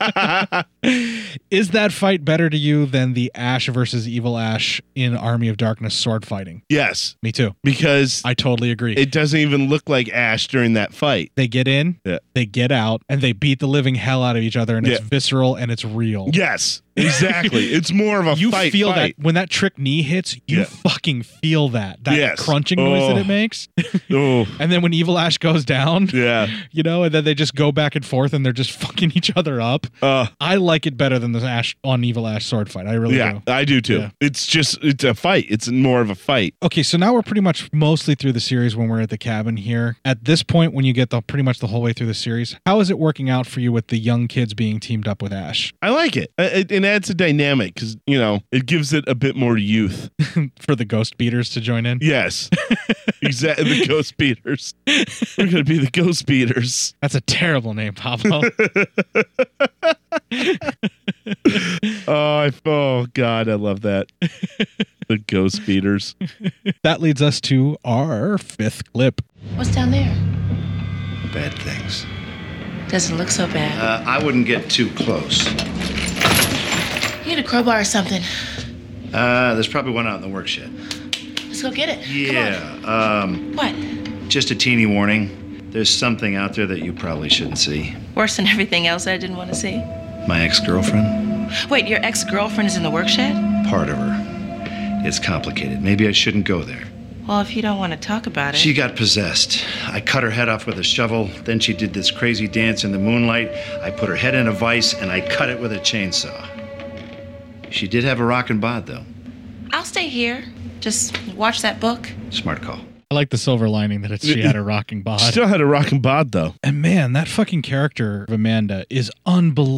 [SPEAKER 5] is that fight better to you than the Ash versus Evil Ash in Army of Darkness sword fighting?
[SPEAKER 2] Yes.
[SPEAKER 5] Me too.
[SPEAKER 2] Because
[SPEAKER 5] I totally agree.
[SPEAKER 2] It doesn't even look like Ash during that fight.
[SPEAKER 5] They get in,
[SPEAKER 2] Yeah.
[SPEAKER 5] they get out, and they beat the living hell out of each other, and it's
[SPEAKER 2] Yeah.
[SPEAKER 5] visceral and it's real.
[SPEAKER 2] Yes. Exactly. it's more of a
[SPEAKER 5] you
[SPEAKER 2] fight.
[SPEAKER 5] feel
[SPEAKER 2] fight.
[SPEAKER 5] that when that trick knee hits, you
[SPEAKER 2] Yeah.
[SPEAKER 5] fucking feel that that
[SPEAKER 2] Yes.
[SPEAKER 5] crunching noise that
[SPEAKER 2] Oh.
[SPEAKER 5] it makes.
[SPEAKER 2] oh.
[SPEAKER 5] And then when Evil Ash goes down,
[SPEAKER 2] yeah,
[SPEAKER 5] you know, and then they just go back and forth and they're just fucking each other up.
[SPEAKER 2] Uh.
[SPEAKER 5] I like it better than the Ash on Evil Ash sword fight. I really
[SPEAKER 2] yeah,
[SPEAKER 5] do.
[SPEAKER 2] I do too.
[SPEAKER 5] Yeah.
[SPEAKER 2] It's just it's a fight. It's more of a fight.
[SPEAKER 5] Okay, so now we're pretty much mostly through the series when we're at the cabin here. At this point, when you get the pretty much the whole way through the series, how is it working out for you with the young kids being teamed up with Ash?
[SPEAKER 2] I like it. I- It, it adds a dynamic because you know it gives it a bit more youth.
[SPEAKER 5] for the ghost beaters to join in.
[SPEAKER 2] Yes, exactly. The ghost beaters. We're gonna be the ghost beaters.
[SPEAKER 5] That's a terrible name, Pablo.
[SPEAKER 2] Oh, I, oh God, I love that. the ghost beaters.
[SPEAKER 5] that leads us to our fifth clip.
[SPEAKER 14] What's down there?
[SPEAKER 12] Bad things.
[SPEAKER 14] Doesn't look so bad.
[SPEAKER 12] Uh, I wouldn't get too close.
[SPEAKER 14] You need a crowbar or something.
[SPEAKER 12] Uh, there's probably one out in the work shed.
[SPEAKER 14] Let's go get it.
[SPEAKER 12] Yeah. Um,
[SPEAKER 14] What?
[SPEAKER 12] just a teeny warning. There's something out there that you probably shouldn't see.
[SPEAKER 14] Worse than everything else I didn't want to see.
[SPEAKER 12] My ex-girlfriend,
[SPEAKER 14] Wait, your ex-girlfriend is in the work shed?
[SPEAKER 12] part of her. It's complicated. Maybe I shouldn't go there.
[SPEAKER 14] Well, if you don't want to talk about it.
[SPEAKER 12] She got possessed. I cut her head off with a shovel. Then she did this crazy dance in the moonlight. I put her head in a vise and I cut it with a chainsaw. She did have a rockin' bod, though.
[SPEAKER 14] I'll stay here. Just watch that book.
[SPEAKER 12] Smart call.
[SPEAKER 5] I like the silver lining that it's she had a rocking bod.
[SPEAKER 2] Still had a rocking bod though.
[SPEAKER 5] And man, that fucking character of Amanda is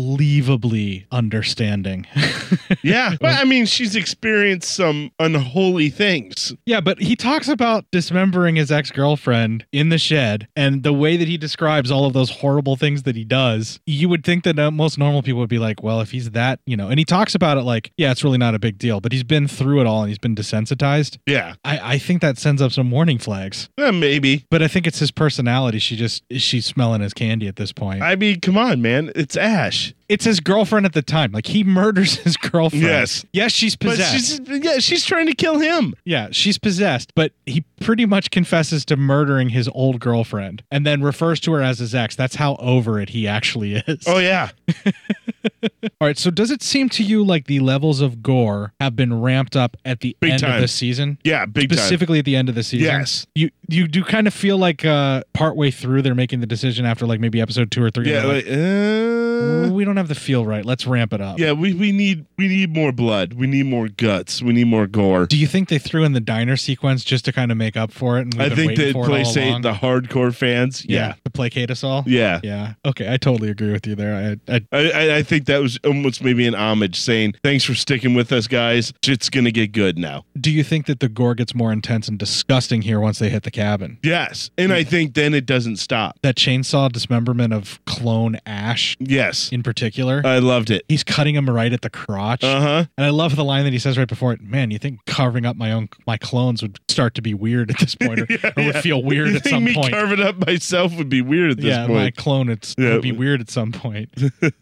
[SPEAKER 5] unbelievably understanding.
[SPEAKER 2] Yeah, but I mean, she's experienced some unholy things.
[SPEAKER 5] yeah, but he talks about dismembering his ex girlfriend in the shed, and the way that he describes all of those horrible things that he does, you would think that uh, most normal people would be like, well, if he's that, you know, and he talks about it like, yeah, it's really not a big deal, but he's been through it all and he's been desensitized.
[SPEAKER 2] Yeah.
[SPEAKER 5] I, I think that sends up some warning flags.
[SPEAKER 2] Eh, maybe.
[SPEAKER 5] But I think it's his personality. She just she's smelling his candy at this point.
[SPEAKER 2] I mean, come on, man. It's Ash.
[SPEAKER 5] It's his girlfriend at the time. Like he murders his girlfriend.
[SPEAKER 2] Yes.
[SPEAKER 5] Yes, she's
[SPEAKER 2] But
[SPEAKER 5] possessed.
[SPEAKER 2] she's yeah, she's trying to kill him.
[SPEAKER 5] yeah, she's possessed, but he pretty much confesses to murdering his old girlfriend and then refers to her as his ex. That's how over it he actually is.
[SPEAKER 2] Oh yeah.
[SPEAKER 5] All right, so does it seem to you like the levels of gore have been ramped up at the
[SPEAKER 2] Big
[SPEAKER 5] end
[SPEAKER 2] time.
[SPEAKER 5] of the season?
[SPEAKER 2] Yeah, big time.
[SPEAKER 5] Specifically at the end of the season.
[SPEAKER 2] Yes.
[SPEAKER 5] You you do kind of feel like uh partway through they're making the decision after like maybe episode 2 or 3. and
[SPEAKER 2] Yeah,
[SPEAKER 5] they're
[SPEAKER 2] like, uh,
[SPEAKER 5] "Ooh, we don't have the feel right. Let's ramp it up.
[SPEAKER 2] yeah. We, we need we need more blood. We need more guts. We need more gore.
[SPEAKER 5] Do you think they threw in the diner sequence just to kind of make up for it? And we've
[SPEAKER 2] I
[SPEAKER 5] been
[SPEAKER 2] think
[SPEAKER 5] waiting
[SPEAKER 2] they
[SPEAKER 5] for it all
[SPEAKER 2] placate
[SPEAKER 5] along?
[SPEAKER 2] the hardcore fans. Yeah,
[SPEAKER 5] to placate us all.
[SPEAKER 2] yeah.
[SPEAKER 5] yeah. Okay, I totally agree with you there. I, I
[SPEAKER 2] I, I, I think that was almost maybe an homage saying, thanks for sticking with us, guys. It's going to get good now.
[SPEAKER 5] do you think that the gore gets more intense and disgusting here once they hit the cabin?
[SPEAKER 2] Yes. And
[SPEAKER 5] Mm.
[SPEAKER 2] I think then it doesn't stop.
[SPEAKER 5] That chainsaw dismemberment of clone Ash
[SPEAKER 2] Yes.
[SPEAKER 5] in particular.
[SPEAKER 2] I loved it.
[SPEAKER 5] He's cutting him right at the crotch.
[SPEAKER 2] Uh huh.
[SPEAKER 5] And I love the line that he says right before it. Man, you think carving up my own my clones would start to be weird at this point, or, or would feel weird
[SPEAKER 2] you
[SPEAKER 5] at
[SPEAKER 2] think
[SPEAKER 5] some
[SPEAKER 2] me
[SPEAKER 5] point?
[SPEAKER 2] carving up myself would be weird at this
[SPEAKER 5] yeah, my
[SPEAKER 2] point.
[SPEAKER 5] clone it's,
[SPEAKER 2] Yeah.
[SPEAKER 5] would be weird at some point.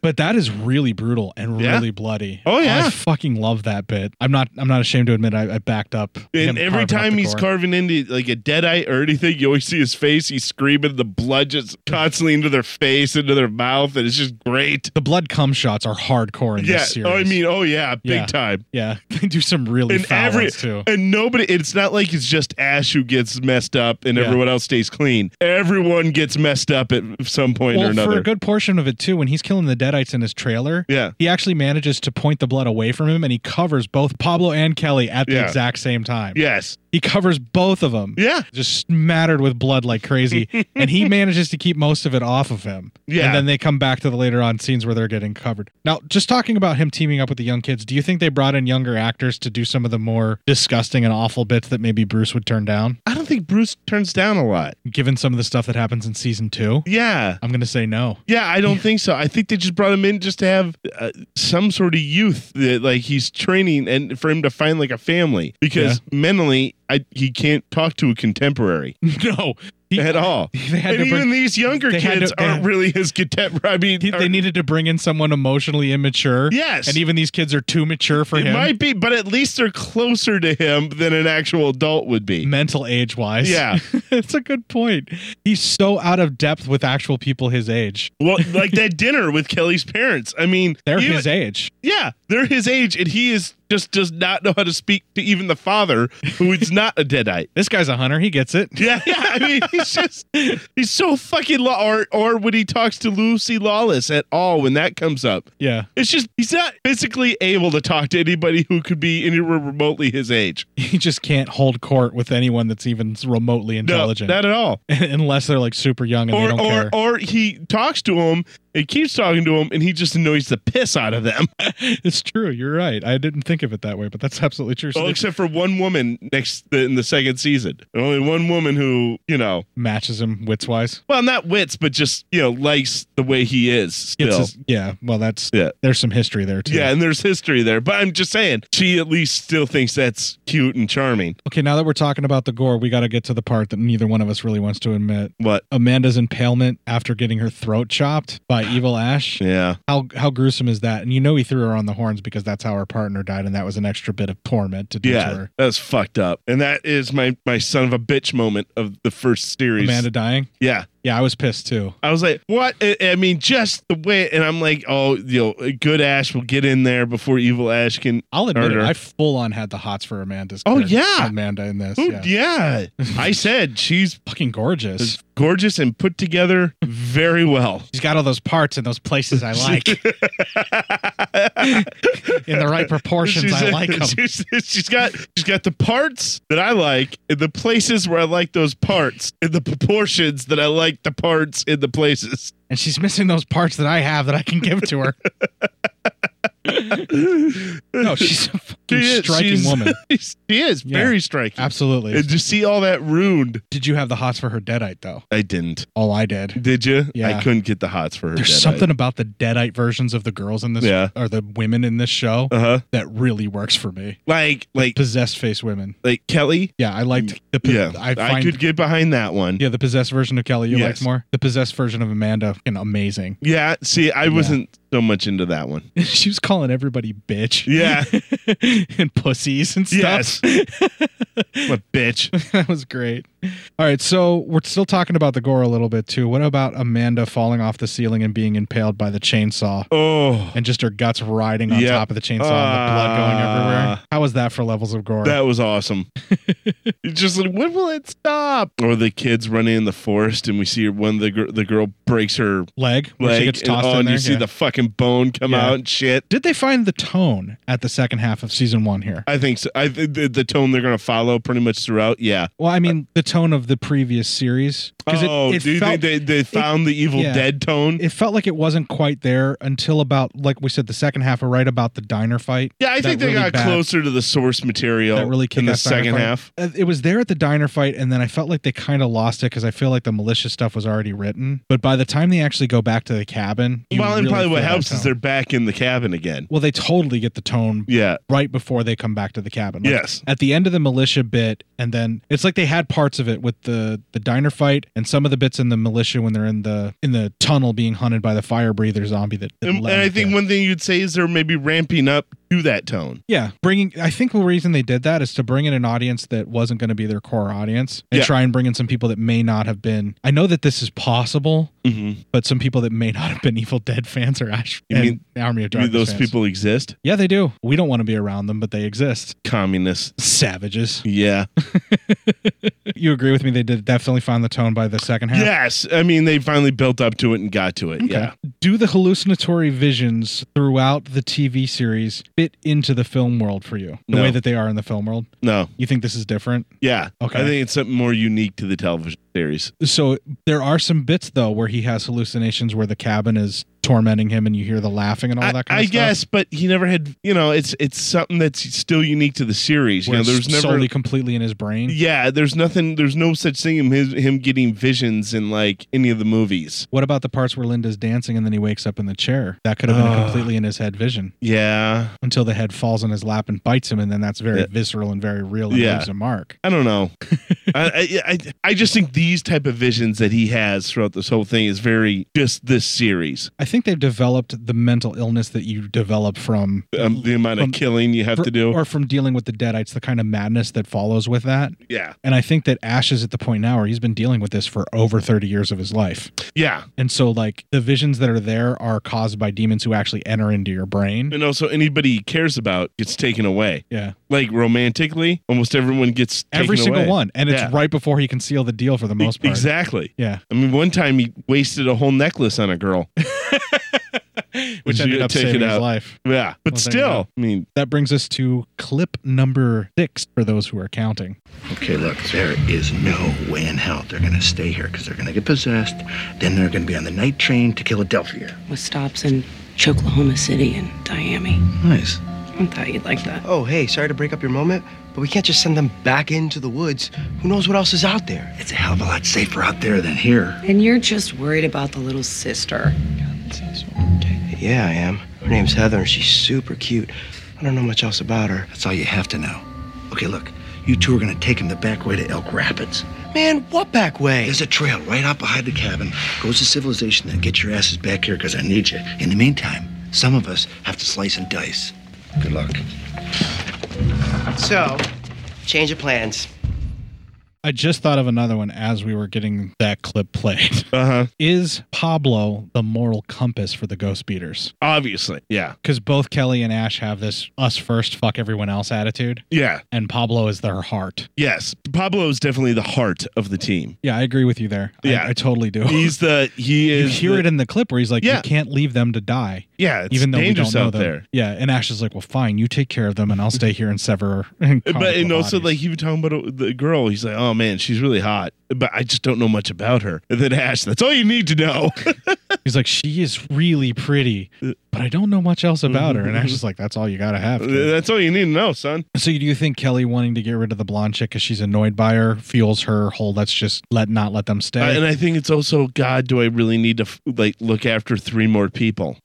[SPEAKER 5] but that is really brutal and
[SPEAKER 2] Yeah.
[SPEAKER 5] really bloody.
[SPEAKER 2] Oh, yeah.
[SPEAKER 5] I fucking love that bit. I'm not I'm not ashamed to admit I, I backed up. him
[SPEAKER 2] and every
[SPEAKER 5] carving up
[SPEAKER 2] time
[SPEAKER 5] the
[SPEAKER 2] he's
[SPEAKER 5] gore.
[SPEAKER 2] carving into like a deadite or anything, you always see his face. He's screaming the blood just constantly into their face, into their mouth, and it's just great.
[SPEAKER 5] the blood cum shots are hardcore in
[SPEAKER 2] Yeah.
[SPEAKER 5] this series.
[SPEAKER 2] Oh, I mean, oh yeah, big
[SPEAKER 5] Yeah.
[SPEAKER 2] time.
[SPEAKER 5] yeah, they do some really
[SPEAKER 2] And
[SPEAKER 5] foul
[SPEAKER 2] every
[SPEAKER 5] ones too.
[SPEAKER 2] and nobody. It's not like it's just Ash who gets messed up and
[SPEAKER 5] Yeah.
[SPEAKER 2] everyone else stays clean. Everyone gets messed up at some point or
[SPEAKER 5] Well,
[SPEAKER 2] another.
[SPEAKER 5] for a good portion of it too, when he's killing the deadites in his trailer,
[SPEAKER 2] Yeah.
[SPEAKER 5] he actually manages to point the blood away from him, and he covers both Pablo and Kelly at the
[SPEAKER 2] Yeah.
[SPEAKER 5] exact same time.
[SPEAKER 2] yes.
[SPEAKER 5] He covers both of them.
[SPEAKER 2] Yeah.
[SPEAKER 5] Just smattered with blood like crazy. and he manages to keep most of it off of him.
[SPEAKER 2] Yeah.
[SPEAKER 5] And then they come back to the later on scenes where they're getting covered. Now, just talking about him teaming up with the young kids, do you think they brought in younger actors to do some of the more disgusting and awful bits that maybe Bruce would turn down?
[SPEAKER 2] I don't think Bruce turns down a lot.
[SPEAKER 5] Given some of the stuff that happens in season two?
[SPEAKER 2] Yeah.
[SPEAKER 5] I'm going to say no.
[SPEAKER 2] Yeah, I don't think so. I think they just brought him in just to have uh, some sort of youth that like he's training and for him to find like a family because mentally I, he can't talk to a contemporary.
[SPEAKER 5] No.
[SPEAKER 2] at all.
[SPEAKER 5] had
[SPEAKER 2] and
[SPEAKER 5] to
[SPEAKER 2] even
[SPEAKER 5] bring-
[SPEAKER 2] these younger
[SPEAKER 5] they had
[SPEAKER 2] kids
[SPEAKER 5] to- they
[SPEAKER 2] aren't
[SPEAKER 5] had-
[SPEAKER 2] really his contemporary. I mean,
[SPEAKER 5] They needed to bring in someone emotionally immature.
[SPEAKER 2] Yes.
[SPEAKER 5] And even these kids are too mature for
[SPEAKER 2] it
[SPEAKER 5] him.
[SPEAKER 2] might be, but at least they're closer to him than an actual adult would be.
[SPEAKER 5] Mental age wise.
[SPEAKER 2] Yeah.
[SPEAKER 5] it's a good point. He's so out of depth with actual people his age.
[SPEAKER 2] Well, like that dinner with Kelly's parents. I mean,
[SPEAKER 5] They're
[SPEAKER 2] even-
[SPEAKER 5] his age.
[SPEAKER 2] Yeah, they're his age, and he is just does not know how to speak to even the father, who is not a deadite.
[SPEAKER 5] This guy's a hunter. He gets it.
[SPEAKER 2] Yeah, yeah. I mean, he's just he's so fucking law. Or, or when he talks to Lucy Lawless at all, when that comes up,
[SPEAKER 5] Yeah.
[SPEAKER 2] it's just he's not physically able to talk to anybody who could be anywhere remotely his age.
[SPEAKER 5] He just can't hold court with anyone that's even remotely intelligent.
[SPEAKER 2] not at all.
[SPEAKER 5] Unless they're like super young and they
[SPEAKER 2] Or
[SPEAKER 5] don't
[SPEAKER 2] or
[SPEAKER 5] care.
[SPEAKER 2] or he talks to him and keeps talking to him, and he just annoys the piss out of them.
[SPEAKER 5] it's true. You're right. I didn't think of it that way, but that's absolutely true. So
[SPEAKER 2] Well,
[SPEAKER 5] they-
[SPEAKER 2] except for one woman next in the second season. Only one woman who, you know,
[SPEAKER 5] matches him wits wise.
[SPEAKER 2] well, not wits, but just you know, likes the way he is.
[SPEAKER 5] Gets
[SPEAKER 2] Still,
[SPEAKER 5] his- yeah. Well, that's
[SPEAKER 2] Yeah.
[SPEAKER 5] There's some history there too.
[SPEAKER 2] yeah, and there's history there. But I'm just saying, she at least still thinks that's cute and charming.
[SPEAKER 5] Okay, now that we're talking about the gore, we got to get to the part that neither one of us really wants to admit.
[SPEAKER 2] What?
[SPEAKER 5] Amanda's impalement after getting her throat chopped by Evil Ash.
[SPEAKER 2] Yeah.
[SPEAKER 5] How how gruesome is that? And you know he threw her on the horns because that's how her partner died, and that was an extra bit of torment to do to
[SPEAKER 2] Yeah,
[SPEAKER 5] her.
[SPEAKER 2] that's fucked up. And that is my my son of a bitch moment of the first series.
[SPEAKER 5] Amanda dying.
[SPEAKER 2] Yeah.
[SPEAKER 5] Yeah, I was pissed too.
[SPEAKER 2] I was like, what? I I mean, just the way, and I'm like, oh, you know, good Ash will get in there before evil Ash can.
[SPEAKER 5] I'll admit
[SPEAKER 2] hurt
[SPEAKER 5] it,
[SPEAKER 2] her.
[SPEAKER 5] I full on had the hots for Amanda's.
[SPEAKER 2] Oh,
[SPEAKER 5] character-
[SPEAKER 2] yeah.
[SPEAKER 5] Amanda in this.
[SPEAKER 2] Who-
[SPEAKER 5] yeah.
[SPEAKER 2] yeah. I said she's
[SPEAKER 5] fucking gorgeous.
[SPEAKER 2] Gorgeous and put together very well.
[SPEAKER 5] She's got all those parts and those places I like in the right proportions. I
[SPEAKER 2] She's-
[SPEAKER 5] like them.
[SPEAKER 2] she's- she's got she's got the parts that I like in the places where I like those parts in the proportions that I like the parts in the places.
[SPEAKER 5] and she's missing those parts that I have that I can give to her. no, she's a fucking
[SPEAKER 2] She is-
[SPEAKER 5] striking
[SPEAKER 2] she's-
[SPEAKER 5] woman.
[SPEAKER 2] she is very striking.
[SPEAKER 5] Absolutely.
[SPEAKER 2] And to see all that ruined.
[SPEAKER 5] Did you have the hots for her deadite though?
[SPEAKER 2] I didn't.
[SPEAKER 5] Oh, I did.
[SPEAKER 2] Did you?
[SPEAKER 5] Yeah.
[SPEAKER 2] I couldn't get the hots for her.
[SPEAKER 5] There's
[SPEAKER 2] Deadite.
[SPEAKER 5] something about the deadite versions of the girls in this
[SPEAKER 2] Yeah.
[SPEAKER 5] or the women in this show
[SPEAKER 2] Uh-huh.
[SPEAKER 5] that really works for me.
[SPEAKER 2] like like
[SPEAKER 5] possessed face women.
[SPEAKER 2] Like Kelly?
[SPEAKER 5] Yeah, I liked the
[SPEAKER 2] yeah.
[SPEAKER 5] I
[SPEAKER 2] I,
[SPEAKER 5] find-
[SPEAKER 2] could get behind that one.
[SPEAKER 5] Yeah, the possessed version of Kelly you
[SPEAKER 2] Yes.
[SPEAKER 5] liked more. The possessed version of Amanda, and amazing.
[SPEAKER 2] Yeah, see, I wasn't so much into that one.
[SPEAKER 5] she was calling everybody bitch.
[SPEAKER 2] Yeah.
[SPEAKER 5] and pussies and
[SPEAKER 2] Yes.
[SPEAKER 5] stuff.
[SPEAKER 2] what bitch.
[SPEAKER 5] that was great. All right, so we're still talking about the gore a little bit too. What about Amanda falling off the ceiling and being impaled by the chainsaw?
[SPEAKER 2] Oh.
[SPEAKER 5] And just her guts riding on
[SPEAKER 2] Yep.
[SPEAKER 5] top of the chainsaw and the blood going everywhere.
[SPEAKER 2] Ah.
[SPEAKER 5] How was that for levels of gore?
[SPEAKER 2] That was awesome. It's just like, when will it stop? Or the kids running in the forest, and we see one of the gir- the girl breaks her
[SPEAKER 5] Leg, where
[SPEAKER 2] leg,
[SPEAKER 5] she gets
[SPEAKER 2] and,
[SPEAKER 5] tossed
[SPEAKER 2] oh,
[SPEAKER 5] in
[SPEAKER 2] and
[SPEAKER 5] there,
[SPEAKER 2] you see
[SPEAKER 5] yeah.
[SPEAKER 2] the fucking bone come
[SPEAKER 5] Yeah.
[SPEAKER 2] out and shit.
[SPEAKER 5] Did they find the tone at the second half of season one here?
[SPEAKER 2] I think so. I th- the, the tone they're gonna follow pretty much throughout. Yeah.
[SPEAKER 5] Well, I mean, the tone of the previous series. 'Cause it-
[SPEAKER 2] Oh,
[SPEAKER 5] it
[SPEAKER 2] do you
[SPEAKER 5] felt-
[SPEAKER 2] think they, they found the Evil
[SPEAKER 5] yeah.
[SPEAKER 2] Dead tone?
[SPEAKER 5] It felt like it wasn't quite there until about, like we said, the second half, or right about the diner fight.
[SPEAKER 2] Yeah, I
[SPEAKER 5] That
[SPEAKER 2] think they
[SPEAKER 5] really
[SPEAKER 2] got
[SPEAKER 5] bad-
[SPEAKER 2] closer to the source material
[SPEAKER 5] That really
[SPEAKER 2] in the
[SPEAKER 5] kick-ass diner
[SPEAKER 2] second
[SPEAKER 5] fight.
[SPEAKER 2] half.
[SPEAKER 5] Uh, It was there at the diner fight, and then I felt like they kind of lost it because I feel like the malicious stuff was already written. But by the time they actually go back to the cabin, you
[SPEAKER 2] Well, and
[SPEAKER 5] really
[SPEAKER 2] probably
[SPEAKER 5] feel
[SPEAKER 2] what
[SPEAKER 5] that
[SPEAKER 2] helps is
[SPEAKER 5] tone.
[SPEAKER 2] they're back in the cabin again.
[SPEAKER 5] well, they totally get the tone
[SPEAKER 2] Yeah.
[SPEAKER 5] right before they come back to the cabin. Like,
[SPEAKER 2] Yes.
[SPEAKER 5] At the end of the militia bit, and then it's like they had parts of it with the the diner fight and some of the bits in the militia when they're in the in the tunnel being hunted by the fire breather zombie that, that
[SPEAKER 2] And, and
[SPEAKER 5] led
[SPEAKER 2] I think one thing you'd say is they're maybe ramping up to that tone.
[SPEAKER 5] Yeah, bringing. I think the reason they did that is to bring in an audience that wasn't going to be their core audience, and
[SPEAKER 2] Yeah.
[SPEAKER 5] try and bring in some people that may not have been. I know that this is possible, but some people that may not have been Evil Dead fans or Ash
[SPEAKER 2] Mm-hmm. You
[SPEAKER 5] and
[SPEAKER 2] mean-
[SPEAKER 5] Army of
[SPEAKER 2] Do
[SPEAKER 5] Darkness.
[SPEAKER 2] those
[SPEAKER 5] fans.
[SPEAKER 2] people exist?
[SPEAKER 5] Yeah, they do. We don't want to be around them, but they exist.
[SPEAKER 2] Communists.
[SPEAKER 5] Savages.
[SPEAKER 2] Yeah.
[SPEAKER 5] You agree with me? They did definitely find the tone by the second half.
[SPEAKER 2] Yes. I mean, they finally built up to it and got to it.
[SPEAKER 5] Okay.
[SPEAKER 2] Yeah.
[SPEAKER 5] Do the hallucinatory visions throughout the TV series fit into the film world for you? The
[SPEAKER 2] No.
[SPEAKER 5] way that they are in the film world?
[SPEAKER 2] No.
[SPEAKER 5] You think this is different?
[SPEAKER 2] Yeah.
[SPEAKER 5] Okay.
[SPEAKER 2] I think it's something more unique to the television theories.
[SPEAKER 5] So there are some bits though where he has hallucinations where the cabin is tormenting him and you hear the laughing and all that kind
[SPEAKER 2] I
[SPEAKER 5] of stuff.
[SPEAKER 2] guess, but he never had. You know, it's it's something that's still unique to the series. You
[SPEAKER 5] Where
[SPEAKER 2] know, there was
[SPEAKER 5] it's
[SPEAKER 2] never
[SPEAKER 5] solely completely in his brain.
[SPEAKER 2] Yeah, there's nothing. There's no such thing in his, him getting visions in like any of the movies.
[SPEAKER 5] What about the parts where Linda's dancing and then he wakes up in the chair? That could have been
[SPEAKER 2] Ugh.
[SPEAKER 5] completely in his head vision
[SPEAKER 2] Yeah,
[SPEAKER 5] until the head falls on his lap and bites him, and then that's very
[SPEAKER 2] Yeah.
[SPEAKER 5] visceral and very real and
[SPEAKER 2] Yeah.
[SPEAKER 5] leaves a mark.
[SPEAKER 2] I don't know. I, I I I just think these type of visions that he has throughout this whole thing is very just this series.
[SPEAKER 5] I think they've developed the mental illness that you develop from
[SPEAKER 2] Um, the amount
[SPEAKER 5] From-
[SPEAKER 2] of killing you have
[SPEAKER 5] fr-
[SPEAKER 2] to do.
[SPEAKER 5] or from dealing with the deadites, the kind of madness that follows with that.
[SPEAKER 2] yeah,
[SPEAKER 5] And I think that Ash is at the point now where he's been dealing with this for over 30 years of his life.
[SPEAKER 2] yeah.
[SPEAKER 5] And so, like, the visions that are there are caused by demons who actually enter into your brain.
[SPEAKER 2] And also, anybody he cares about gets taken away.
[SPEAKER 5] Yeah.
[SPEAKER 2] Like romantically, almost everyone gets taken
[SPEAKER 5] Every single
[SPEAKER 2] away.
[SPEAKER 5] one. And it's
[SPEAKER 2] Yeah. E,
[SPEAKER 5] right before he can seal the deal for the most part.
[SPEAKER 2] Exactly.
[SPEAKER 5] Yeah.
[SPEAKER 2] I mean, one time he wasted a whole necklace on a girl,
[SPEAKER 5] Which ended up saving his life.
[SPEAKER 2] Yeah,
[SPEAKER 5] Well, there
[SPEAKER 2] but
[SPEAKER 5] you
[SPEAKER 2] still,
[SPEAKER 5] go.
[SPEAKER 2] I mean,
[SPEAKER 5] That brings us to clip number six for those who are counting.
[SPEAKER 16] Okay, look, there is no way in hell they're gonna stay here because they're gonna get possessed. Then they're gonna be on the night train to Philadelphia.
[SPEAKER 10] with stops in Oklahoma City and Miami.
[SPEAKER 16] Nice.
[SPEAKER 10] I thought you'd like that.
[SPEAKER 13] Oh, hey, sorry to break up your moment, but we can't just send them back into the woods. Who knows what else is out there?
[SPEAKER 16] It's a hell of a lot safer out there than here.
[SPEAKER 10] And you're just worried about the little sister.
[SPEAKER 13] Yeah, I am. Her name's Heather, and she's super cute. I don't know much else about her.
[SPEAKER 16] That's all you have to know. Okay, look, you two are gonna take him the back way to Elk Rapids.
[SPEAKER 13] Man, what back way?
[SPEAKER 16] There's a trail right out behind the cabin. Goes to civilization, then get your asses back here because I need you. In the meantime, some of us have to slice and dice. Good luck.
[SPEAKER 13] So, change of plans.
[SPEAKER 5] I just thought of another one as we were getting that clip played.
[SPEAKER 2] Uh huh.
[SPEAKER 5] Is Pablo the moral compass for the Ghost Beaters?
[SPEAKER 2] obviously, yeah,
[SPEAKER 5] Because both Kelly and Ash have this us first, fuck everyone else attitude.
[SPEAKER 2] yeah,
[SPEAKER 5] And Pablo is their heart.
[SPEAKER 2] yes. Pablo is definitely the heart of the team.
[SPEAKER 5] Yeah, I agree with you there. I-
[SPEAKER 2] Yeah.
[SPEAKER 5] I, totally do.
[SPEAKER 2] He's the he
[SPEAKER 5] you
[SPEAKER 2] is.
[SPEAKER 5] hear
[SPEAKER 2] the-
[SPEAKER 5] it in the clip where he's like,
[SPEAKER 2] Yeah.
[SPEAKER 5] "You can't leave them to die."
[SPEAKER 2] Yeah, it's
[SPEAKER 5] even though we
[SPEAKER 2] dangerous
[SPEAKER 5] don't know
[SPEAKER 2] out
[SPEAKER 5] them.
[SPEAKER 2] there.
[SPEAKER 5] Yeah, and Ash is like, "Well, fine, you take care of them, and I'll stay here and sever." And
[SPEAKER 2] but and also like he was talking about the girl. He's like, oh man, she's really hot, but I just don't know much about her. And then Ash, that's all you need to know.
[SPEAKER 5] he's like, "She is really pretty, but I don't know much else about her." And Ash is like, "That's all you gotta have." kid."
[SPEAKER 2] that's all you need to know, son.
[SPEAKER 5] So do you think Kelly wanting to get rid of the blonde chick because she's annoyed by her fuels her whole "let's just let not let them stay"?
[SPEAKER 2] Uh, and I think it's also God. Do I really need to f- like look after three more people?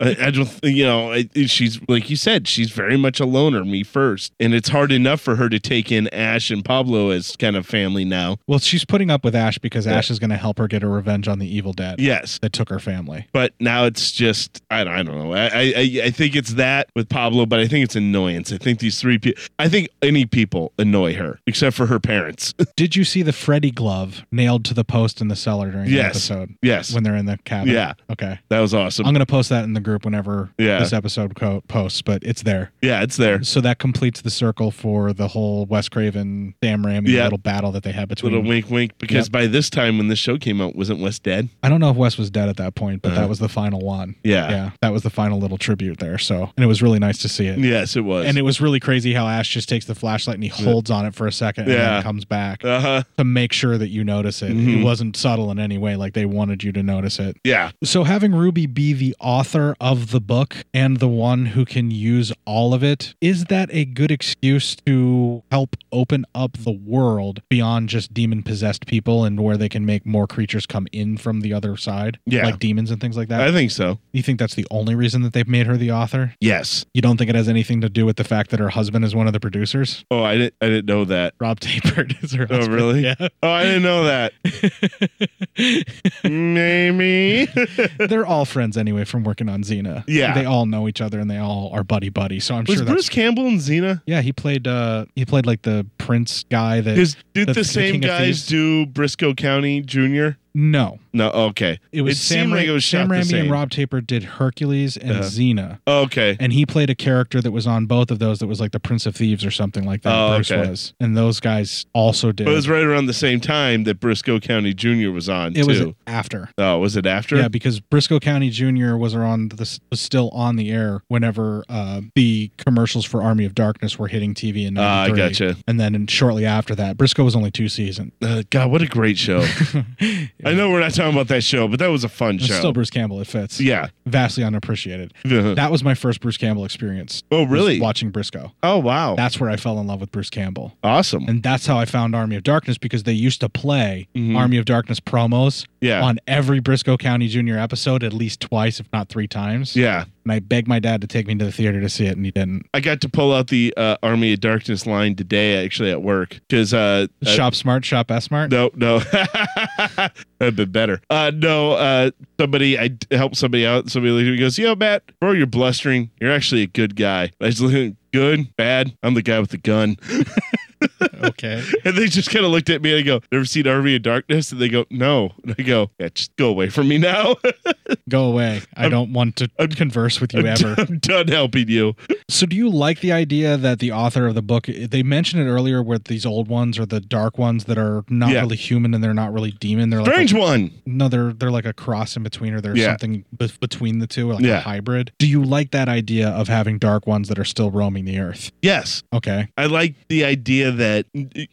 [SPEAKER 2] I, I don't. th- You know, I, she's like you said. She's very much a loner. Me first, and it's hard enough for her to take in Ash and Pablo as kind of family now.
[SPEAKER 5] well, she's putting up with Ash because
[SPEAKER 2] Yeah.
[SPEAKER 5] Ash is going to help her get her revenge on the evil dead.
[SPEAKER 2] Yes.
[SPEAKER 5] that took her family.
[SPEAKER 2] But now it's just I don't, I don't know. I, I I- I think it's that with Pablo, but I think it's annoyance. I think these three people. I think any people annoy her except for her parents.
[SPEAKER 5] Did you see the Freddy glove nailed to the post in the cellar during the
[SPEAKER 2] Yes.
[SPEAKER 5] episode?
[SPEAKER 2] Yes.
[SPEAKER 5] When they're in the cabin.
[SPEAKER 2] Yeah.
[SPEAKER 5] Okay.
[SPEAKER 2] that was awesome.
[SPEAKER 5] I'm going to post that in the group whenever
[SPEAKER 2] Yeah.
[SPEAKER 5] this episode co- posts, but it's there.
[SPEAKER 2] yeah, it's there.
[SPEAKER 5] So that completes the circle for the whole Wes Craven, Sam Raimi
[SPEAKER 2] Yeah.
[SPEAKER 5] little battle that they had between.
[SPEAKER 2] Little wink, wink. Because
[SPEAKER 5] Yep.
[SPEAKER 2] by this time, when this show came out, wasn't West dead?
[SPEAKER 5] I don't know if Wes was dead at that point, but
[SPEAKER 2] Uh-huh.
[SPEAKER 5] that was the final one.
[SPEAKER 2] Yeah.
[SPEAKER 5] Yeah. That was the final little tribute there. So, and it was really nice to see it.
[SPEAKER 2] Yes, it was.
[SPEAKER 5] And it was really crazy how Ash just takes the flashlight and he
[SPEAKER 2] Yeah.
[SPEAKER 5] holds on it for a second and
[SPEAKER 2] Yeah.
[SPEAKER 5] then comes back
[SPEAKER 2] Uh-huh.
[SPEAKER 5] to make sure that you notice it.
[SPEAKER 2] Mhm.
[SPEAKER 5] It wasn't subtle in any way, like they wanted you to notice it.
[SPEAKER 2] Yeah.
[SPEAKER 5] So having Ruby be the author of the book and the one who can use all of it, is that a good excuse to help open up the world beyond just demon possessed people and where they can make more creatures come in from the other side?
[SPEAKER 2] Yeah.
[SPEAKER 5] Like demons and things like that?
[SPEAKER 2] I think so.
[SPEAKER 5] You think that's the only reason that they've made her the author?
[SPEAKER 2] Yes.
[SPEAKER 5] You don't think it has anything to do with the fact that her husband is one of the producers?
[SPEAKER 2] Oh, I didn't. I didn't know that.
[SPEAKER 5] Rob Tapert is her
[SPEAKER 2] Oh,
[SPEAKER 5] husband.
[SPEAKER 2] really?
[SPEAKER 5] Yeah.
[SPEAKER 2] Oh, I didn't know that. Maybe.
[SPEAKER 5] They're all friends anyway from working on Xena.
[SPEAKER 2] Yeah.
[SPEAKER 5] They all know each other and they all are buddy buddy. So I'm
[SPEAKER 2] was
[SPEAKER 5] sure
[SPEAKER 2] Bruce
[SPEAKER 5] that's
[SPEAKER 2] Campbell in Xena?
[SPEAKER 5] Yeah, he played uh he played like the prince guy that
[SPEAKER 2] Is did the,
[SPEAKER 5] that's
[SPEAKER 2] same
[SPEAKER 5] King of
[SPEAKER 2] guys
[SPEAKER 5] Thieves.
[SPEAKER 2] do Briscoe County Junior?
[SPEAKER 5] No.
[SPEAKER 2] No, okay.
[SPEAKER 5] It was Sam,
[SPEAKER 2] seemed
[SPEAKER 5] Ra-
[SPEAKER 2] like it was
[SPEAKER 5] Sam
[SPEAKER 2] shot the
[SPEAKER 5] Raimi and
[SPEAKER 2] same.
[SPEAKER 5] Rob Taper did Hercules and
[SPEAKER 2] Uh-huh.
[SPEAKER 5] Xena.
[SPEAKER 2] Okay.
[SPEAKER 5] And he played a character that was on both of those that was like the Prince of Thieves or something like that.
[SPEAKER 2] Oh,
[SPEAKER 5] Bruce
[SPEAKER 2] okay.
[SPEAKER 5] was. And those guys also did.
[SPEAKER 2] But it was right around the same time that Briscoe County Jr. was on
[SPEAKER 5] It
[SPEAKER 2] too.
[SPEAKER 5] was after.
[SPEAKER 2] Oh, was it after?
[SPEAKER 5] Yeah, because Briscoe County Jr. was on this was still on the air whenever uh, the commercials for Army of Darkness were hitting TV in
[SPEAKER 2] Ah, I
[SPEAKER 5] 93.
[SPEAKER 2] gotcha.
[SPEAKER 5] And then in- shortly after that, Briscoe was only two seasons.
[SPEAKER 2] Uh, God, what a great show! I know we're not talking about that show, but that was a fun
[SPEAKER 5] It's
[SPEAKER 2] show.
[SPEAKER 5] still Bruce Campbell. It fits.
[SPEAKER 2] Yeah.
[SPEAKER 5] Vastly unappreciated.
[SPEAKER 2] Uh-huh.
[SPEAKER 5] That was my first Bruce Campbell experience.
[SPEAKER 2] Oh,
[SPEAKER 5] was
[SPEAKER 2] really?
[SPEAKER 5] Watching Briscoe.
[SPEAKER 2] Oh, wow.
[SPEAKER 5] That's where I fell in love with Bruce Campbell.
[SPEAKER 2] Awesome.
[SPEAKER 5] And that's how I found Army of Darkness because they used to play
[SPEAKER 2] Mhm.
[SPEAKER 5] Army of Darkness promos
[SPEAKER 2] Yeah.
[SPEAKER 5] on every Briscoe County Jr. episode at least twice, if not three times.
[SPEAKER 2] Yeah.
[SPEAKER 5] And I begged my dad to take me to the theater to see it, and he didn't.
[SPEAKER 2] I got to pull out the uh, Army of Darkness line today, actually at work, because uh, uh,
[SPEAKER 5] Shop smart, shop S smart.
[SPEAKER 2] No, no, that'd been better. Uh, no, uh, somebody I d- helped somebody out. Somebody looked at me and goes, "Yo, Matt, bro, you're blustering. You're actually a good guy." I was looking good, bad. I'm the guy with the gun.
[SPEAKER 5] okay.
[SPEAKER 2] And they just kind of looked at me and I go, "Never seen Army of Darkness?" And they go, "No." And I go, "Yeah, just go away from me now.
[SPEAKER 5] Go away. I don't want to converse with you
[SPEAKER 2] I'm
[SPEAKER 5] ever.
[SPEAKER 2] done- I'm done helping you."
[SPEAKER 5] So, do you like the idea that the author of the book they mentioned it earlier where these old ones or the dark ones that are not
[SPEAKER 2] Yeah.
[SPEAKER 5] really human and they're not really demon? They're
[SPEAKER 2] Strange
[SPEAKER 5] like a-
[SPEAKER 2] one.
[SPEAKER 5] No, they're they're like a cross in between, or there's
[SPEAKER 2] Yeah.
[SPEAKER 5] something be- between the two, like
[SPEAKER 2] Yeah.
[SPEAKER 5] a hybrid. Do you like that idea of having dark ones that are still roaming the earth?
[SPEAKER 2] Yes.
[SPEAKER 5] Okay.
[SPEAKER 2] I like the idea that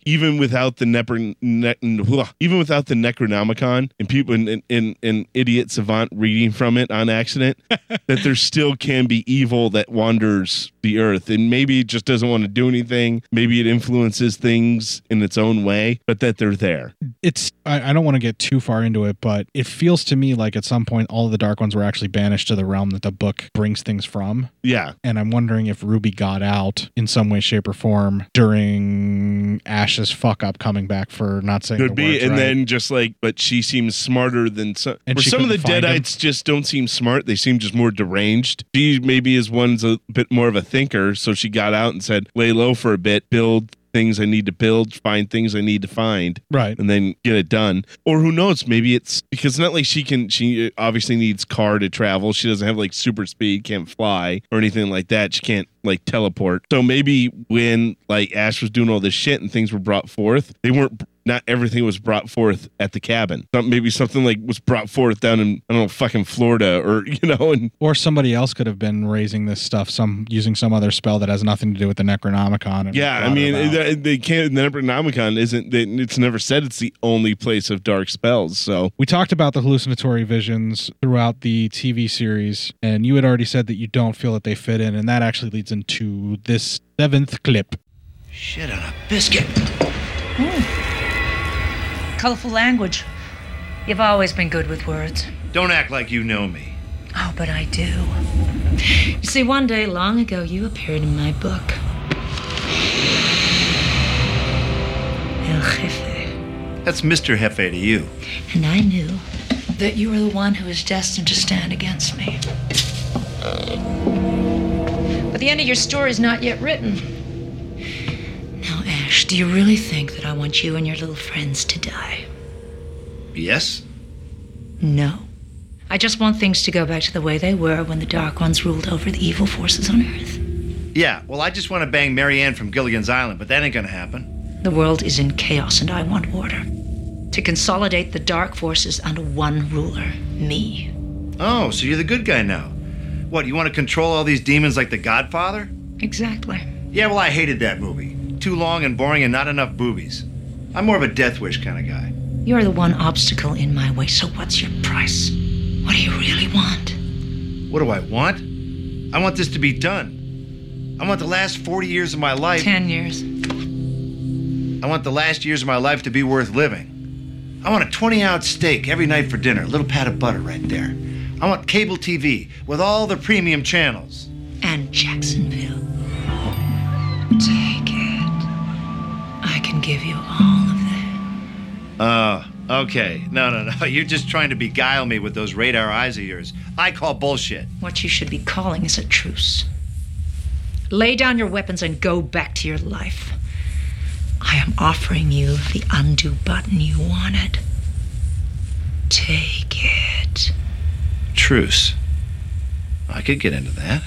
[SPEAKER 2] even without the Nepr- ne- even without the Necronomicon and people and and- and and idiot savant reading from it on accident, that there still can be evil that wanders the earth and maybe it just doesn't want to do anything. Maybe it influences things in its own way, but that they're there.
[SPEAKER 5] It's I, I don't want to get too far into it, but it feels to me like at some point all the dark ones were actually banished to the realm that the book brings things from.
[SPEAKER 2] Yeah.
[SPEAKER 5] And I'm wondering if Ruby got out in some way, shape, or form during Ash's fuck up coming back for not saying
[SPEAKER 2] Could
[SPEAKER 5] the
[SPEAKER 2] be,
[SPEAKER 5] words
[SPEAKER 2] and
[SPEAKER 5] right.
[SPEAKER 2] then just like, but she seems smarter than some.
[SPEAKER 5] And
[SPEAKER 2] where
[SPEAKER 5] she
[SPEAKER 2] some of the
[SPEAKER 5] couldn't find him?
[SPEAKER 2] deadites just don't seem smart; they seem just more deranged. She maybe is one's a bit more of a thinker, so she got out and said, "Lay low for a bit, build things I need to build, find things I need to find,
[SPEAKER 5] Right.
[SPEAKER 2] and then get it done." Or who knows? Maybe it's because it's not like she can. She obviously needs car to travel. She doesn't have like super speed, can't fly or anything like that. She can't like teleport. So maybe when like Ash was doing all this shit and things were brought forth, they weren't not everything was brought forth at the cabin. Some, maybe something like was brought forth down in I don't know fucking Florida or you know and
[SPEAKER 5] or somebody else could have been raising this stuff, some using some other spell that has nothing to do with the Necronomicon. and
[SPEAKER 2] yeah. I
[SPEAKER 5] brought it
[SPEAKER 2] mean
[SPEAKER 5] about.
[SPEAKER 2] they, they can't. The Necronomicon isn't. They, it's never said it's the only place of dark spells. So
[SPEAKER 5] we talked about the hallucinatory visions throughout the TV series, and you had already said that you don't feel that they fit in, and that actually leads into this seventh clip.
[SPEAKER 16] Shit on a biscuit.
[SPEAKER 17] Hmm. Colorful language. You've always been good with words.
[SPEAKER 12] Don't act like you know me.
[SPEAKER 17] Oh, but I do. You see, one day long ago, you appeared in my book. El Jefe.
[SPEAKER 12] That's Mr. Hefe to you.
[SPEAKER 17] And I knew that you were the one who was destined to stand against me. But the end of your story is not yet written. Now, Ash, do you really think that I want you and your little friends to die?
[SPEAKER 16] Yes?
[SPEAKER 17] No. I just want things to go back to the way they were when the Dark Ones ruled over the evil forces on Earth.
[SPEAKER 12] Yeah, well, I just want to bang Mary Ann from Gilligan's Island, but that ain't gonna happen.
[SPEAKER 17] The world is in chaos, and I want order. To consolidate the dark forces under one ruler, me.
[SPEAKER 12] Oh, so you're the good guy now. What, you want to control all these demons like the Godfather?
[SPEAKER 17] Exactly.
[SPEAKER 12] Yeah, well, I hated that movie. Too long and boring and not enough boobies. I'm more of a Death Wish kind of guy.
[SPEAKER 17] You're the one obstacle in my way, so what's your price? What do you really want?
[SPEAKER 12] What do I want? I want this to be done. I want the last 40 years of my life.
[SPEAKER 17] 10 years.
[SPEAKER 12] I want the last years of my life to be worth living. I want a 20 ounce steak every night for dinner, a little pat of butter right there. I want cable TV with all the premium channels.
[SPEAKER 17] And Jacksonville. Take it. I can give you all of that.
[SPEAKER 12] Uh, okay. No, no, no. You're just trying to beguile me with those radar eyes of yours. I call bullshit.
[SPEAKER 17] What you should be calling is a truce. Lay down your weapons and go back to your life. I am offering you the undo button you wanted. Take it.
[SPEAKER 12] Truce. I could get into that.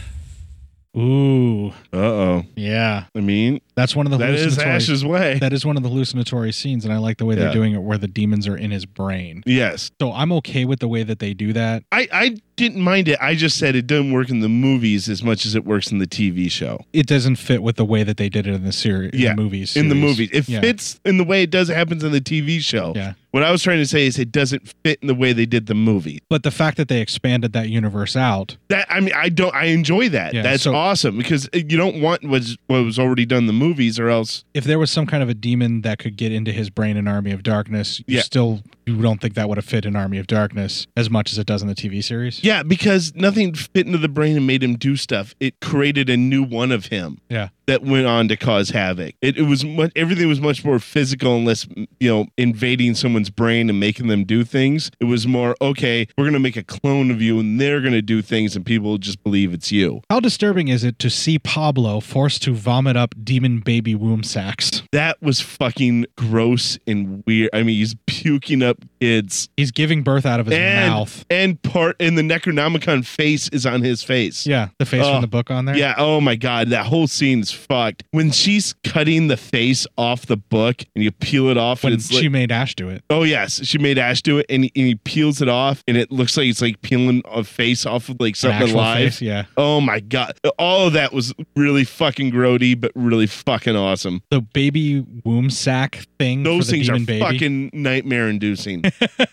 [SPEAKER 5] Ooh.
[SPEAKER 2] Uh oh.
[SPEAKER 5] Yeah.
[SPEAKER 2] I mean,
[SPEAKER 5] That's one of the
[SPEAKER 2] That is
[SPEAKER 5] hallucinatory-
[SPEAKER 2] Ash's way.
[SPEAKER 5] That is one of the hallucinatory scenes, and I like the way
[SPEAKER 2] Yeah.
[SPEAKER 5] they're doing it, where the demons are in his brain.
[SPEAKER 2] yes.
[SPEAKER 5] So I'm okay with the way that they do that.
[SPEAKER 2] I, I didn't mind it. I just said it doesn't work in the movies as much as it works in the TV show.
[SPEAKER 5] It doesn't fit with the way that they did it in the series,
[SPEAKER 2] Yeah,
[SPEAKER 5] in the movies,
[SPEAKER 2] In the movies. It fits in the way it does happens in the TV show.
[SPEAKER 5] Yeah.
[SPEAKER 2] What I was trying to say is it doesn't fit in the way they did the movie.
[SPEAKER 5] But the fact that they expanded that universe out,
[SPEAKER 2] That I mean, I don't. I enjoy that.
[SPEAKER 5] Yeah,
[SPEAKER 2] That's
[SPEAKER 5] so-
[SPEAKER 2] awesome because uh, you don't want what's, what was already done in the movies, or else
[SPEAKER 5] if there was some kind of a demon that could get into his brain in Army of Darkness, you
[SPEAKER 2] Yeah.
[SPEAKER 5] still you don't think that would have fit in Army of Darkness as much as it does in the TV series.
[SPEAKER 2] Yeah, because nothing fit into the brain and made him do stuff. It created a new one of him.
[SPEAKER 5] Yeah.
[SPEAKER 2] That went on to cause havoc. It, it was much, everything was much more physical and less, m- you know, invading someone's brain and making them do things. It was more, okay, we're going to make a clone of you and they're going to do things and people will just believe it's you.
[SPEAKER 5] How disturbing is it to see Pablo forced to vomit up demon baby womb sacks?
[SPEAKER 2] That was fucking gross and weird. I mean, he's puking up kids.
[SPEAKER 5] He's giving birth out of his
[SPEAKER 2] and,
[SPEAKER 5] mouth.
[SPEAKER 2] And part and the Necronomicon face is on his face.
[SPEAKER 5] Yeah, the face
[SPEAKER 2] Oh.
[SPEAKER 5] from the book on there.
[SPEAKER 2] Yeah. Oh my God, that whole scene's fucked. When she's cutting the face off the book and you peel it off,
[SPEAKER 5] when
[SPEAKER 2] and it's
[SPEAKER 5] she
[SPEAKER 2] like-
[SPEAKER 5] made Ash do it.
[SPEAKER 2] Oh yes, she made Ash do it, and he, and he peels it off, and it looks like it's like peeling a face off of like something
[SPEAKER 5] actual
[SPEAKER 2] alive.
[SPEAKER 5] face, yeah.
[SPEAKER 2] Oh my god, all of that was really fucking grody, but really fucking awesome.
[SPEAKER 5] The baby womb sack thing.
[SPEAKER 2] Those
[SPEAKER 5] for the
[SPEAKER 2] things are
[SPEAKER 5] demon baby.
[SPEAKER 2] fucking nightmare-inducing.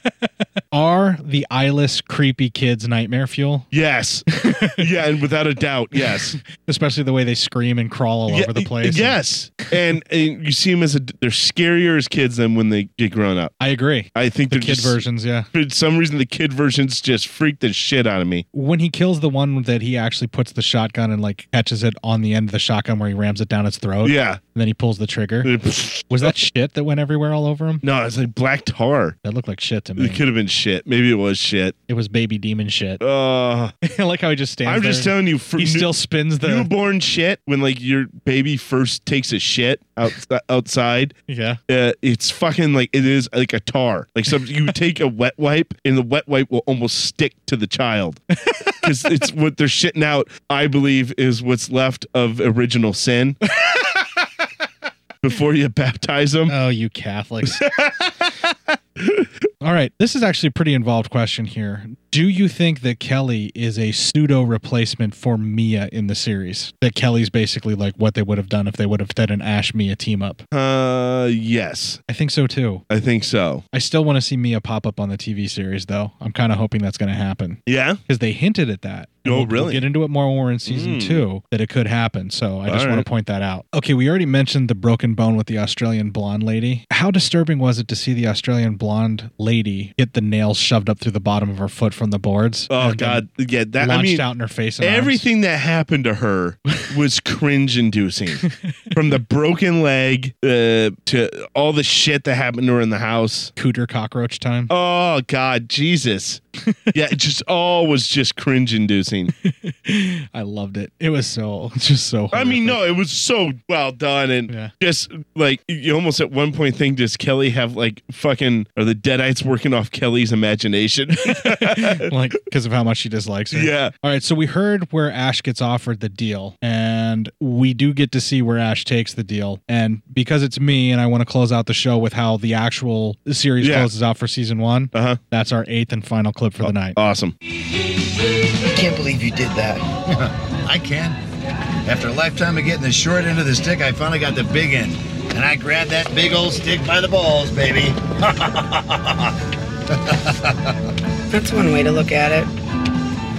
[SPEAKER 5] are the eyeless, creepy kids nightmare fuel.
[SPEAKER 2] yes, yeah, and without a doubt, yes.
[SPEAKER 5] Especially the way they scream and crawl all
[SPEAKER 2] Yeah,
[SPEAKER 5] over the place.
[SPEAKER 2] Yes, and, and you see them as a, they're scarier as kids than when they get grown up.
[SPEAKER 5] I agree.
[SPEAKER 2] I think
[SPEAKER 5] The
[SPEAKER 2] they're
[SPEAKER 5] kid
[SPEAKER 2] just-
[SPEAKER 5] versions, yeah.
[SPEAKER 2] For some reason, the kid versions just freaked the shit out of me.
[SPEAKER 5] When he kills the one that he actually puts the shotgun and like catches it on the end of the shotgun where he rams it down its throat.
[SPEAKER 2] Yeah.
[SPEAKER 5] And then he pulls the trigger. Was that shit that went everywhere all over him?
[SPEAKER 2] No, it's like black tar.
[SPEAKER 5] That looked like shit to me.
[SPEAKER 2] It could have been shit. Maybe it was shit.
[SPEAKER 5] It was baby demon shit.
[SPEAKER 2] Uh,
[SPEAKER 5] I like how he just stands
[SPEAKER 2] I'm just
[SPEAKER 5] there
[SPEAKER 2] telling
[SPEAKER 5] and
[SPEAKER 2] you, for
[SPEAKER 5] he still spins the-
[SPEAKER 2] newborn shit when like your baby first takes a shit outside. outside
[SPEAKER 5] Yeah.
[SPEAKER 2] uh, it's fucking like it is like a tar. Like some you take a wet wipe and the wet wipe will almost stick to the child because it's what they're shitting out. I believe is what's left of original sin. Before you baptize them.
[SPEAKER 5] Oh, you Catholics. All right. This is actually a pretty involved question here. Do you think that Kelly is a pseudo replacement for Mia in the series? That Kelly's basically like what they would have done if they would have done an Ash Mia team up.
[SPEAKER 2] Uh, yes.
[SPEAKER 5] I think so too.
[SPEAKER 2] I think so.
[SPEAKER 5] I still want to see Mia pop up on the TV series though. I'm kind of hoping that's going to happen.
[SPEAKER 2] Yeah.
[SPEAKER 5] Because they hinted at that. And
[SPEAKER 2] Oh,
[SPEAKER 5] we'll- we'll
[SPEAKER 2] really?
[SPEAKER 5] get into it more when we're in season
[SPEAKER 2] Mm.
[SPEAKER 5] two that it could happen. So I just
[SPEAKER 2] All
[SPEAKER 5] want
[SPEAKER 2] right.
[SPEAKER 5] to point that out. Okay, we already mentioned the broken bone with the Australian blonde lady. How disturbing was it to see the Australian blonde lady get the nails shoved up through the bottom of her foot from the boards?
[SPEAKER 2] Oh
[SPEAKER 5] and then
[SPEAKER 2] God, yeah. That I
[SPEAKER 5] launched
[SPEAKER 2] mean,
[SPEAKER 5] out in her face. And arms?
[SPEAKER 2] everything that happened to her was cringe-inducing, from the broken leg uh, to all the shit that happened to her in the house.
[SPEAKER 5] Cooter cockroach time.
[SPEAKER 2] Oh God, Jesus! yeah, it just all was just cringe-inducing.
[SPEAKER 5] I loved it. It was so just so.
[SPEAKER 2] I mean, no, it was so well done, and just like you almost at one point think, does Kelly have like fucking are the Deadites working off Kelly's imagination?
[SPEAKER 5] like because of how much she dislikes her.
[SPEAKER 2] Yeah.
[SPEAKER 5] All right. So we heard where Ash gets offered the deal, and we do get to see where Ash takes the deal. And because it's me, and I want to close out the show with how the actual series
[SPEAKER 2] Yeah.
[SPEAKER 5] closes out for season one.
[SPEAKER 2] Uh huh.
[SPEAKER 5] That's our eighth and final clip for the night.
[SPEAKER 2] Awesome.
[SPEAKER 16] I can't believe you did that. I can. After a lifetime of getting the short end of the stick, I finally got the big end. And I grabbed that big old stick by the balls, baby.
[SPEAKER 10] That's one way to look at it.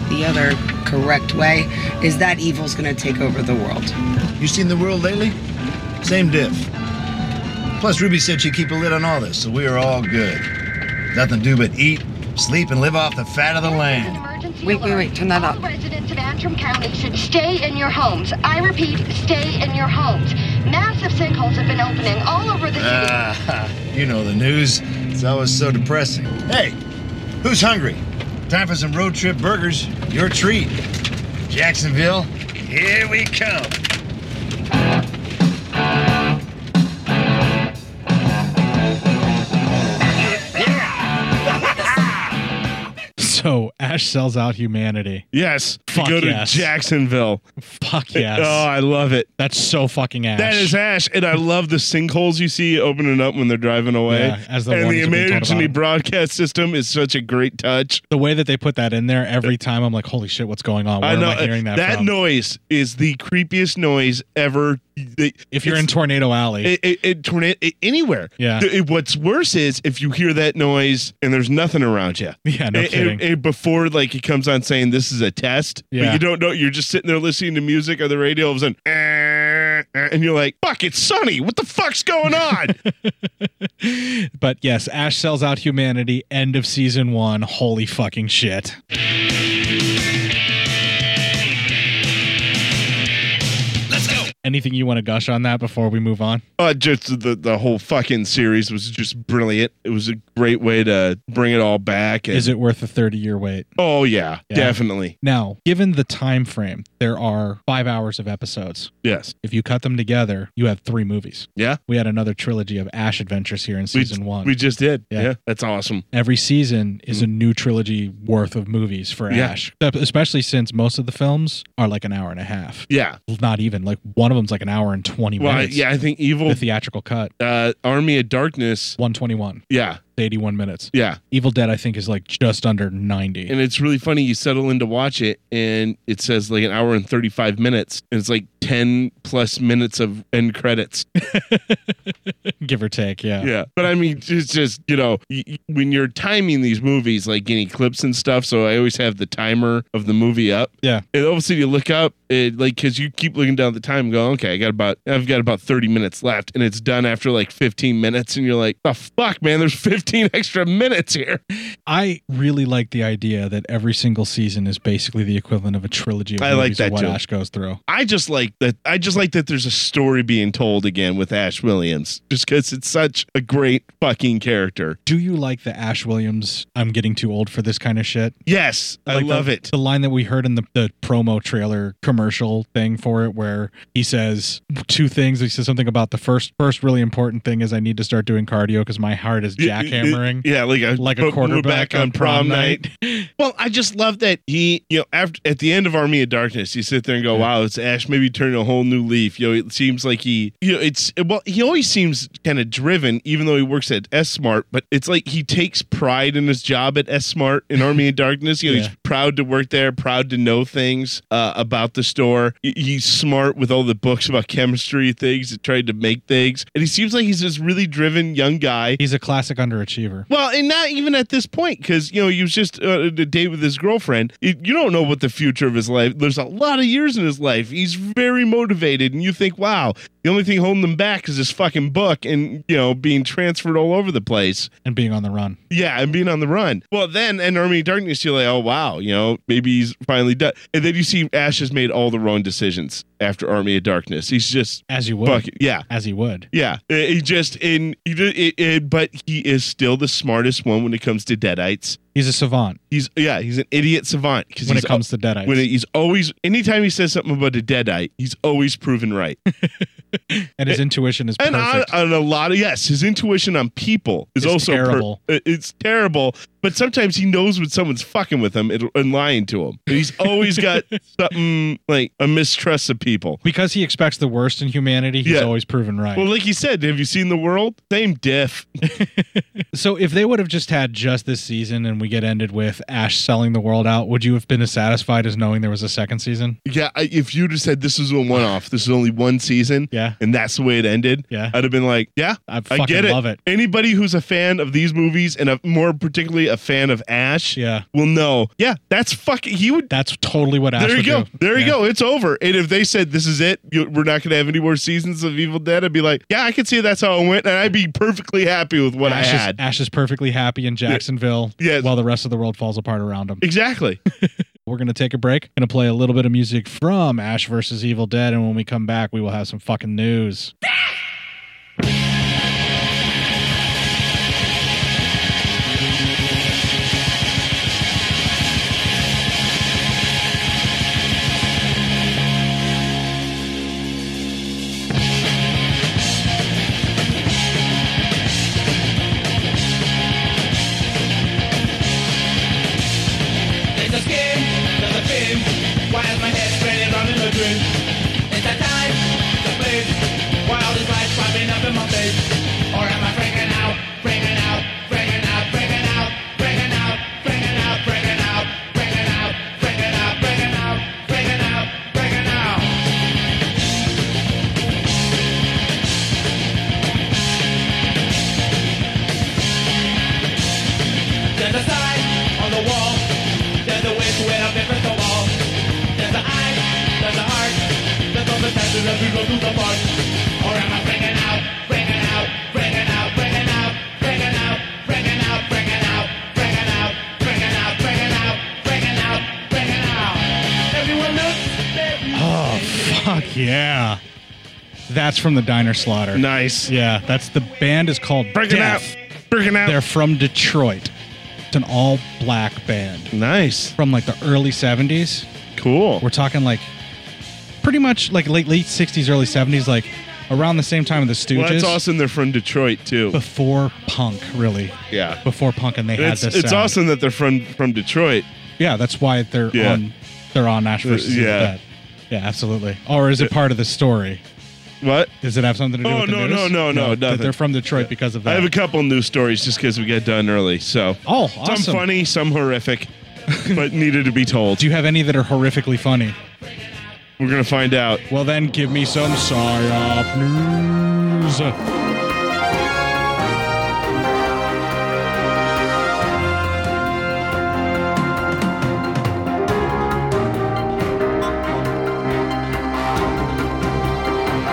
[SPEAKER 10] The other correct way is that evil's gonna take over the world.
[SPEAKER 16] You seen the world lately? Same diff. Plus, Ruby said she'd keep a lid on all this, so we are all good. Nothing to do but eat, sleep, and live off the fat of the land.
[SPEAKER 10] Wait, wait, wait, turn that up.
[SPEAKER 18] Residents of Antrim County should stay in your homes. I repeat, stay in your homes. Massive sinkholes have been opening all over the city.
[SPEAKER 16] Ah, you know the news. It's always so depressing. Hey, who's hungry? Time for some road trip burgers. Your treat. Jacksonville, here we come.
[SPEAKER 5] So Ash sells out humanity.
[SPEAKER 2] Yes. to
[SPEAKER 5] Fuck
[SPEAKER 2] go to
[SPEAKER 5] yes.
[SPEAKER 2] Jacksonville.
[SPEAKER 5] Fuck yes.
[SPEAKER 2] Oh, I love it.
[SPEAKER 5] That's so fucking Ash.
[SPEAKER 2] That is Ash, and I love the sinkholes you see opening up when they're driving away.
[SPEAKER 5] Yeah, as the
[SPEAKER 2] and the
[SPEAKER 5] warnings are being told
[SPEAKER 2] emergency
[SPEAKER 5] about.
[SPEAKER 2] broadcast system is such a great touch.
[SPEAKER 5] the way that they put that in there every time. I'm like, holy shit, what's going on? Oh, Where
[SPEAKER 2] I know
[SPEAKER 5] am I hearing that,
[SPEAKER 2] that
[SPEAKER 5] from?
[SPEAKER 2] noise is the creepiest noise ever.
[SPEAKER 5] if you're in Tornado Alley,
[SPEAKER 2] it, it, it, tornado it, anywhere.
[SPEAKER 5] Yeah.
[SPEAKER 2] Th- it- what's worse is if you hear that noise and there's nothing around you.
[SPEAKER 5] Yeah, no
[SPEAKER 2] It- it-
[SPEAKER 5] kidding.
[SPEAKER 2] it- before like it comes on saying this is a test, but
[SPEAKER 5] Yeah.
[SPEAKER 2] you don't know. You're just sitting there listening to music or the radio, all of a sudden, "Eh, eh," and you're like, "Fuck, it's sunny. What the fuck's going on?"
[SPEAKER 5] but yes, Ash sells out humanity. End of season one. Holy fucking shit.
[SPEAKER 9] Let's go.
[SPEAKER 5] Anything you want to gush on that before we move on?
[SPEAKER 2] Uh, just the the whole fucking series was just brilliant. It was a great way to bring it all back. and-
[SPEAKER 5] Is it worth a 30 year wait?
[SPEAKER 2] Oh yeah,
[SPEAKER 5] Yeah.
[SPEAKER 2] definitely.
[SPEAKER 5] Now, given the time frame, there are five hours of episodes.
[SPEAKER 2] Yes.
[SPEAKER 5] If you cut them together, you have three movies.
[SPEAKER 2] Yeah.
[SPEAKER 5] We had another trilogy of Ash Adventures here in season one.
[SPEAKER 2] We just did.
[SPEAKER 5] Yeah.
[SPEAKER 2] Yeah, that's awesome.
[SPEAKER 5] Every season is a new trilogy worth of movies for
[SPEAKER 2] Mm. Yeah.
[SPEAKER 5] Ash, especially since most of the films are like an hour and a half.
[SPEAKER 2] Yeah.
[SPEAKER 5] Not even like one of them's like an hour and 20
[SPEAKER 2] Well, I-
[SPEAKER 5] minutes.
[SPEAKER 2] yeah, I think Evil
[SPEAKER 5] the theatrical cut.
[SPEAKER 2] Uh, Army of Darkness.
[SPEAKER 5] 121.
[SPEAKER 2] Yeah.
[SPEAKER 5] 81 minutes.
[SPEAKER 2] Yeah.
[SPEAKER 5] Evil Dead, I think, is like just under 90.
[SPEAKER 2] And it's really funny. You settle in to watch it, and it says like an hour and thirty five minutes, and it's like ten plus minutes of end credits.
[SPEAKER 5] give or take. Yeah.
[SPEAKER 2] Yeah, but I mean, it's just you know y- y- when you're timing these movies, like any clips and stuff. So I always have the timer of the movie up.
[SPEAKER 5] Yeah.
[SPEAKER 2] and obviously you look up, it, like because you keep looking down at the time, and go, okay, I got about, I've got about thirty minutes left, and it's done after like fifteen minutes, and you're like, oh fuck, man, there's fifteen extra minutes here.
[SPEAKER 5] I really like the idea that every single season is basically the equivalent of a trilogy of
[SPEAKER 2] I like
[SPEAKER 5] movies of
[SPEAKER 2] that
[SPEAKER 5] what
[SPEAKER 2] too.
[SPEAKER 5] Ash goes through.
[SPEAKER 2] I just like that. I just like that there's a story being told again with Ash Williams, just because it's such a great fucking character.
[SPEAKER 5] Do you like the Ash Williams? I'm getting too old for this kind of shit.
[SPEAKER 2] Yes, I
[SPEAKER 5] Like the-
[SPEAKER 2] love it.
[SPEAKER 5] The line that we heard in the, the promo trailer commercial thing for it, where he says two things. He says something about the first first really important thing is I need to start doing cardio because my heart is jackhammering.
[SPEAKER 2] Yeah, like a,
[SPEAKER 5] like a
[SPEAKER 2] but we're
[SPEAKER 5] quarterback
[SPEAKER 2] back
[SPEAKER 5] on prom night.
[SPEAKER 2] well, I just love that he, you know, after at the end of Army of Darkness, you sit there and go, "Wow, it's Ash. Maybe turning a whole new leaf." You know, it seems like he, you know, it's well, he always seems kind of driven, even though he works at S Smart. But it's like he takes pride in his job at S Smart in Army of Darkness. You know,
[SPEAKER 5] Yeah.
[SPEAKER 2] he's proud to work there, proud to know things uh, about the store. He- He's smart with all the books about chemistry things, that tried to make things, and he seems like he's this really driven young guy.
[SPEAKER 5] He's a classic underachiever.
[SPEAKER 2] Well, and not even at this point, because you know he was just uh, on a date with his girlfriend. You you don't know what the future of his life. There's a lot of years in his life. He's very motivated, and you think, wow, the only thing holding him back is this fucking book, and you know being transferred all over the place.
[SPEAKER 5] and being on the run.
[SPEAKER 2] Yeah, and being on the run. Well, then in Army of Darkness, you're like, oh wow, you know, maybe he's finally done. And then you see Ash has made all the wrong decisions after Army of Darkness. He's just
[SPEAKER 5] As you would.
[SPEAKER 2] Fuck it, yeah.
[SPEAKER 5] As he would.
[SPEAKER 2] yeah, eh, he just in he did- it, it, but he is still the smartest one when it comes to deadites.
[SPEAKER 5] He's a savant.
[SPEAKER 2] He's yeah, he's an idiot savant 'cause
[SPEAKER 5] When
[SPEAKER 2] he's
[SPEAKER 5] it comes
[SPEAKER 2] al-
[SPEAKER 5] to deadites.
[SPEAKER 2] When he's always anytime he says something about a deadite, he's always proven right.
[SPEAKER 5] And his intuition is
[SPEAKER 2] and
[SPEAKER 5] perfect.
[SPEAKER 2] on, on a lot of yes, his intuition on people is
[SPEAKER 5] It's
[SPEAKER 2] also per-
[SPEAKER 5] terrible.
[SPEAKER 2] eh, it's terrible, but sometimes he knows when someone's fucking with him and, and lying to him. And he's always got something like a mistrust of people.
[SPEAKER 5] because he expects the worst in humanity, he's
[SPEAKER 2] Yeah.
[SPEAKER 5] always proven right.
[SPEAKER 2] Well, like you said, have you seen the world? Same diff.
[SPEAKER 5] so if they would have just had just this season and we get ended with Ash selling the world out, would you have been as satisfied as knowing there was a second season?
[SPEAKER 2] Yeah, I, if you'd have said this is a one-off, this is only one season,
[SPEAKER 5] yeah,
[SPEAKER 2] and that's the way it ended,
[SPEAKER 5] yeah,
[SPEAKER 2] I'd have been like, yeah,
[SPEAKER 5] I,
[SPEAKER 2] I
[SPEAKER 5] fucking
[SPEAKER 2] get it.
[SPEAKER 5] love it.
[SPEAKER 2] Anybody who's a fan of these movies and a, more particularly a fan of Ash,
[SPEAKER 5] yeah,
[SPEAKER 2] will know. Yeah, that's fucking. He would.
[SPEAKER 5] That's totally what Ash
[SPEAKER 2] There you
[SPEAKER 5] would
[SPEAKER 2] go.
[SPEAKER 5] do.
[SPEAKER 2] There you
[SPEAKER 5] Yeah.
[SPEAKER 2] go. It's over. And if they said this is it, you, we're not going to have any more seasons of Evil Dead, I'd be like, yeah, I can see that's how it went, and I'd be perfectly happy with what
[SPEAKER 5] Ash,
[SPEAKER 2] I
[SPEAKER 5] is,
[SPEAKER 2] had.
[SPEAKER 5] Ash is perfectly happy in Jacksonville while the rest of the world falls apart around him.
[SPEAKER 2] Exactly.
[SPEAKER 5] We're going to take a break. Going to play a little bit of music from Ash versus Evil Dead. And when we come back, we will have some fucking news.
[SPEAKER 9] to the board? Or am I bringing out, bringing out, bringing out, bringing out, bringing out, bringing out, bringing out, bringing out, bringing out, bringing out, bringing out, bringing out? Everyone look, everyone
[SPEAKER 5] Oh, fuck yeah. That's from the Diner Slaughter.
[SPEAKER 2] Nice.
[SPEAKER 5] Yeah, that's the band is called
[SPEAKER 2] Breaking
[SPEAKER 5] Death.
[SPEAKER 2] Out. Breaking Out.
[SPEAKER 5] They're from Detroit. It's an all black band.
[SPEAKER 2] Nice.
[SPEAKER 5] From like the early 70s.
[SPEAKER 2] Cool.
[SPEAKER 5] We're talking like pretty much like late late 60s early 70s like around the same time of the Stooges.
[SPEAKER 2] Well, that's awesome. They're from Detroit too.
[SPEAKER 5] Before punk, really.
[SPEAKER 2] Yeah.
[SPEAKER 5] Before punk and they
[SPEAKER 2] It's,
[SPEAKER 5] had this
[SPEAKER 2] it's
[SPEAKER 5] sound.
[SPEAKER 2] awesome that they're from from Detroit.
[SPEAKER 5] Yeah, that's why they're
[SPEAKER 2] Yeah.
[SPEAKER 5] on they're on Ash versus
[SPEAKER 2] Yeah.
[SPEAKER 5] Evil Dead. Yeah, absolutely. Or is it part of the story?
[SPEAKER 2] What?
[SPEAKER 5] Does it have something to do
[SPEAKER 2] Oh
[SPEAKER 5] with the
[SPEAKER 2] no,
[SPEAKER 5] news?
[SPEAKER 2] no no no
[SPEAKER 5] that
[SPEAKER 2] no!
[SPEAKER 5] They're from Detroit because of that.
[SPEAKER 2] I have a couple news stories just because we got done early. So
[SPEAKER 5] oh,
[SPEAKER 2] some
[SPEAKER 5] awesome.
[SPEAKER 2] funny, some horrific, but needed to be told. Do
[SPEAKER 5] you have any that are horrifically funny?
[SPEAKER 2] We're gonna find out.
[SPEAKER 5] Well, then give me some psyop news.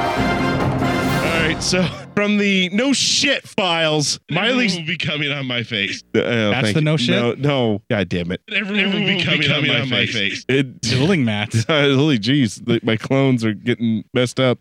[SPEAKER 2] All right, so from the no shit files, Miley's
[SPEAKER 3] Everyone will be coming on my face.
[SPEAKER 2] Uh, uh,
[SPEAKER 3] That's
[SPEAKER 2] thank
[SPEAKER 3] the
[SPEAKER 2] you.
[SPEAKER 3] no shit?
[SPEAKER 2] No, no, god damn it!
[SPEAKER 3] Everyone, will be coming, on, my face.
[SPEAKER 2] It,
[SPEAKER 5] Dueling mats.
[SPEAKER 2] Holy jeez, the- my clones are getting messed up.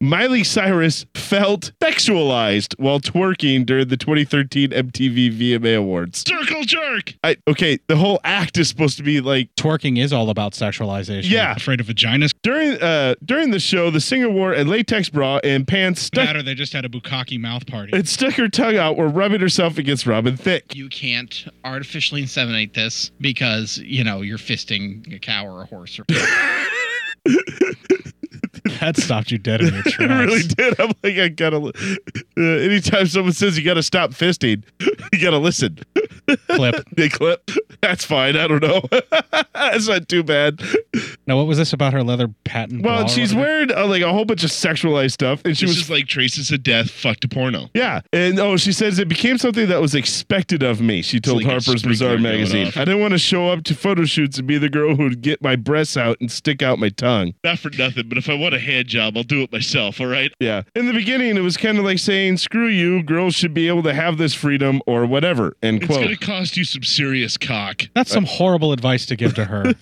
[SPEAKER 2] Miley Cyrus felt sexualized while twerking during the 2013 MTV VMA Awards.
[SPEAKER 3] Circle jerk.
[SPEAKER 2] I, okay, the whole act is supposed to be like
[SPEAKER 5] twerking is all about sexualization.
[SPEAKER 2] Yeah,
[SPEAKER 5] afraid of vaginas.
[SPEAKER 2] During uh during the show, the singer wore a latex bra and pants stuck.
[SPEAKER 4] Matter, they just had a bukkake mouth party.
[SPEAKER 2] It stuck her tongue out while rubbing herself against Robin Thicke.
[SPEAKER 15] You can't artificially inseminate this because, you know, you're fisting a cow or a horse. Or
[SPEAKER 5] That stopped you dead in your
[SPEAKER 2] It
[SPEAKER 5] tracks.
[SPEAKER 2] really did. I'm like, I gotta. li- Uh, anytime someone says you gotta stop fisting, you gotta listen.
[SPEAKER 5] Clip.
[SPEAKER 2] they clip. That's fine. I don't know. That's not too bad.
[SPEAKER 5] Now, what was this about her leather patent?
[SPEAKER 2] Well,
[SPEAKER 5] bra or
[SPEAKER 2] she's
[SPEAKER 5] whatever?
[SPEAKER 2] wearing uh, like a whole bunch of sexualized stuff, and she
[SPEAKER 3] This
[SPEAKER 2] was
[SPEAKER 3] is like traces of death fucked a porno.
[SPEAKER 2] Yeah, and oh, she says it became something that was expected of me. She told
[SPEAKER 3] like a
[SPEAKER 2] Harper's
[SPEAKER 3] sprinkler
[SPEAKER 2] Bazaar
[SPEAKER 3] going
[SPEAKER 2] magazine,
[SPEAKER 3] off.
[SPEAKER 2] "I didn't want to show up to photo shoots and be the girl who would get my breasts out and stick out my tongue."
[SPEAKER 3] Not for nothing, but if I want a hand job, I'll do it myself. All right.
[SPEAKER 2] Yeah, in the beginning, it was kind of like saying, "Screw you, girls should be able to have this freedom or whatever." End
[SPEAKER 3] It's
[SPEAKER 2] quote. Uh,
[SPEAKER 3] gonna cost you some serious cock.
[SPEAKER 5] That's some horrible advice to give to her.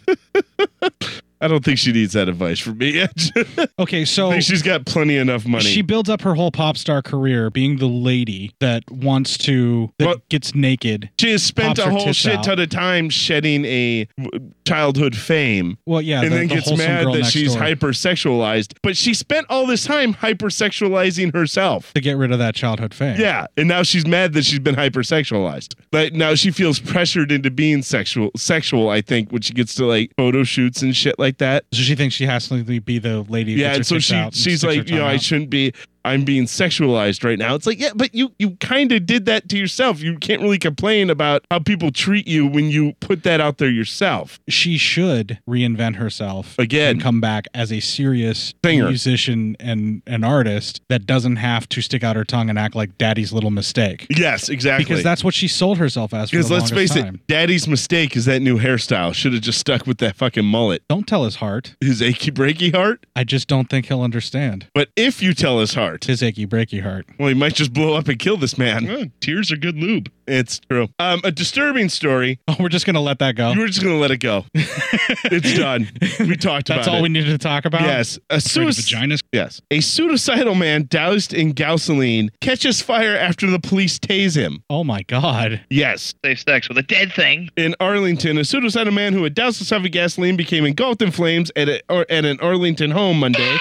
[SPEAKER 2] I don't think she needs that advice from me.
[SPEAKER 5] okay, so
[SPEAKER 2] I think she's got plenty enough money.
[SPEAKER 5] She builds up her whole pop star career being the lady that wants to that gets naked.
[SPEAKER 2] She has spent
[SPEAKER 5] pops
[SPEAKER 2] a
[SPEAKER 5] her
[SPEAKER 2] whole
[SPEAKER 5] tits
[SPEAKER 2] shit
[SPEAKER 5] out.
[SPEAKER 2] ton of time shedding a w- childhood fame.
[SPEAKER 5] Well, yeah,
[SPEAKER 2] and
[SPEAKER 5] the-
[SPEAKER 2] then
[SPEAKER 5] the
[SPEAKER 2] gets
[SPEAKER 5] wholesome
[SPEAKER 2] mad
[SPEAKER 5] girl
[SPEAKER 2] that
[SPEAKER 5] next
[SPEAKER 2] she's
[SPEAKER 5] door.
[SPEAKER 2] hypersexualized. But she spent all this time hypersexualizing herself.
[SPEAKER 5] to get rid of that childhood fame.
[SPEAKER 2] Yeah, and now she's mad that she's been hypersexualized. Like now she feels pressured into being sexual. Sexual, I think, when she gets to like photo shoots and shit like that.
[SPEAKER 5] So she thinks she has to be the lady. who
[SPEAKER 2] yeah,
[SPEAKER 5] gets her
[SPEAKER 2] and
[SPEAKER 5] tits
[SPEAKER 2] so she
[SPEAKER 5] out and
[SPEAKER 2] she's
[SPEAKER 5] sticks her
[SPEAKER 2] like, you know,
[SPEAKER 5] tongue
[SPEAKER 2] I
[SPEAKER 5] out.
[SPEAKER 2] shouldn't be. I'm being sexualized right now. It's like, yeah, but you you kind of did that to yourself. You can't really complain about how people treat you when you put that out there yourself.
[SPEAKER 5] she should reinvent herself
[SPEAKER 2] Again.
[SPEAKER 5] and come back as a serious
[SPEAKER 2] Singer.
[SPEAKER 5] musician and an artist that doesn't have to stick out her tongue and act like daddy's little mistake.
[SPEAKER 2] Yes, exactly.
[SPEAKER 5] Because that's what she sold herself as for
[SPEAKER 2] Because
[SPEAKER 5] the
[SPEAKER 2] let's face
[SPEAKER 5] longest time.
[SPEAKER 2] it, Daddy's mistake is that new hairstyle. Should have just stuck with that fucking mullet.
[SPEAKER 5] Don't tell his heart.
[SPEAKER 2] His achy breaky heart.
[SPEAKER 5] I just don't think he'll understand.
[SPEAKER 2] But if you tell his heart,
[SPEAKER 5] his achy breaky heart.
[SPEAKER 2] Well, he might just blow up and kill this man.
[SPEAKER 3] tears are good lube.
[SPEAKER 2] It's true. Um, a disturbing story.
[SPEAKER 5] Oh, we're just gonna let that go.
[SPEAKER 2] You were just gonna let it go. it's done. We talked about
[SPEAKER 5] That's all
[SPEAKER 2] it.
[SPEAKER 5] we needed to talk about.
[SPEAKER 2] Yes, a suicide. Yes, a suicidal man doused in gasoline catches fire after the police tase him.
[SPEAKER 5] Oh my god.
[SPEAKER 2] Yes.
[SPEAKER 19] Safe sex with a dead thing.
[SPEAKER 2] In Arlington, a suicidal man who had doused himself in gasoline became engulfed in flames at, a, or, at an Arlington home Monday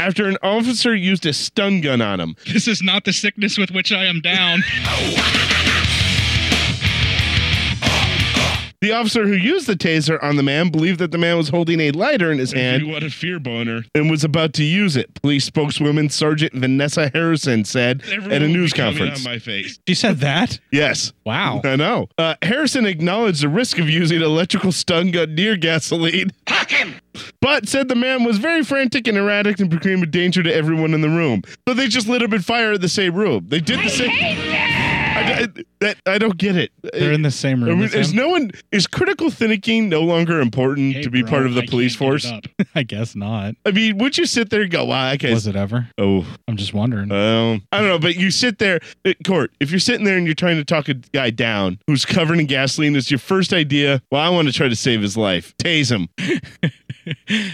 [SPEAKER 2] after an officer used a stun gun on him.
[SPEAKER 4] This is not the sickness with which I am down.
[SPEAKER 2] The officer who used the taser on the man believed that the man was holding a lighter in his hand.
[SPEAKER 3] You want a fear boner?
[SPEAKER 2] and was about to use it. Police spokeswoman Sergeant Vanessa Harrison said
[SPEAKER 3] Everyone
[SPEAKER 2] at a
[SPEAKER 3] will be
[SPEAKER 2] news
[SPEAKER 3] coming
[SPEAKER 2] conference.
[SPEAKER 3] on my face.
[SPEAKER 5] She said that?
[SPEAKER 2] Yes.
[SPEAKER 5] Wow.
[SPEAKER 2] I know. Uh, Harrison acknowledged the risk of using electrical stun gun near gasoline. But said the man was very frantic and erratic and became a danger to everyone in the room. So they just lit him in fire in the same room. They did the same. I- I- That I don't get it.
[SPEAKER 5] They're in the same
[SPEAKER 2] I
[SPEAKER 5] room.
[SPEAKER 2] mean,
[SPEAKER 5] as
[SPEAKER 2] is
[SPEAKER 5] him.
[SPEAKER 2] no one is critical thinking no longer important
[SPEAKER 5] Hey,
[SPEAKER 2] to be
[SPEAKER 5] bro,
[SPEAKER 2] part of the
[SPEAKER 5] I
[SPEAKER 2] police
[SPEAKER 5] can't
[SPEAKER 2] force?
[SPEAKER 5] give it up. I guess not.
[SPEAKER 2] I mean, would you sit there and go, "Why?" Okay,
[SPEAKER 5] Was it ever?
[SPEAKER 2] Oh,
[SPEAKER 5] I'm just wondering.
[SPEAKER 2] Um, I don't know, but you sit there at court. If you're sitting there and you're trying to talk a guy down who's covered in gasoline, it's your first idea. Well, I want to try to save his life. Tase him.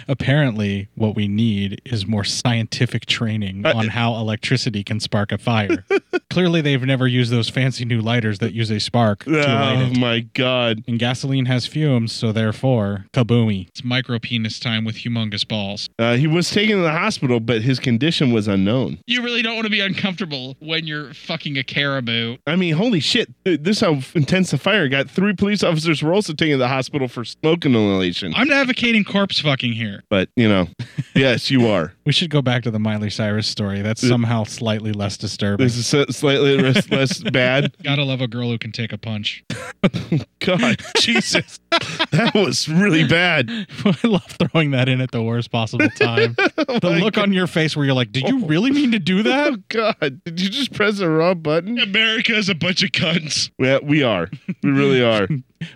[SPEAKER 5] Apparently, what we need is more scientific training
[SPEAKER 2] Uh,
[SPEAKER 5] on how electricity can spark a fire. Clearly, they've never used those fancy new lighters that use a spark. to light
[SPEAKER 2] Oh
[SPEAKER 5] it.
[SPEAKER 2] my god!
[SPEAKER 5] And gasoline has fumes, so therefore, kaboomy.
[SPEAKER 4] It's micro penis time with humongous balls.
[SPEAKER 2] Uh, he was taken to the hospital, but his condition was unknown.
[SPEAKER 15] You really don't want to be uncomfortable when you're fucking a caribou.
[SPEAKER 2] I mean, holy shit! Th- This is how intense the fire got. Three police officers were also taken to the hospital for smoke inhalation.
[SPEAKER 4] I'm advocating corpse fucking here.
[SPEAKER 2] But you know, yes, you are.
[SPEAKER 5] We should go back to the Miley Cyrus story. That's
[SPEAKER 2] Uh,
[SPEAKER 5] somehow slightly less disturbing.
[SPEAKER 2] This is s- slightly less, less bad.
[SPEAKER 4] Gotta love a girl who can take a punch.
[SPEAKER 2] God, Jesus, that was really bad.
[SPEAKER 5] I love throwing that in at the worst possible time. the look on your face where you're like, "Did you really mean to do that?"
[SPEAKER 2] Oh. God, did you just press the wrong button?
[SPEAKER 3] America's a bunch of cunts.
[SPEAKER 2] Yeah, we are. We really are.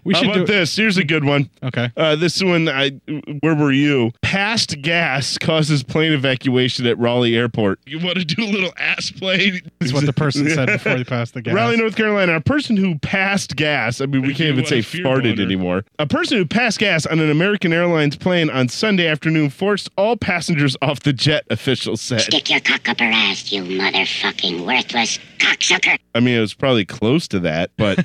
[SPEAKER 3] We
[SPEAKER 2] How
[SPEAKER 3] should
[SPEAKER 2] about
[SPEAKER 3] do-
[SPEAKER 2] this? Here's a good one.
[SPEAKER 5] Okay.
[SPEAKER 2] Uh, this one, I where were you? Past gas causes plane evacuation at Raleigh Airport.
[SPEAKER 3] You want to do a little ass play?
[SPEAKER 5] That's what the person said before he passed the gas.
[SPEAKER 2] Raleigh, North Carolina. A person who passed gas. I mean, we can't even
[SPEAKER 3] what
[SPEAKER 2] say
[SPEAKER 3] a fear
[SPEAKER 2] farted
[SPEAKER 3] boner.
[SPEAKER 2] anymore. A person who passed gas on an American Airlines plane on Sunday afternoon forced all passengers off the jet. Officials said.
[SPEAKER 19] Stick your cock up her ass, you motherfucking worthless cocksucker.
[SPEAKER 2] I mean, it was probably close to that, but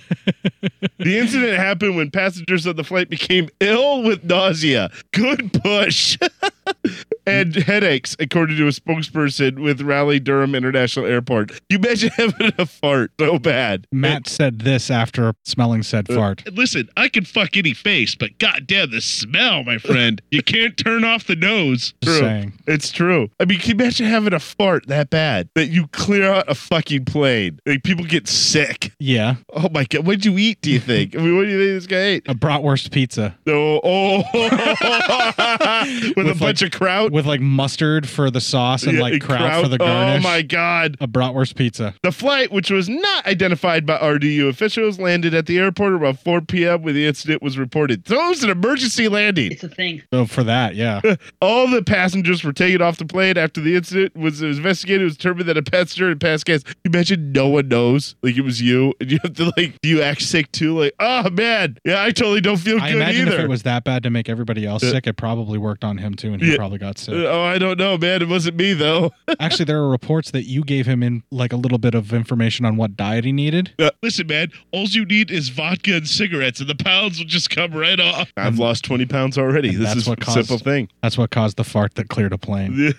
[SPEAKER 2] the incident happened when passengers of the flight became ill with nausea, good push, and headaches, according to a spokesperson with Raleigh Durham International Airport. You imagine having a fart so bad.
[SPEAKER 5] Matt said this after smelling said
[SPEAKER 2] Uh,
[SPEAKER 5] fart.
[SPEAKER 3] Uh, Listen, I can fuck any face, but goddamn the smell, my friend. You can't turn off the nose.
[SPEAKER 2] True. It's true. I mean, can you imagine having a fart that bad that you clear out a fucking plane? Like people get sick.
[SPEAKER 5] Yeah.
[SPEAKER 2] Oh my god, what'd you eat? Do you think? I mean, what do you think this guy ate?
[SPEAKER 5] A bratwurst pizza.
[SPEAKER 2] No. Oh, with, a bunch of kraut,
[SPEAKER 5] with like mustard for the sauce and
[SPEAKER 2] Yeah,
[SPEAKER 5] like kraut, for
[SPEAKER 2] kraut.
[SPEAKER 5] the
[SPEAKER 2] Oh
[SPEAKER 5] garnish.
[SPEAKER 2] my God.
[SPEAKER 5] A bratwurst pizza.
[SPEAKER 2] The flight, which was not identified by RDU officials, landed at the airport around 4 p.m. when the incident was reported. So it was an emergency landing. It's
[SPEAKER 19] a thing.
[SPEAKER 5] So for that, yeah.
[SPEAKER 2] All the passengers were taken off the plane after the incident was investigated. It was determined that a passenger had passed gas. Can you imagine no one knows, like it was you, and you have to like, do you act sick too? Like, oh man, yeah, I totally don't feel
[SPEAKER 5] I
[SPEAKER 2] good
[SPEAKER 5] imagine
[SPEAKER 2] either.
[SPEAKER 5] if it was that bad to make everybody else sick, it probably worked on him too, and he
[SPEAKER 2] Yeah.
[SPEAKER 5] probably got sick.
[SPEAKER 2] Uh, oh, I don't know, man. It wasn't me though.
[SPEAKER 5] Actually, there are reports that you gave him in like a little bit of information on what diet he needed.
[SPEAKER 2] Uh,
[SPEAKER 3] Listen, man, all you need is vodka and cigarettes, and the pounds will just come right off.
[SPEAKER 2] I've lost 20 pounds already. This is a simple thing.
[SPEAKER 5] That's what caused the fart that cleared a plane.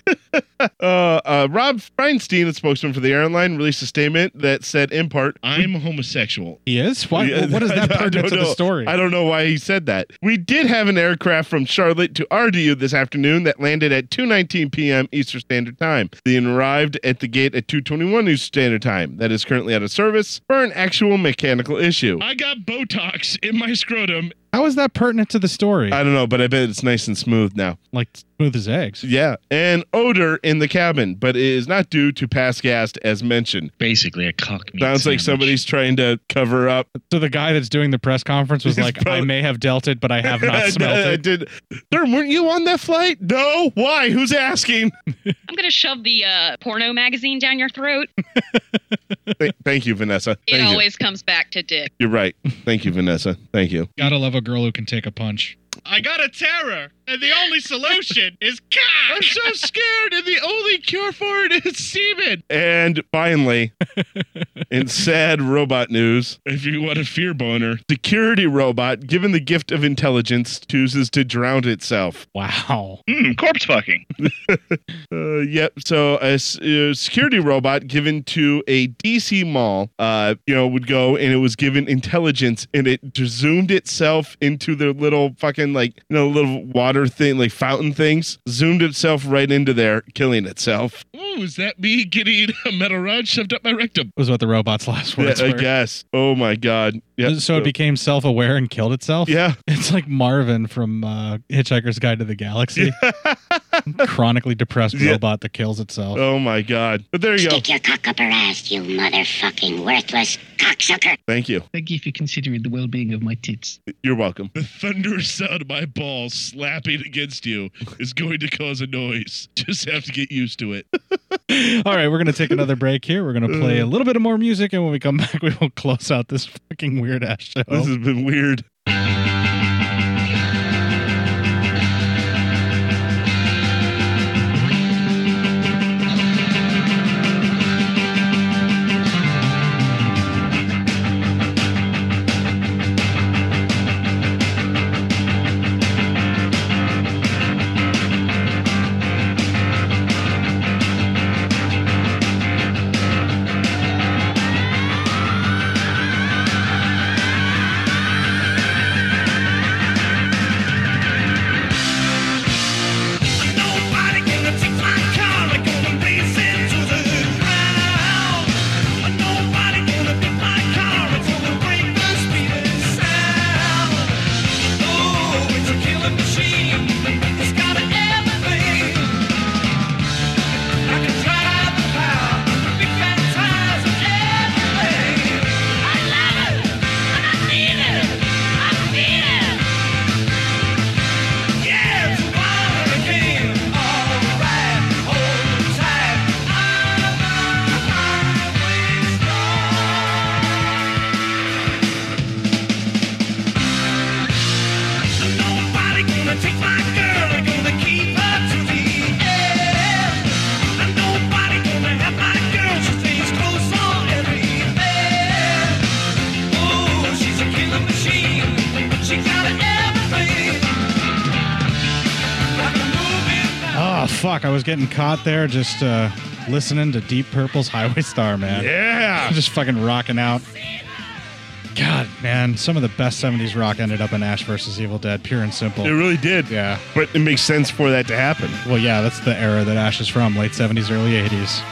[SPEAKER 2] uh, uh, Rob Feinstein, the spokesman for the airline, released a statement that said, in part,
[SPEAKER 3] I'm homosexual.
[SPEAKER 5] He is? Why,
[SPEAKER 2] Yeah,
[SPEAKER 5] what is that
[SPEAKER 2] I
[SPEAKER 5] pertinent
[SPEAKER 2] don't
[SPEAKER 5] to the
[SPEAKER 2] know.
[SPEAKER 5] story?
[SPEAKER 2] I don't know why he said that. We did have an aircraft from Charlotte to RDU this afternoon that landed at 2:19 p.m. Eastern Standard Time. The arrived at the gate at 2:21 Eastern Standard Time. That is currently out of service for an actual mechanical issue.
[SPEAKER 3] I got Botox in my scrotum.
[SPEAKER 5] How is that pertinent to the story?
[SPEAKER 2] I don't know, but I bet it's nice and Uh, smooth now.
[SPEAKER 5] Like smooth as eggs.
[SPEAKER 2] Yeah, an odor in the cabin, but it is not due to past gas as mentioned.
[SPEAKER 20] Basically, a cock meat.
[SPEAKER 2] Sounds like
[SPEAKER 20] sandwich.
[SPEAKER 2] somebody's trying to cover up.
[SPEAKER 5] So the guy that's doing the press conference was
[SPEAKER 2] He's
[SPEAKER 5] like,
[SPEAKER 2] Uh, probably-
[SPEAKER 5] I may have dealt it, but I have not smelt
[SPEAKER 2] I
[SPEAKER 5] it.
[SPEAKER 2] did. Sir, weren't you on that flight? No. Why? Who's asking?
[SPEAKER 21] I'm gonna shove the uh, porno magazine down your throat.
[SPEAKER 2] Th- thank you, Vanessa.
[SPEAKER 21] It
[SPEAKER 2] Thank you.
[SPEAKER 21] always comes back to dick.
[SPEAKER 2] You're right. Thank you, Vanessa. Thank you.
[SPEAKER 4] Gotta love a girl who can take a punch.
[SPEAKER 3] I got a terror, and the only solution is cock. I'm so scared, and the only cure for it is semen.
[SPEAKER 2] And finally, in sad robot news,
[SPEAKER 3] if you want a fear boner,
[SPEAKER 2] security robot given the gift of intelligence chooses to drown itself.
[SPEAKER 5] Wow.
[SPEAKER 20] Hmm, corpse fucking.
[SPEAKER 2] Uh, yep. So a s- uh, security robot given to a DC mall, uh, you know, would go and it was given intelligence and it zoomed itself into their little fucking like you know little water thing, like fountain things, zoomed itself right into there, killing itself.
[SPEAKER 3] Ooh, is that me getting a metal rod shoved up my rectum?
[SPEAKER 5] Was what the robot's last
[SPEAKER 2] Yeah,
[SPEAKER 5] words
[SPEAKER 2] I
[SPEAKER 5] were.
[SPEAKER 2] guess. Oh my god. Yeah.
[SPEAKER 5] So it became self aware and killed itself?
[SPEAKER 2] Yeah.
[SPEAKER 5] It's like Marvin from uh, Hitchhiker's Guide to the Galaxy. chronically depressed robot that kills itself.
[SPEAKER 2] Oh my god! But there you
[SPEAKER 19] Stick your cock up her ass, you motherfucking worthless cocksucker.
[SPEAKER 2] Thank you.
[SPEAKER 22] Thank you for considering the well being of my tits.
[SPEAKER 2] You're welcome.
[SPEAKER 3] The thunderous sound of my balls slapping against you is going to cause a noise. Just have to get used to it.
[SPEAKER 5] All right, we're going to take another break here. We're going to play a little bit of more music, and when we come back, we will close out this fucking weird ass show.
[SPEAKER 2] This has been weird.
[SPEAKER 9] Nobody gonna take my car. I'm gonna race into the ground. Nobody gonna take my car. It's gonna break the speed and sound. Oh, it's a killing machine. It's got everything. I can drive the power, big fat tires, and everything. I love it, and I need it. I need it. Yeah, it's a wild game. All right, hold tight. I'm the highway star. Nobody gonna take my girl. I'm gonna keep her to the end. And nobody gonna have my girl. She stays close on every man. Oh, she's a killing machine. She got everything.
[SPEAKER 5] Oh fuck! I was getting caught there, just uh, listening to Deep Purple's "Highway Star," man.
[SPEAKER 2] Yeah.
[SPEAKER 5] just fucking rocking out. God, man, some of the best '70s rock ended up in Ash versus Evil Dead, pure and simple.
[SPEAKER 2] It really did.
[SPEAKER 5] Yeah.
[SPEAKER 2] But it makes sense for that to happen.
[SPEAKER 5] Well, yeah, that's the era that Ash is from, late 70s, early 80s.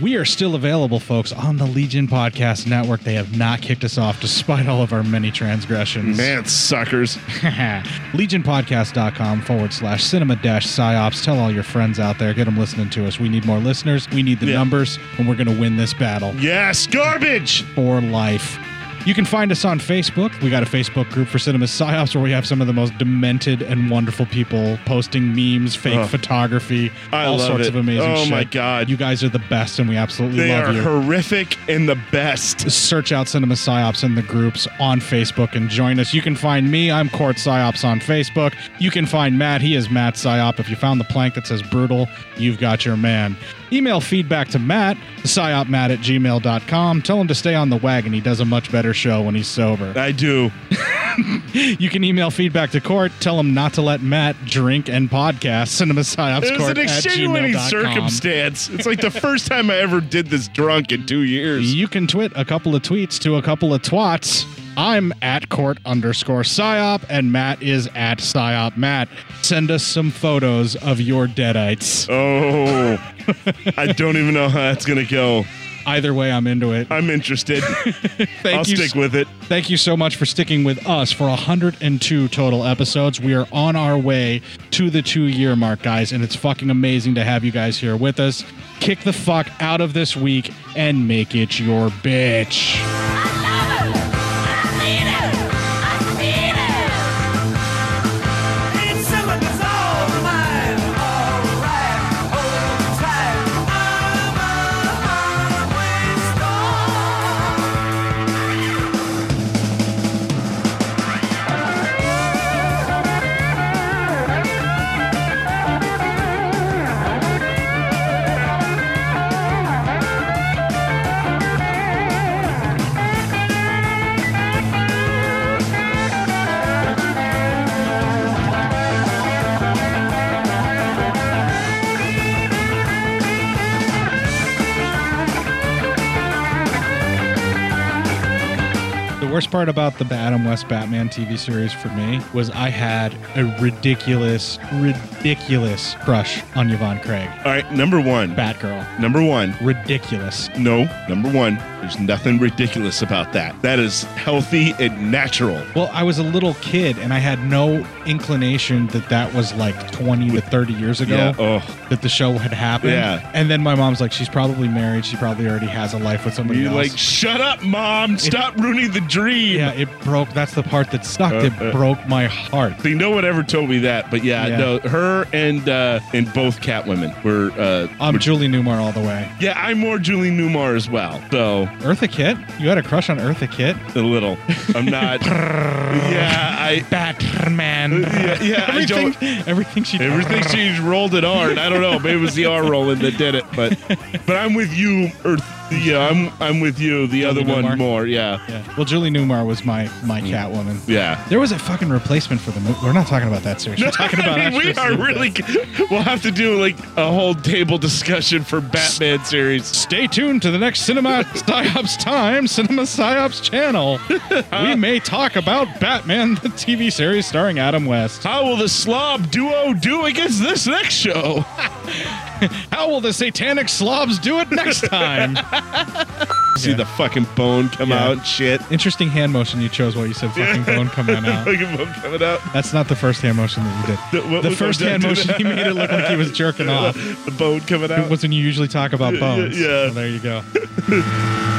[SPEAKER 5] We are still available, folks, on the Legion Podcast Network. They have not kicked us off despite all of our many transgressions.
[SPEAKER 2] Man, suckers.
[SPEAKER 5] legionpodcast.com forward slash cinema dash psyops. Tell all your friends out there, get them listening to us. We need more listeners. We need the numbers, and we're going to win this battle.
[SPEAKER 2] Yes, garbage
[SPEAKER 5] for life. You can find us on Facebook. We got a Facebook group for Cinema Psyops where we have some of the most demented and wonderful people posting memes, fake
[SPEAKER 2] Ugh.
[SPEAKER 5] photography,
[SPEAKER 2] I
[SPEAKER 5] all
[SPEAKER 2] love
[SPEAKER 5] sorts
[SPEAKER 2] it.
[SPEAKER 5] of amazing
[SPEAKER 2] Oh
[SPEAKER 5] shit.
[SPEAKER 2] my God.
[SPEAKER 5] You guys are the best and we absolutely
[SPEAKER 2] They
[SPEAKER 5] love
[SPEAKER 2] are
[SPEAKER 5] you.
[SPEAKER 2] horrific and the best.
[SPEAKER 5] Search out Cinema Psyops in the groups on Facebook and join us. You can find me. I'm Court Psyops on Facebook. You can find Matt. He is Matt Psyop. If you found the plank that says brutal, you've got your man. Email feedback to Matt, psyopmatt at gmail.com. Tell him to stay on the wagon. He does a much better show when he's sober.
[SPEAKER 2] I do.
[SPEAKER 5] you can email feedback to Court. Tell him not to let Matt drink and podcast Cinema Psyops
[SPEAKER 2] It was
[SPEAKER 5] Court
[SPEAKER 2] an extenuating circumstance. It's like the first time I ever did this drunk in two years.
[SPEAKER 5] You can twit a couple of tweets to a couple of twats. I'm at court underscore psyop, and Matt is at psyop Matt. Send us some photos of your deadites.
[SPEAKER 2] Oh, I don't even know how that's gonna go.
[SPEAKER 5] Either way, I'm into it.
[SPEAKER 2] I'm interested.
[SPEAKER 5] Thank
[SPEAKER 2] I'll
[SPEAKER 5] you
[SPEAKER 2] stick
[SPEAKER 5] s-
[SPEAKER 2] with it.
[SPEAKER 5] Thank you so much for sticking with us for 102 total episodes. We are on our way to the two year mark, guys, and it's fucking amazing to have you guys here with us. Kick the fuck out of this week and make it your bitch.
[SPEAKER 9] Thank you.
[SPEAKER 5] worst part about the Adam West Batman TV series for me was I had a ridiculous, ridiculous crush on Yvonne Craig.
[SPEAKER 2] All right, number one.
[SPEAKER 5] Batgirl.
[SPEAKER 2] Number one.
[SPEAKER 5] Ridiculous.
[SPEAKER 2] No, number one. There's nothing ridiculous about that. That is healthy and natural.
[SPEAKER 5] Well, I was a little kid and I had no inclination that that was like 20 to 30 years ago
[SPEAKER 2] Yeah, oh.
[SPEAKER 5] that the show had happened.
[SPEAKER 2] Yeah.
[SPEAKER 5] And then my mom's like, she's probably married. She probably already has a life with somebody
[SPEAKER 2] You're
[SPEAKER 5] else.
[SPEAKER 2] like, shut up, mom. Stop ruining the dream.
[SPEAKER 5] Yeah, it broke. That's the part that sucked.
[SPEAKER 2] Uh,
[SPEAKER 5] it
[SPEAKER 2] uh.
[SPEAKER 5] broke my heart.
[SPEAKER 2] See, no one ever told me that, but yeah,
[SPEAKER 5] Yeah.
[SPEAKER 2] no, her and uh, and both Catwomen were. Uh,
[SPEAKER 5] I'm Julie Newmar all the way.
[SPEAKER 2] yeah, I'm more Julie Newmar as well. So
[SPEAKER 5] Eartha Kitt? You had a crush on Eartha Kitt?
[SPEAKER 2] a little. Uh, I'm not. yeah, I Uh,
[SPEAKER 5] Batman.
[SPEAKER 2] Yeah, yeah I
[SPEAKER 5] everything,
[SPEAKER 2] don't.
[SPEAKER 5] everything she
[SPEAKER 2] Everything she rolled an R, and I don't know. Maybe it was the R rolling that did it, but but I'm with you, Earth. Yeah, I'm I'm with you. The other one
[SPEAKER 5] Newmar.
[SPEAKER 2] more. Yeah,
[SPEAKER 5] Yeah. Well, Julie Newmar was my my Catwoman.
[SPEAKER 2] Mm. yeah.
[SPEAKER 5] There was a fucking replacement for the movie. We're not talking about that series. We're talking about
[SPEAKER 2] I mean, we
[SPEAKER 5] Ash
[SPEAKER 2] are
[SPEAKER 5] versus the
[SPEAKER 2] really.
[SPEAKER 5] Best.
[SPEAKER 2] We'll have to do like a whole table discussion for Batman series.
[SPEAKER 5] Stay tuned to the next Cinema Psyops Time, Cinema Psyops channel. we may talk about Batman, the TV series starring Adam West.
[SPEAKER 2] How will the slob duo do against this next show?
[SPEAKER 5] How will the satanic slobs do it next time?
[SPEAKER 2] See the fucking bone come
[SPEAKER 5] Yeah.
[SPEAKER 2] out and shit.
[SPEAKER 5] Interesting hand motion you chose while you said fucking bone coming out.
[SPEAKER 2] Fucking bone coming out.
[SPEAKER 5] That's not the first hand motion that you did.
[SPEAKER 2] The, what
[SPEAKER 5] the
[SPEAKER 2] was-
[SPEAKER 5] first
[SPEAKER 2] oh,
[SPEAKER 5] hand
[SPEAKER 2] did-
[SPEAKER 5] motion he made it look like he was jerking off.
[SPEAKER 2] The bone coming out.
[SPEAKER 5] It was when you usually talk about
[SPEAKER 2] Yeah,
[SPEAKER 5] bones.
[SPEAKER 2] yeah.
[SPEAKER 5] So there you go.